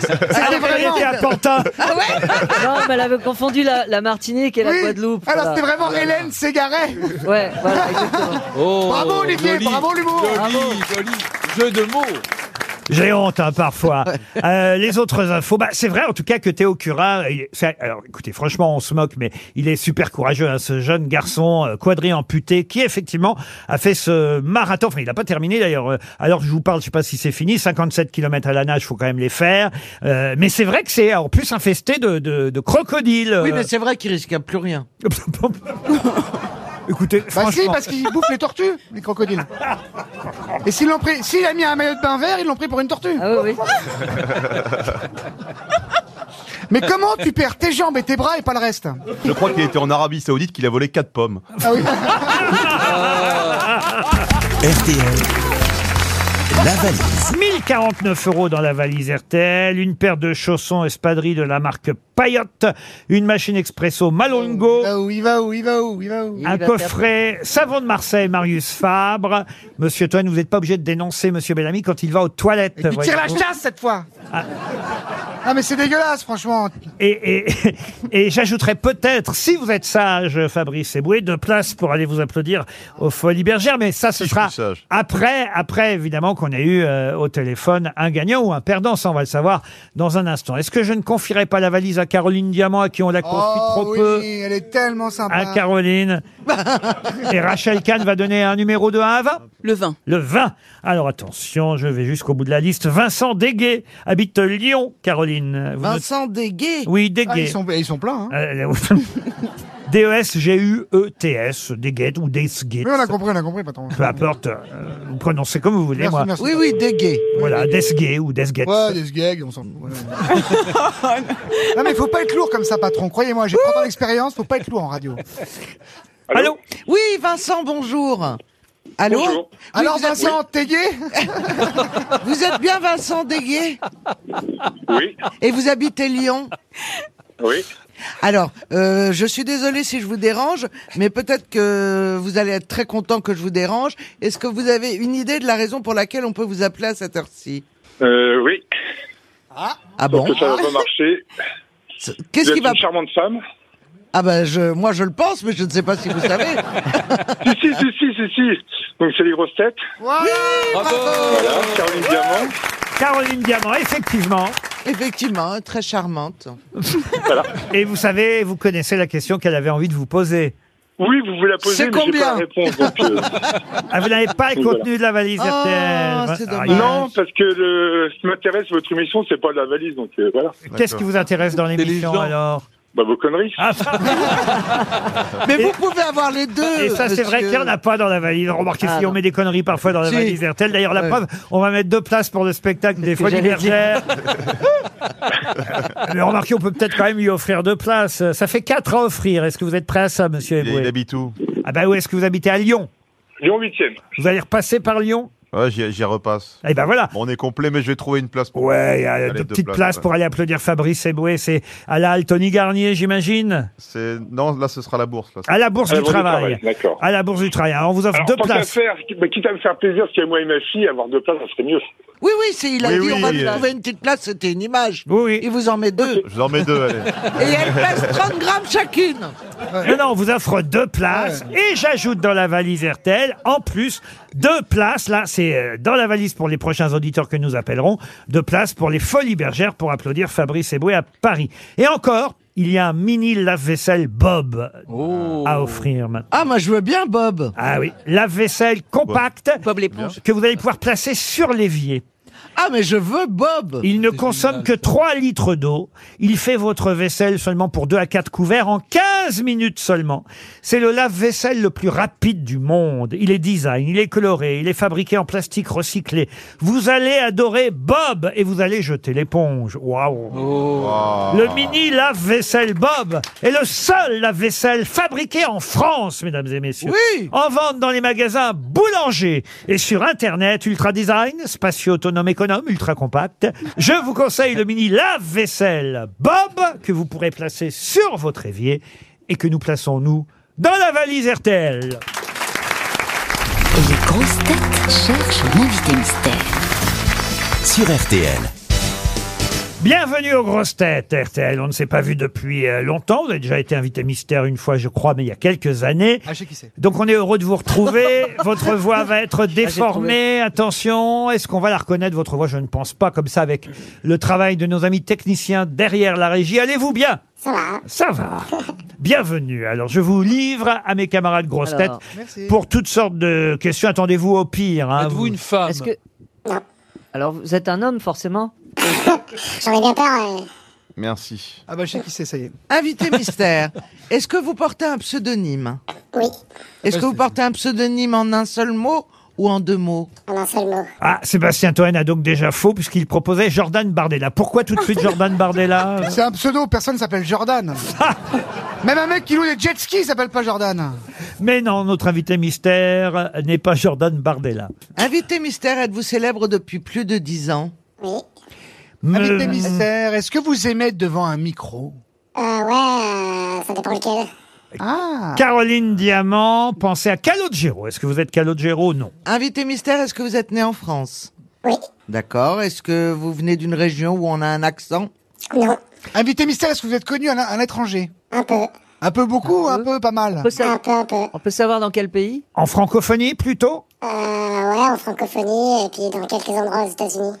B: C'était
D: vraiment-
B: était à Pantin.
D: Ah ouais Non, mais elle avait confondu la, la Martinique et la
E: Oui.
D: Guadeloupe.
E: Alors
D: voilà.
E: c'était vraiment
D: Voilà.
E: Hélène Ségaret.
D: Ouais, voilà, exactement.
E: bravo Olivier,
H: Oh, joli,
E: bravo l'humour.
H: joli,
E: Bravo.
H: joli jeu de mots.
B: J'ai honte hein, parfois. Euh, les autres infos, bah, c'est vrai en tout cas que Théo Cura, il- c'est- alors écoutez, franchement, on se moque, mais il est super courageux, hein, ce jeune garçon euh, quadri-amputé qui effectivement a fait ce marathon. Enfin, il n'a pas terminé d'ailleurs. euh, Alors je vous parle, je sais pas si c'est fini, 57 km à la nage, faut quand même les faire. Euh, mais c'est vrai que c'est en plus infesté de, de, de crocodiles.
I: Oui,
B: euh.
I: mais c'est vrai qu'il risque à plus rien.
B: Écoutez,
E: Bah si,
B: franchement-
E: parce qu'ils bouffent les tortues, les crocodiles. Et s'ils l'ont pris, s'il a mis un maillot de bain vert, ils l'ont pris pour une tortue. Mais comment tu perds tes jambes et tes bras et pas le reste
C: Je crois qu'il était en Arabie Saoudite qu'il a volé 4 pommes.
E: Ah oui.
A: La valise.
B: 1049 euros dans la valise RTL, une paire de chaussons espadrilles de la marque Payotte, une machine expresso Malongo,
E: Il va où, il va où, il va où
B: un coffret savon de Marseille Marius Fabre. Monsieur Toen, vous n'êtes pas obligé de dénoncer Monsieur Bellamy quand il va aux toilettes.
E: Et puis tire la
B: voyez-vous.
E: chasse cette fois. Ah mais c'est dégueulasse franchement.
B: Et, et, et j'ajouterai peut-être, si vous êtes sage, Fabrice Eboué, deux places pour aller vous applaudir aux Folies Bergères. Mais ça, ce sera après, après évidemment, qu'on ait eu euh, au téléphone un gagnant ou un perdant. Ça, on va le savoir dans un instant. Est-ce que je ne confierai pas la valise à Caroline Diamant, à qui on la confie
E: Oh
B: trop
E: oui,
B: peu
E: elle est tellement sympa.
B: à Caroline. Et Rachel Kahn va donner un numéro de 1 à 20
F: Le 20.
B: Le 20. Alors attention, je vais jusqu'au bout de la liste. Vincent Déguet habite Lyon, Caroline. Vous
I: Vincent Deguet.
B: Oui, Deguet.
E: Ah, ils sont ils sont pleins. hein.
B: Euh, E D-E-S-G-U-E-T-S, Deguet ou Desguet.
E: Oui on a compris, on a compris, patron.
B: Peu importe, euh, vous prononcez comme vous voulez,
E: Merci,
B: moi.
E: merci.
I: Oui, oui, Deguet.
B: Voilà, Desguet ou Desguet.
E: Ouais, des gags, on s'en fout. ouais. non mais faut pas être lourd comme ça, patron. Croyez-moi, j'ai 30 ans d'expérience, faut pas être lourd en radio.
B: Allô
I: Oui, Vincent, bonjour. Allô
E: Bonjour.
I: Oui,
E: Alors
I: vous êtes-
E: Vincent, t'es gay
I: Vous êtes bien Vincent Deguet
P: Oui,
I: et vous habitez Lyon
P: oui.
I: Alors, euh, je suis désolée si je vous dérange, mais peut-être que vous allez être très content que je vous dérange. Est-ce que vous avez une idée de la raison pour laquelle on peut vous appeler à cette heure-ci
P: Euh, oui.
I: Ah
P: Sauf
I: bon
P: que ça va pas marcher.
I: qu'est-ce
P: Vous
I: qui
P: êtes
I: va-
P: une charmante femme.
I: Ah ben, je, moi je le pense, mais je ne sais pas si vous savez.
P: si, si, si, si, si, si. Donc c'est les grosses têtes. Voilà, Caroline Diamant.
B: Caroline Diamant, effectivement.
I: Effectivement, très charmante.
B: Et vous savez, vous connaissez la question qu'elle avait envie de vous poser.
P: Oui, vous voulez la poser,
I: C'est
P: mais j'ai pas la
I: combien
P: réponse. donc, euh,
B: Ah, vous n'avez pas le
P: Voilà.
B: contenu de la valise
I: Oh,
B: RTL.
I: c'est
B: Ah,
I: dommage.
P: non, parce que le... ce qui m'intéresse, votre émission, c'est pas de la valise, donc euh, voilà.
B: Qu'est-ce qui vous intéresse dans l'émission
H: gens.
B: alors
P: Bah vos conneries.
B: Ah,
I: Mais vous pouvez avoir les deux.
B: Et ça, c'est vrai qu'il
I: monsieur.
B: n'y en a pas dans la valise. Remarquez,
I: Ah,
B: si on
I: non.
B: met des conneries parfois dans la
I: Si.
B: valise RTL. D'ailleurs, la
I: Ouais.
B: preuve, on va mettre deux places pour le spectacle des
D: que
B: Folies
D: j'allais dire.
B: Bergères. Mais remarquez, on peut peut-être quand même lui offrir deux places. Ça fait quatre à offrir. Est-ce que vous êtes prêt à ça, monsieur
C: Il,
B: Eboué
C: habite où
B: Ah bah où est-ce que vous habitez À Lyon.
P: Lyon 8 e
B: Vous allez repasser par Lyon
C: Ouais, j'y j'y repasse.
B: Eh ben voilà.
C: on est complet, mais je vais trouver une place. Pour
B: Ouais, il y a
C: Allez,
B: deux
C: deux
B: petites places,
C: ouais.
B: pour aller applaudir Fabrice Eboué. C'est à la halle Tony Garnier, j'imagine
C: C'est non, là ce sera la bourse. Là.
B: À la Bourse
Q: À la
B: du
Q: Bourse du
B: Travail.
Q: Travail, d'accord.
B: À la Bourse du Travail. Alors, on vous offre
Q: Alors,
B: deux
Q: tant qu'à
B: places.
Q: faire, mais quitte à me faire plaisir, si moi et ma fille, avoir deux places, ça serait mieux.
I: Oui, oui, c'est- il a
Q: Oui,
I: dit
Q: oui,
I: on va vous
Q: euh.
I: trouver une petite place, c'était une image.
B: Oui, oui.
I: Il vous en met deux.
C: Je vous en mets deux, allez.
I: Et elles pèsent 30 grammes chacune.
B: Non, non, on vous offre deux places. Et j'ajoute dans la valise RTL, en plus, deux places. Là, c'est euh, dans la valise pour les prochains auditeurs que nous appellerons. Deux places pour les Folies Bergères pour applaudir Fabrice Eboué à Paris. Et encore, il y a un mini lave-vaisselle Bob à offrir maintenant.
I: Ah, moi je veux bien Bob.
B: Ah oui, lave-vaisselle compact que vous allez pouvoir placer sur l'évier.
I: Ah mais je veux Bob
B: Il ne consomme que 3 litres d'eau. Il fait votre vaisselle seulement pour 2 à 4 couverts en 15 minutes seulement. C'est le lave-vaisselle le plus rapide du monde. Il est design, il est coloré, il est fabriqué en plastique recyclé. Vous allez adorer Bob et vous allez jeter l'éponge. Waouh Le mini lave-vaisselle Bob est le seul lave-vaisselle fabriqué en France, mesdames et messieurs.
I: Oui
B: En vente dans les magasins Boulanger et sur Internet Ultra Design, spacieux autonome économe, ultra compact. Je vous conseille le mini lave-vaisselle Bob que vous pourrez placer sur votre évier et que nous plaçons, nous, dans la valise RTL.
K: Les grosses têtes cherchent l'invité mystère.
A: Sur RTL.
B: Bienvenue aux grosses têtes, RTL. On ne s'est pas vu depuis euh, longtemps. Vous avez déjà été invité mystère une fois, je crois, mais il y a quelques années.
E: Ah, je sais qui c'est.
B: Donc on est heureux de vous retrouver. votre voix va
H: Ah,
B: être déformée. Attention, est-ce qu'on va la reconnaître votre voix Je ne pense pas comme ça avec le travail de nos amis techniciens derrière la régie. Allez-vous bien Ça va. Ça va. Bienvenue. Alors je vous livre à mes camarades grosses
H: Alors.
B: têtes
H: Merci.
B: pour toutes sortes de questions. Attendez-vous au pire. hein. vous
H: une femme
D: Est-ce que... Alors, vous êtes un homme, forcément
I: J'en ai bien peur.
G: euh,
C: Merci.
I: Ah bah je sais qui c'est, ça y est. Invité mystère, est-ce que vous portez un pseudonyme Oui. Est-ce que vous portez un pseudonyme en un seul mot ou en deux mots En un seul mot.
B: Ah, Sébastien Toen a donc déjà faux puisqu'il proposait Jordan Bardella. Pourquoi tout de suite Jordan Bardella
E: C'est un pseudo, personne s'appelle Jordan. Même un mec qui loue les jet skis il s'appelle pas Jordan.
B: Mais non, notre invité mystère n'est pas Jordan Bardella.
I: Invité mystère, êtes-vous célèbre depuis plus de dix ans Oui.
E: Invité mystère, est-ce que vous aimez être devant un micro
G: Euh, ouais, euh, ça dépend lequel.
E: Ah
B: Caroline Diamant, pensez à Calogero. Est-ce que vous êtes Calogero Non.
I: Invité mystère, est-ce que vous êtes né en France
G: Oui.
I: D'accord. Est-ce que vous venez d'une région où on a un accent
G: Non.
E: Invité mystère, est-ce que vous êtes connu à l'in- à l'étranger
G: Un peu.
E: Un peu beaucoup, un peu pas mal.
D: On peut sa- On peut savoir dans quel pays
B: En francophonie plutôt
G: Euh, ouais, en francophonie et puis dans quelques endroits aux États-Unis.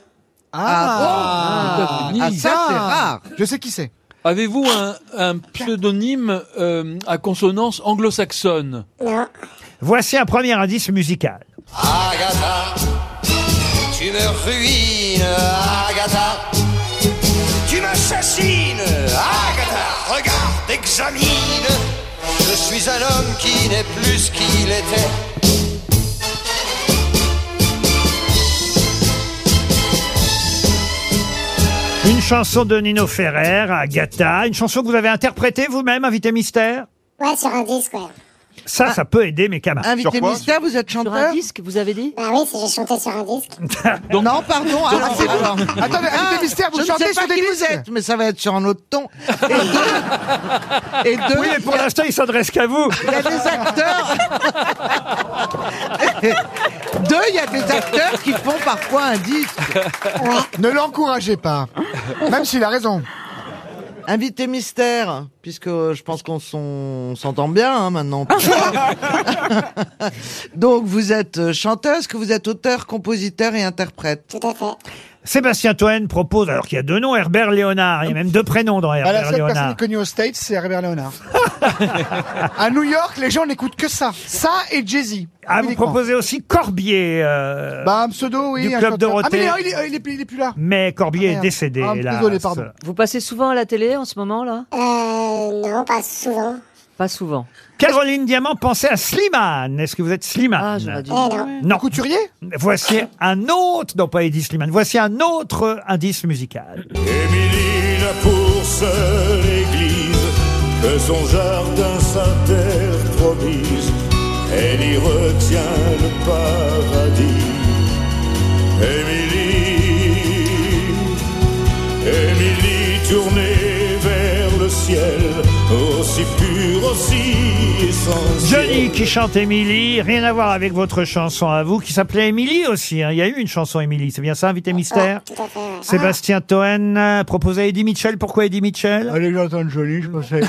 I: Ah,
H: bon Ah, ça, c'est rare.
E: Je sais qui c'est.
H: Avez-vous un, un pseudonyme euh, à consonance anglo-saxonne
G: Non.
B: Voici un premier indice musical.
R: Agatha, tu me ruines, Agatha. Tu m'assassines, Agatha. Regarde, examine. Je suis un homme qui n'est plus ce qu'il était.
B: Une chanson de Nino Ferrer, Agatha. Une chanson que vous avez interprétée vous-même, invité mystère
G: Ouais, sur un disque, ouais.
B: Ça,
E: Ah.
B: ça peut aider mes
C: Bah,
B: camarades.
I: Invité mystère, vous êtes chanteur
D: disque, vous avez dit
G: Bah oui, si j'ai chanté sur un disque.
I: Non, pardon. Alors,
E: c'est vous.
I: alors.
E: Attendez, invité
I: Ah,
E: mystère, vous
I: je ne
E: chantez
I: sais pas
E: sur des
I: qui vous
E: disques
I: êtes, mais ça va être sur un autre ton. Et deux. Et deux.
B: Oui, mais pour l'instant, il s'adresse qu'à vous.
I: Il y a des acteurs. deux, il y a des acteurs qui font parfois un disque.
E: Ne l'encouragez pas. Même s'il a raison.
I: Invité mystère, puisque euh, je pense qu'on s'en- on s'entend bien hein, maintenant. Donc vous êtes euh, chanteuse, que vous êtes auteur, compositeur et interprète.
G: Tout à fait.
B: Sébastien Toen propose, alors qu'il y a deux noms, Herbert Léonard. Il y a même deux prénoms dans
E: Bah, la
B: Herbert
E: seule personne
B: Léonard. Ah,
E: connue aux States, c'est Herbert Leonard. à New York, les gens n'écoutent que ça. Ça et Jay-Z.
B: Ah, vous
E: Uniquement.
B: proposez aussi Corbier. euh,
E: Bah, un pseudo, oui.
B: du
E: un
B: Club
E: chanteur. Ah, mais
B: Dorothée.
E: non, il, est, il, est, il est plus là.
B: Mais Corbier
E: Ah,
B: est
E: merde.
B: décédé,
E: Ah,
B: hélas.
E: désolé, pardon.
D: Vous passez souvent à la télé en ce moment, là
G: Euh, non, pas souvent.
D: Pas souvent.
B: Caroline Diamant, pensez à Slimane. Est-ce que vous êtes Slimane
D: Ah, dû.
G: Eh
B: Non.
E: Couturier
B: Voici un autre, non pas Eddie Slimane, voici un autre euh, indice musical.
S: Émilie la course, l'église que son jardin s'interpromise. Elle y retient le paradis. Émilie, Émilie tournée vers le ciel, aussi pure, aussi essentielle.
B: Johnny qui chante Émilie, rien à voir avec votre chanson à vous, qui s'appelait Émilie aussi. hein. Il y a eu une chanson Émilie, c'est bien ça, invité mystère
G: Ah, tout à fait. ouais.
B: Sébastien Toen euh, proposait Eddie Mitchell. Pourquoi Eddie Mitchell Allez, j'entends Johnny, je pensais.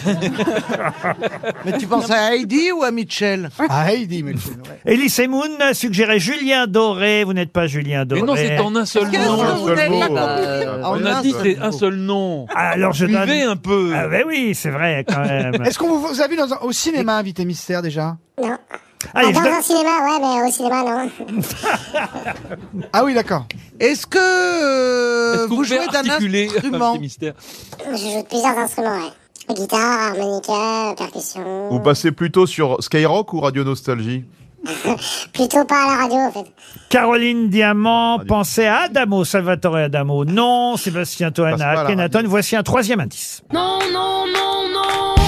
I: Mais tu penses à Heidi ou à Mitchell
E: À Heidi, Mitchell.
B: Elise Moon suggérait Julien Doré. Vous n'êtes pas Julien Doré.
H: Mais non, c'est en un seul nom. Ah bah, On a dit c'est un seul nom.
B: Alors je donne.
H: Buvez un peu.
B: Ah ben oui, c'est vrai quand même.
E: Est-ce qu'on vous, vous a vu dans un- au cinéma invité mystère déjà
G: Non. Ah,
B: Allez, je
G: dans
B: donne-
G: un cinéma, ouais, mais au cinéma, non.
E: Ah oui, d'accord.
I: Est-ce que euh,
H: Est-ce que
I: vous
H: pouvez
I: jouez d'un
H: articuler un
I: instrument
H: petit mystère
G: Je joue de plusieurs instruments, ouais. Guitare, harmonica, percussion.
C: Vous passez plutôt sur Skyrock ou Radio Nostalgie
G: Plutôt pas à la radio, en fait.
B: Caroline Diamant pensait à Adamo, Salvatore Adamo. Non, Sébastien Toen
C: pas à la
B: à Akhenaton. Voici un troisième indice.
R: Non, non, non, non,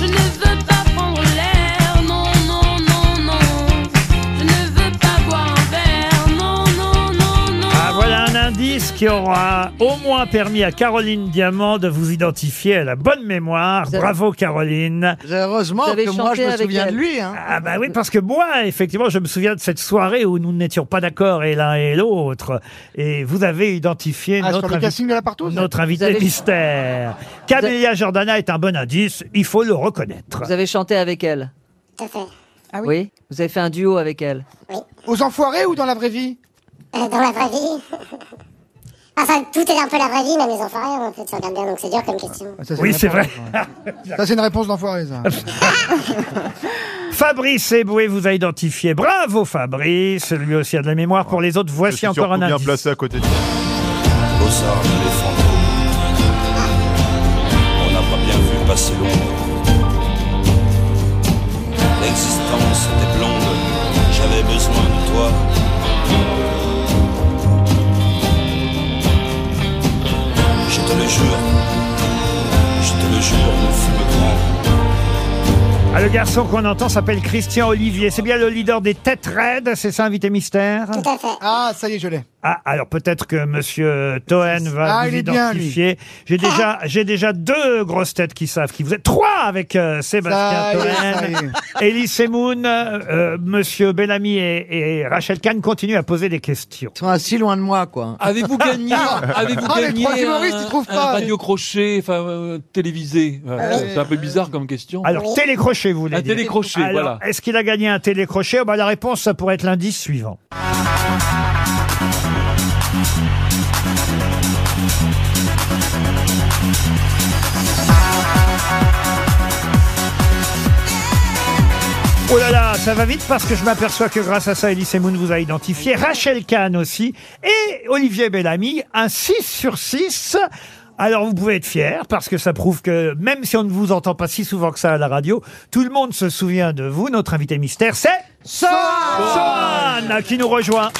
R: je ne veux pas prendre l'air. Non, non, non, non, je ne veux pas boire un verre. Non, non, non, non.
B: Ah, voilà un indice qui aura au moins permis à Caroline Diamant de vous identifier à la bonne mémoire. Bravo, Caroline.
I: Heureusement
D: Vous avez
I: que moi
D: chanté
I: je me
D: avec
I: souviens
D: elle.
I: de lui. Hein.
B: Ah bah oui, parce que moi, effectivement, je me souviens de cette soirée où nous n'étions pas d'accord et l'un et l'autre. Et vous avez identifié
E: Ah, sur
B: notre,
E: le
B: invi-
E: casting de la partouze
B: notre invité
D: avez-
B: mystère. Camélia Jordana est un bon indice, il faut le reconnaître.
D: Vous avez chanté avec elle
G: Tout à fait.
F: Ah
D: oui.
F: oui.
D: Vous avez fait un duo avec elle
E: Aux enfoirés ou dans la vraie vie
G: Euh, dans la vraie vie. enfin, tout est un peu la vraie vie, même les enfoirés, en fait, tu regardes bien, donc c'est dur comme question.
E: Ah, ça,
B: Oui,
E: une
B: c'est vrai.
E: réponse. Ça, c'est une réponse d'enfoiré, ça.
B: Fabrice Eboué vous a identifié. Bravo Fabrice, lui aussi a de la mémoire pour les autres.
C: Je suis
B: Voici encore
C: surtout
B: un
C: bien
B: indice.
C: placé à côté de
S: Aux armes les fantômes. On n'a pas bien vu passer l'ombre. L'existence était blonde, j'avais besoin de toi. Je te le jure, je te le jure, nous fûmes grands.
B: Ah, le garçon qu'on entend s'appelle Christian Olivier. C'est bien le leader des Têtes Raides, c'est ça, invité mystère
G: Tout à fait.
E: Ah, ça y est, je l'ai.
B: Ah, alors peut-être que Monsieur Toen va
E: Ah,
B: vous
E: il est bien, lui. Ah.
B: identifier. J'ai déjà, j'ai déjà deux grosses têtes qui savent qui vous êtes. Trois avec euh,
E: Ça
B: Sébastien
E: y est, ça y
B: Toen,
E: est.
B: Elise Moon, euh, Monsieur Bellamy et, et Rachel Kahn continuent à poser des questions.
I: Ils sont assis loin de moi, quoi.
H: Avez-vous gagné, avez-vous
E: Ah, les
H: gagné
E: trois humoristes, ils
H: un,
E: trouvent
H: un
E: pas.
H: radio crochet enfin, euh, télévisé Ouais,
E: Ah,
H: C'est
E: oui.
H: un peu bizarre comme question.
B: Alors télécrochet, vous voulez
H: un
B: dire.
H: télécrochet,
B: Alors,
H: voilà.
B: Est-ce qu'il a gagné un télécrochet Oh, bah, La réponse, ça pourrait être l'indice suivant. Oh là là, ça va vite parce que je m'aperçois que grâce à ça, Elise Moon vous a identifié, Rachel Kahn aussi, et Olivier Bellamy, un 6 sur 6. Alors vous pouvez être fier parce que ça prouve que même si on ne vous entend pas si souvent que ça à la radio, tout le monde se souvient de vous. Notre invité mystère, c'est Sohan Sohan qui nous rejoint.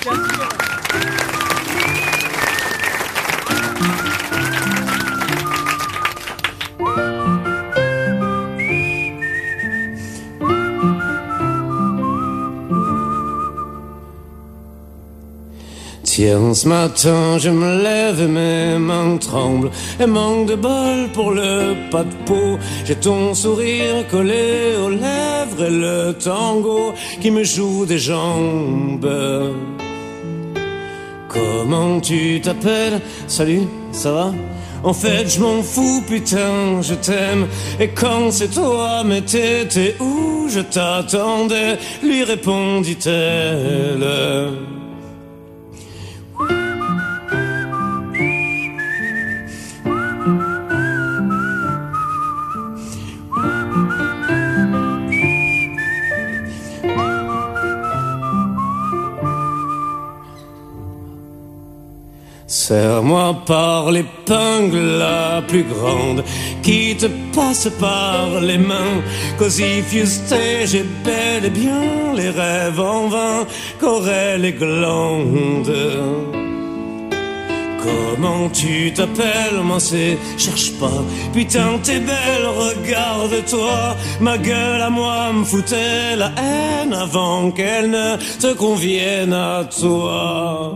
R: Tiens, ce matin, je me lève et mes mains tremblent. Et manque de bol pour le pas de peau. J'ai ton sourire collé aux lèvres et le tango qui me joue des jambes. Comment tu t'appelles Salut, ça va En fait, je m'en fous, putain, je t'aime. Et quand c'est toi, mais t'étais où Je t'attendais, lui répondit-elle. Serre-moi par l'épingle la plus grande qui te passe par les mains. Cause if you stay, j'ai bel et bien les rêves en vain qu'auraient les glandes. Comment tu t'appelles, moi c'est cherche pas. Putain, t'es belle, regarde-toi. Ma gueule à moi me foutait la haine avant qu'elle ne te convienne à toi.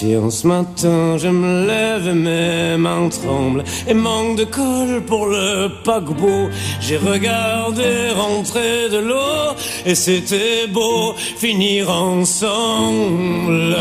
R: Quand ce matin je me lève et mes mains tremblent et manque de colle pour le paquebot, j'ai regardé rentrer de l'eau et c'était beau finir ensemble.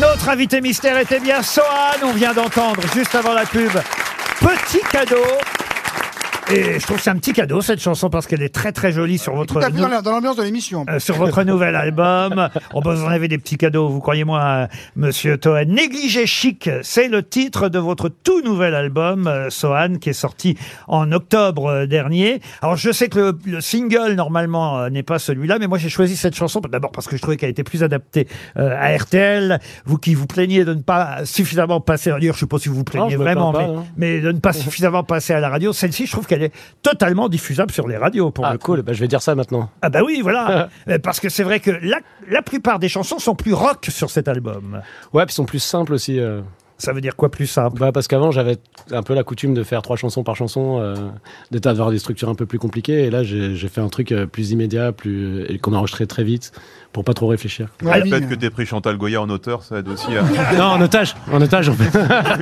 B: Notre invité mystère était bien Sohan. On vient d'entendre juste avant la pub. Petit cadeau. Et je trouve que c'est un petit cadeau cette chanson parce qu'elle est très très jolie sur votre
E: Tout à fait dans
B: nou-
E: la- dans l'ambiance de l'émission.
B: euh, sur votre nouvel album. On vous en avez des petits cadeaux, vous croyez-moi, euh, Monsieur Toen. Négligé chic, c'est le titre de votre tout nouvel album, euh, Sohan, qui est sorti en octobre euh, dernier. Alors je sais que le, le single, normalement, euh, n'est pas celui-là, mais moi j'ai choisi cette chanson, bah, d'abord parce que je trouvais qu'elle était plus adaptée euh, à RTL. Vous qui vous plaignez de ne pas suffisamment passer à la radio, Ah, je ne sais pas hein. si vous vous
T: Non,
B: plaignez
T: je me
B: vraiment,
T: plains pas,
B: mais-
T: non.
B: mais de ne pas suffisamment passer à la radio, celle-ci, je trouve qu'elle est totalement diffusable sur les radios. Pour ah, cool, je vais dire ça maintenant. Ah, bah oui, voilà. Euh, Parce que c'est vrai que la, la plupart des chansons sont plus rock sur cet album.
T: Ouais, puis ils sont plus simples aussi. euh.
B: Ça veut dire quoi plus simple
T: bah Parce qu'avant, j'avais un peu la coutume de faire trois chansons par chanson, euh, de t'as- d'avoir des structures un peu plus compliquées. Et là, j'ai j'ai fait un truc euh, plus immédiat, plus euh, et qu'on a enregistré très vite pour pas trop réfléchir.
C: Ah,
B: bah,
C: Peut-être que t'es pris Chantal Goya en auteur, ça aide aussi à...
T: non, en otage, en otage, en fait.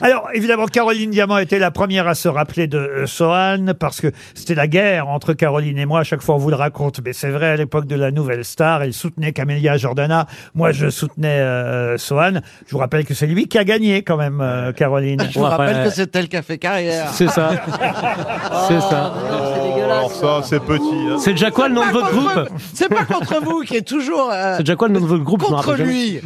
B: Alors, évidemment, Caroline Diamant était la première à se rappeler de euh, Sohan, parce que c'était la guerre entre Caroline et moi. À chaque fois, on vous le raconte, mais c'est vrai, à l'époque de la Nouvelle Star, elle soutenait Camélia Jordana. Moi, je soutenais euh, Sohan. Je vous rappelle que c'est lui qui a gagné, quand même, euh, Caroline.
I: Je vous rappelle que c'est elle qui a fait carrière.
B: C'est ça.
I: Oh.
T: C'est ça.
C: Alors ça, c'est petit. hein.
T: C'est déjà quoi le nom de votre groupe
I: C'est pas contre vous qui est toujours. euh,
T: C'est déjà quoi le nom de votre groupe je m'en
I: Contre
T: rappelle
I: lui.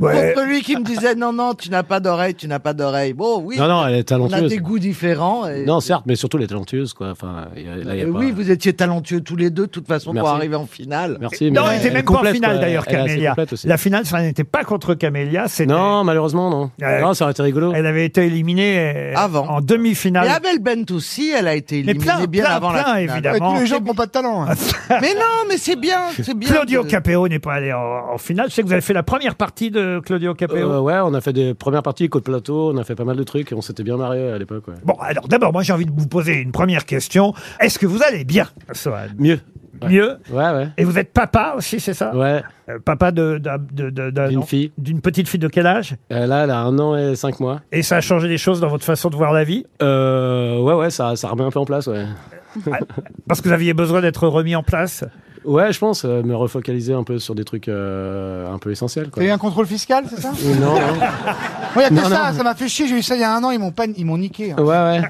T: Ouais.
I: Contre lui qui me disait non, non, tu n'as pas d'oreille, tu n'as pas d'oreille. Bon, oui.
T: Non, non, elle est
I: On a
T: talentueuse.
I: des goûts différents. et-
T: Non, certes, mais surtout, elle est talentueuse, quoi. Enfin, y a- là, y a
I: Euh,
T: pas-
I: Oui, vous étiez talentueux tous les deux, de toute façon, pour
T: Merci.
I: arriver en finale.
T: Merci,
B: Non,
T: mais
B: elle
T: elle
B: n'était
T: est
B: même pas en
T: complète,
B: finale
T: quoi.
B: d'ailleurs,
T: Elle est assez
B: Camélia.
T: complète aussi.
B: La finale, ça n'était pas contre Camélia.
T: Non, malheureusement, non. Non,
B: ça aurait été rigolo. Elle avait été éliminée euh, en
I: Et
B: demi-finale.
I: Abel Bent aussi, elle a été
B: Mais
I: éliminée
B: plein,
I: bien
B: plein,
I: avant la
B: plein,
I: finale.
B: évidemment. Ouais, tous les gens
I: n'ont pas de talent.
E: hein.
I: mais non, mais c'est bien, c'est bien.
B: Claudio
I: de-
B: Capéo n'est pas allé en, en finale. Je sais que vous avez fait la première partie de Claudio Capéo.
T: Euh, ouais, on a fait des premières parties, Côte Plateau, on a fait pas mal de trucs, et on s'était bien marré euh, à l'époque. ouais.
B: Bon, alors d'abord, moi j'ai envie de vous poser une première question. Est-ce que vous allez bien, Sohan
T: Mieux.
B: Mieux
T: Ouais, ouais.
B: Et vous êtes papa aussi, c'est ça Euh,
T: Ouais.
B: papa de- d'un- de- de- d'un- non, d'une fille. petite fille de quel âge
T: Euh, là, elle a un an et cinq mois.
B: Et ça a changé des choses dans votre façon de voir la vie
T: Euh, ouais, ouais, ça, ça remet un peu en place, ouais.
B: Ah, Parce que vous aviez besoin d'être remis en place
T: Ouais, je pense, euh, me refocaliser un peu sur des trucs euh, un peu essentiels,
E: T'as
T: quoi.
E: eu un contrôle fiscal, c'est ça
T: Non, non.
E: Moi, y a que
T: Non,
E: ça,
T: non.
E: ça m'a fait chier, j'ai eu ça il y a un an, ils m'ont pas, ils m'ont niqué. hein.
T: Ouais, ouais.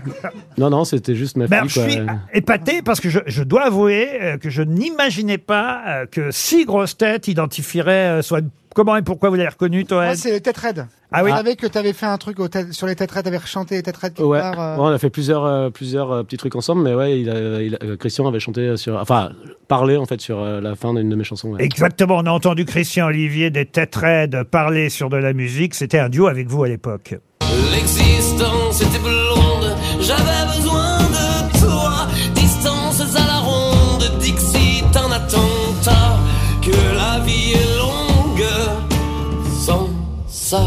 T: Non, non, c'était juste ma
B: Ben,
T: fille,
B: je
T: quoi.
B: suis épaté parce que je, je dois avouer euh, que je n'imaginais pas euh, que six grosses têtes identifieraient euh, Sohan. Comment et pourquoi vous l'avez reconnu, Toen
E: Moi, c'est les têtes raides.
B: Ah oui.
E: Je savais que t'avais fait un truc aux têtes- sur les têtes raides, t'avais rechanté les têtes raides quelque
T: Ouais.
E: part. euh.
T: Ouais, on a fait plusieurs, euh, plusieurs euh, petits trucs ensemble, mais ouais, il a- il a- euh, Christian avait chanté sur. Enfin, parlé en fait sur euh, la fin d'une de mes chansons. ouais.
B: Exactement, on a entendu Christian Olivier des Têtes Raides parler sur de la musique. C'était un duo avec vous à l'époque.
U: L'existence était blonde, j'avais besoin de toi. Distances à la ronde, Dixit un attentat. Que la vie est longue sans ça.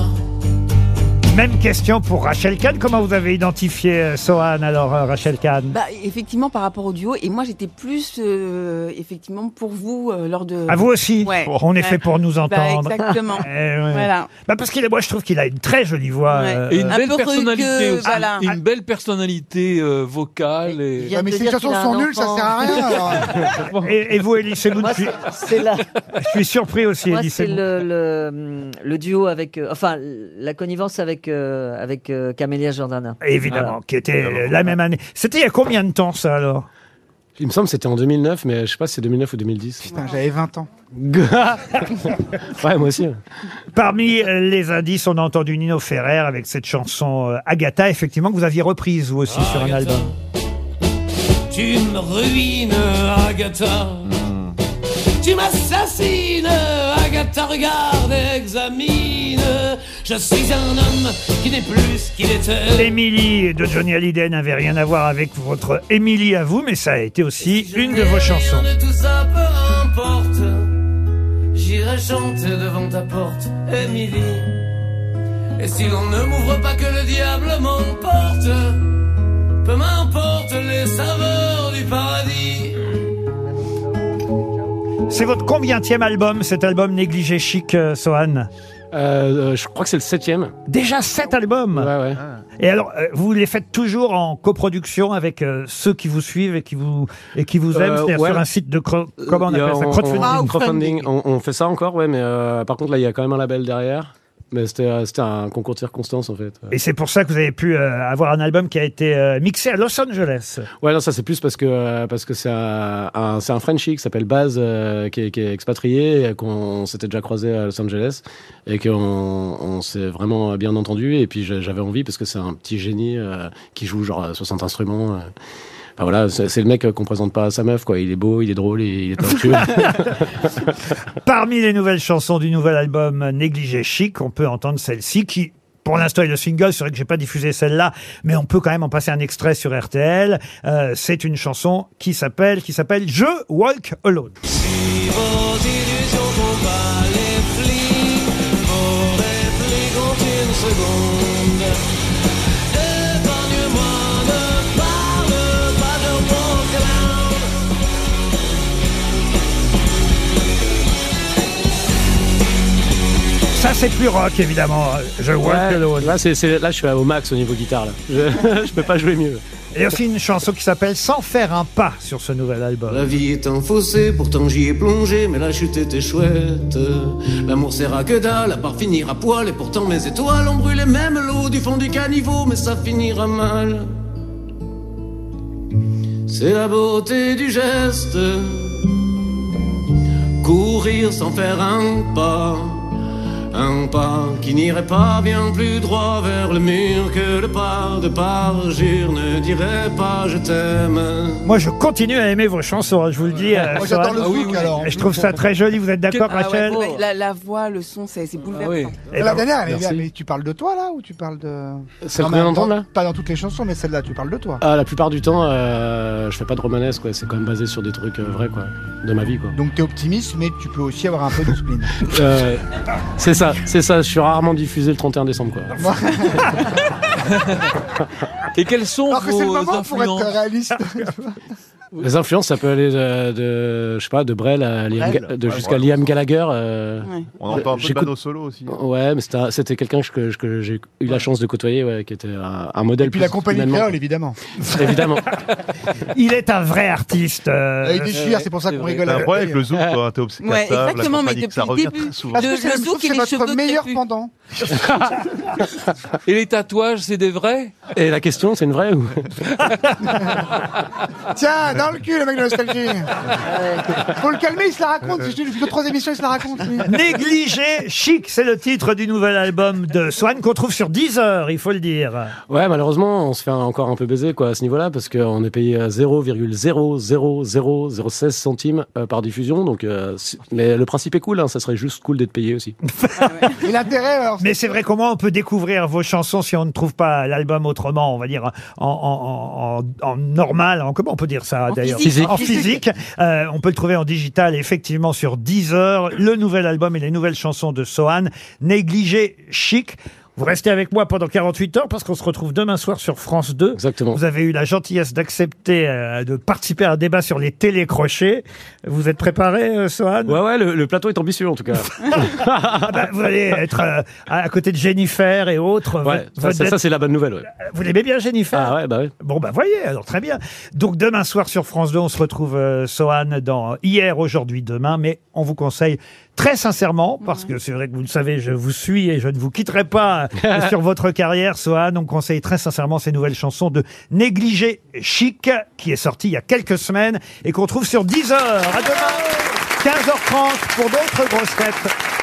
B: Même question pour Rachel Kahn. Comment vous avez identifié euh, Sohan alors, euh, Rachel Kahn
F: Bah, effectivement, par rapport au duo, et moi j'étais plus euh, effectivement pour vous euh, lors de.
B: À vous aussi.
F: Ouais.
B: On est
F: Ouais.
B: fait pour nous
F: Bah,
B: entendre.
F: exactement.
B: Eh ouais.
F: Voilà.
B: Bah, parce qu'il est, moi, je trouve qu'il a une très jolie voix.
F: Ouais.
B: euh,
H: Et une
B: euh,
H: belle personnalité
F: rugueux,
H: aussi.
F: voilà.
H: Une belle personnalité euh, vocale. Et...
E: Ah, mais ces chansons sont nulles, ça sert à rien. alors.
B: et, et vous, Elise Moon, je, suis-
D: C'est la...
B: je suis surpris aussi,
D: Moi,
B: Elise
D: c'est
B: Moon.
D: le, le, le duo avec, euh, enfin, la connivence avec, euh, avec euh, Camélia Jordana.
B: Évidemment,
D: Voilà.
B: qui était euh, la même année. C'était il y a combien de temps, ça, alors
T: Il me semble que c'était en 2009, mais je sais pas si c'est 2009 ou 2010.
E: Putain, j'avais 20 ans.
T: ouais, moi aussi. hein. ouais.
B: Parmi euh, les indices, on a entendu Nino Ferrer avec cette chanson euh, Agatha, effectivement, que vous aviez reprise, vous aussi, sur un album.
U: Tu me ruines, Agatha. Tu tu m'assassines. Agatha regarde, examine. Je suis un homme qui n'est plus ce qu'il était.
B: Émilie de Johnny Hallyday n'avait rien à voir avec votre Émilie à vous, mais ça a été aussi une de vos chansons.
U: Rien de tout ça, peu importe. J'irai chanter devant ta porte, Émilie. Et si l'on ne m'ouvre pas que le diable m'emporte, peu m'importe les saveurs du paradis.
B: C'est votre combienième album, cet album négligé chic, euh, Sohan
T: euh, je crois que c'est le septième.
B: Déjà sept albums
T: Ouais, ouais.
B: Et alors, euh, vous les faites toujours en coproduction avec euh, ceux qui vous suivent et qui vous, et qui vous aiment,
T: Euh,
B: c'est-à-dire
T: ouais. Euh,
B: sur un site de cro- Euh, comment on
T: Il y a-
B: appelle ça crowdfunding.
T: on- crowdfunding. On, on fait ça encore, ouais, mais euh, par contre, là, il y a quand même un label derrière. Mais c'était euh, c'était un concours de circonstances, en fait.
B: Et c'est pour ça que vous avez pu euh, avoir un album qui a été euh, mixé à Los Angeles.
T: Ouais, non, ça c'est plus parce que euh, parce que c'est un, un- c'est un Frenchie qui s'appelle Baz euh, qui, est, qui est expatrié, et qu'on s'était déjà croisé à Los Angeles et qu'on on s'est vraiment bien entendu. Et puis j'a- j'avais envie parce que c'est un petit génie euh, qui joue genre euh, 60 instruments. euh. Enfin voilà, c'est c'est le mec euh, qu'on présente pas à sa meuf quoi. Il est beau, il est drôle, et il est talentueux.
B: Parmi les nouvelles chansons du nouvel album euh, Négligé Chic, on peut entendre celle-ci qui, pour l'instant, est le single. C'est vrai que j'ai pas diffusé celle-là, mais on peut quand même en passer un extrait sur RTL. Euh, c'est une chanson qui s'appelle, qui s'appelle Je Walk Alone.
U: Vos illusions combat les plis, vos répliques ont une seconde. Épargne-moi, ne parle pas de mon clown.
B: Ça, c'est plus rock, évidemment. Je Walk
T: Ouais,
B: Alone.
T: Là, c'est- c'est- là, je suis au max au niveau guitare. Là. Je, je peux pas jouer mieux.
B: Et aussi une chanson qui s'appelle Sans faire un pas sur ce nouvel album.
R: La vie est un fossé, pourtant j'y ai plongé, mais la chute était chouette. L'amour sert à que dalle, à part finir à poil, et pourtant mes étoiles ont brûlé même l'eau du fond du caniveau, mais ça finira mal. C'est la beauté du geste, courir sans faire un pas, un pas qui n'irait pas bien plus droit vers le mur que le pas de parjure ne dirait pas je t'aime.
B: Moi, je continue à aimer vos chansons, hein, je vous le dis. euh,
R: Moi, j'adore
B: Sohan.
R: le zouk, alors.
B: Je trouve ça très joli, vous êtes d'accord,
F: Ah ouais,
B: Rachel
F: ouais, la, la voix, le son, c'est c'est
T: Ah
F: bouleversant.
B: Eh
E: Ah la
B: ben,
E: dernière, elle est
B: merci.
E: bien, mais tu parles de toi là ou tu parles de.
T: Celle
E: Non,
T: qu'on
E: mais
T: vient d'entendre,
E: dans-
T: là
E: Pas dans toutes les chansons, mais celle-là, tu parles de toi.
T: Ah, la plupart du temps, euh, je fais pas de romanesque, ouais. c'est quand même basé sur des trucs euh, vrais quoi, de ma vie. quoi.
E: Donc t'es optimiste, mais tu peux aussi avoir un peu de spleen.
T: Euh, c'est ça, c'est ça, je suis rarement diffusé le 31 décembre. quoi.
H: Et quelles sont
E: Alors que c'est le
H: vos
E: moment pour
H: influences
E: être réaliste.
T: Les influences, ça peut aller euh, de, je sais pas, de Brel, à Liam
E: Brel.
T: Ga- de
E: Ouais,
T: jusqu'à
E: ouais.
T: Liam Gallagher. euh,
C: On entend un peu de
T: j'écoute-
C: Bano Solo aussi.
T: Ouais, mais c'était un- c'était quelqu'un que, que j'ai eu la chance de côtoyer, ouais, qui était un, un modèle.
E: Et puis la
T: plus-
E: compagnie de
T: humainement.
E: créole, évidemment.
T: Évidemment.
B: Il est un vrai artiste. euh,
E: Ah, Il déchire, c'est pour ça qu'on rigole.
C: T'as un problème avec le zouk,
B: Ouais.
C: toi, t'es obsédé
E: Ouais,
C: par ça, la
E: exactement, mais
C: compagnie,
E: depuis
C: ça
E: le
C: revient
E: début.
C: très souvent.
E: Parce que c'est- je trouve que c'est votre meilleur pendant.
H: Et les tatouages, c'est des vrais
T: Et la question, c'est une vraie ou
E: Tiens, dans le cul, le mec de nostalgie. Euh, Faut le calmer, il se la raconte. Si je dis depuis deux, trois émissions, il se la raconte. lui.
B: Négligé chic, c'est le titre du nouvel album de Swan qu'on trouve sur Deezer, il faut le dire.
T: Ouais, malheureusement, on se fait encore un peu baiser quoi à ce niveau-là parce qu'on est payé à 0,0000016 centimes euh, par diffusion. Donc, euh, si- mais le principe est cool, hein, ça serait juste cool d'être payé aussi.
E: Et l'intérêt, alors.
B: Mais c'est vrai comment on peut découvrir vos chansons si on ne trouve pas l'album autrement, on va dire en, en- en- en- en normal, en, comment on peut dire ça d'ailleurs
T: physique.
B: En physique. Euh, on peut le trouver en digital, effectivement sur Deezer, le nouvel album et les nouvelles chansons de Sohan, Négligé Chic. Vous restez avec moi pendant 48 heures parce qu'on se retrouve demain soir sur France 2.
T: Exactement.
B: Vous avez eu la gentillesse d'accepter euh, de participer à un débat sur les télécrochets. Vous êtes préparé, euh, Sohan
T: Ouais, ouais, le, le plateau est ambitieux en tout cas.
B: Ah bah, vous allez être euh, à à côté de Jennifer et autres.
T: Ouais,
B: Votre-
T: ça,
B: votre
T: ça,
B: dette-
T: ça, c'est la bonne nouvelle. ouais.
B: Vous l'aimez bien, Jennifer
T: Ah ouais, bah ouais.
B: Bon, bah voyez, alors très bien. Donc demain soir sur France 2, on se retrouve, euh, Sohan, dans Hier, Aujourd'hui, Demain. Mais on vous conseille très sincèrement, parce que c'est vrai que vous le savez, je vous suis et je ne vous quitterai pas euh, sur votre carrière, Sohan. On conseille très sincèrement ces nouvelles chansons de Négliger Chic, qui est sortie il y a quelques semaines et qu'on trouve sur 10 heures. À demain, 15h30 pour d'autres grosses têtes.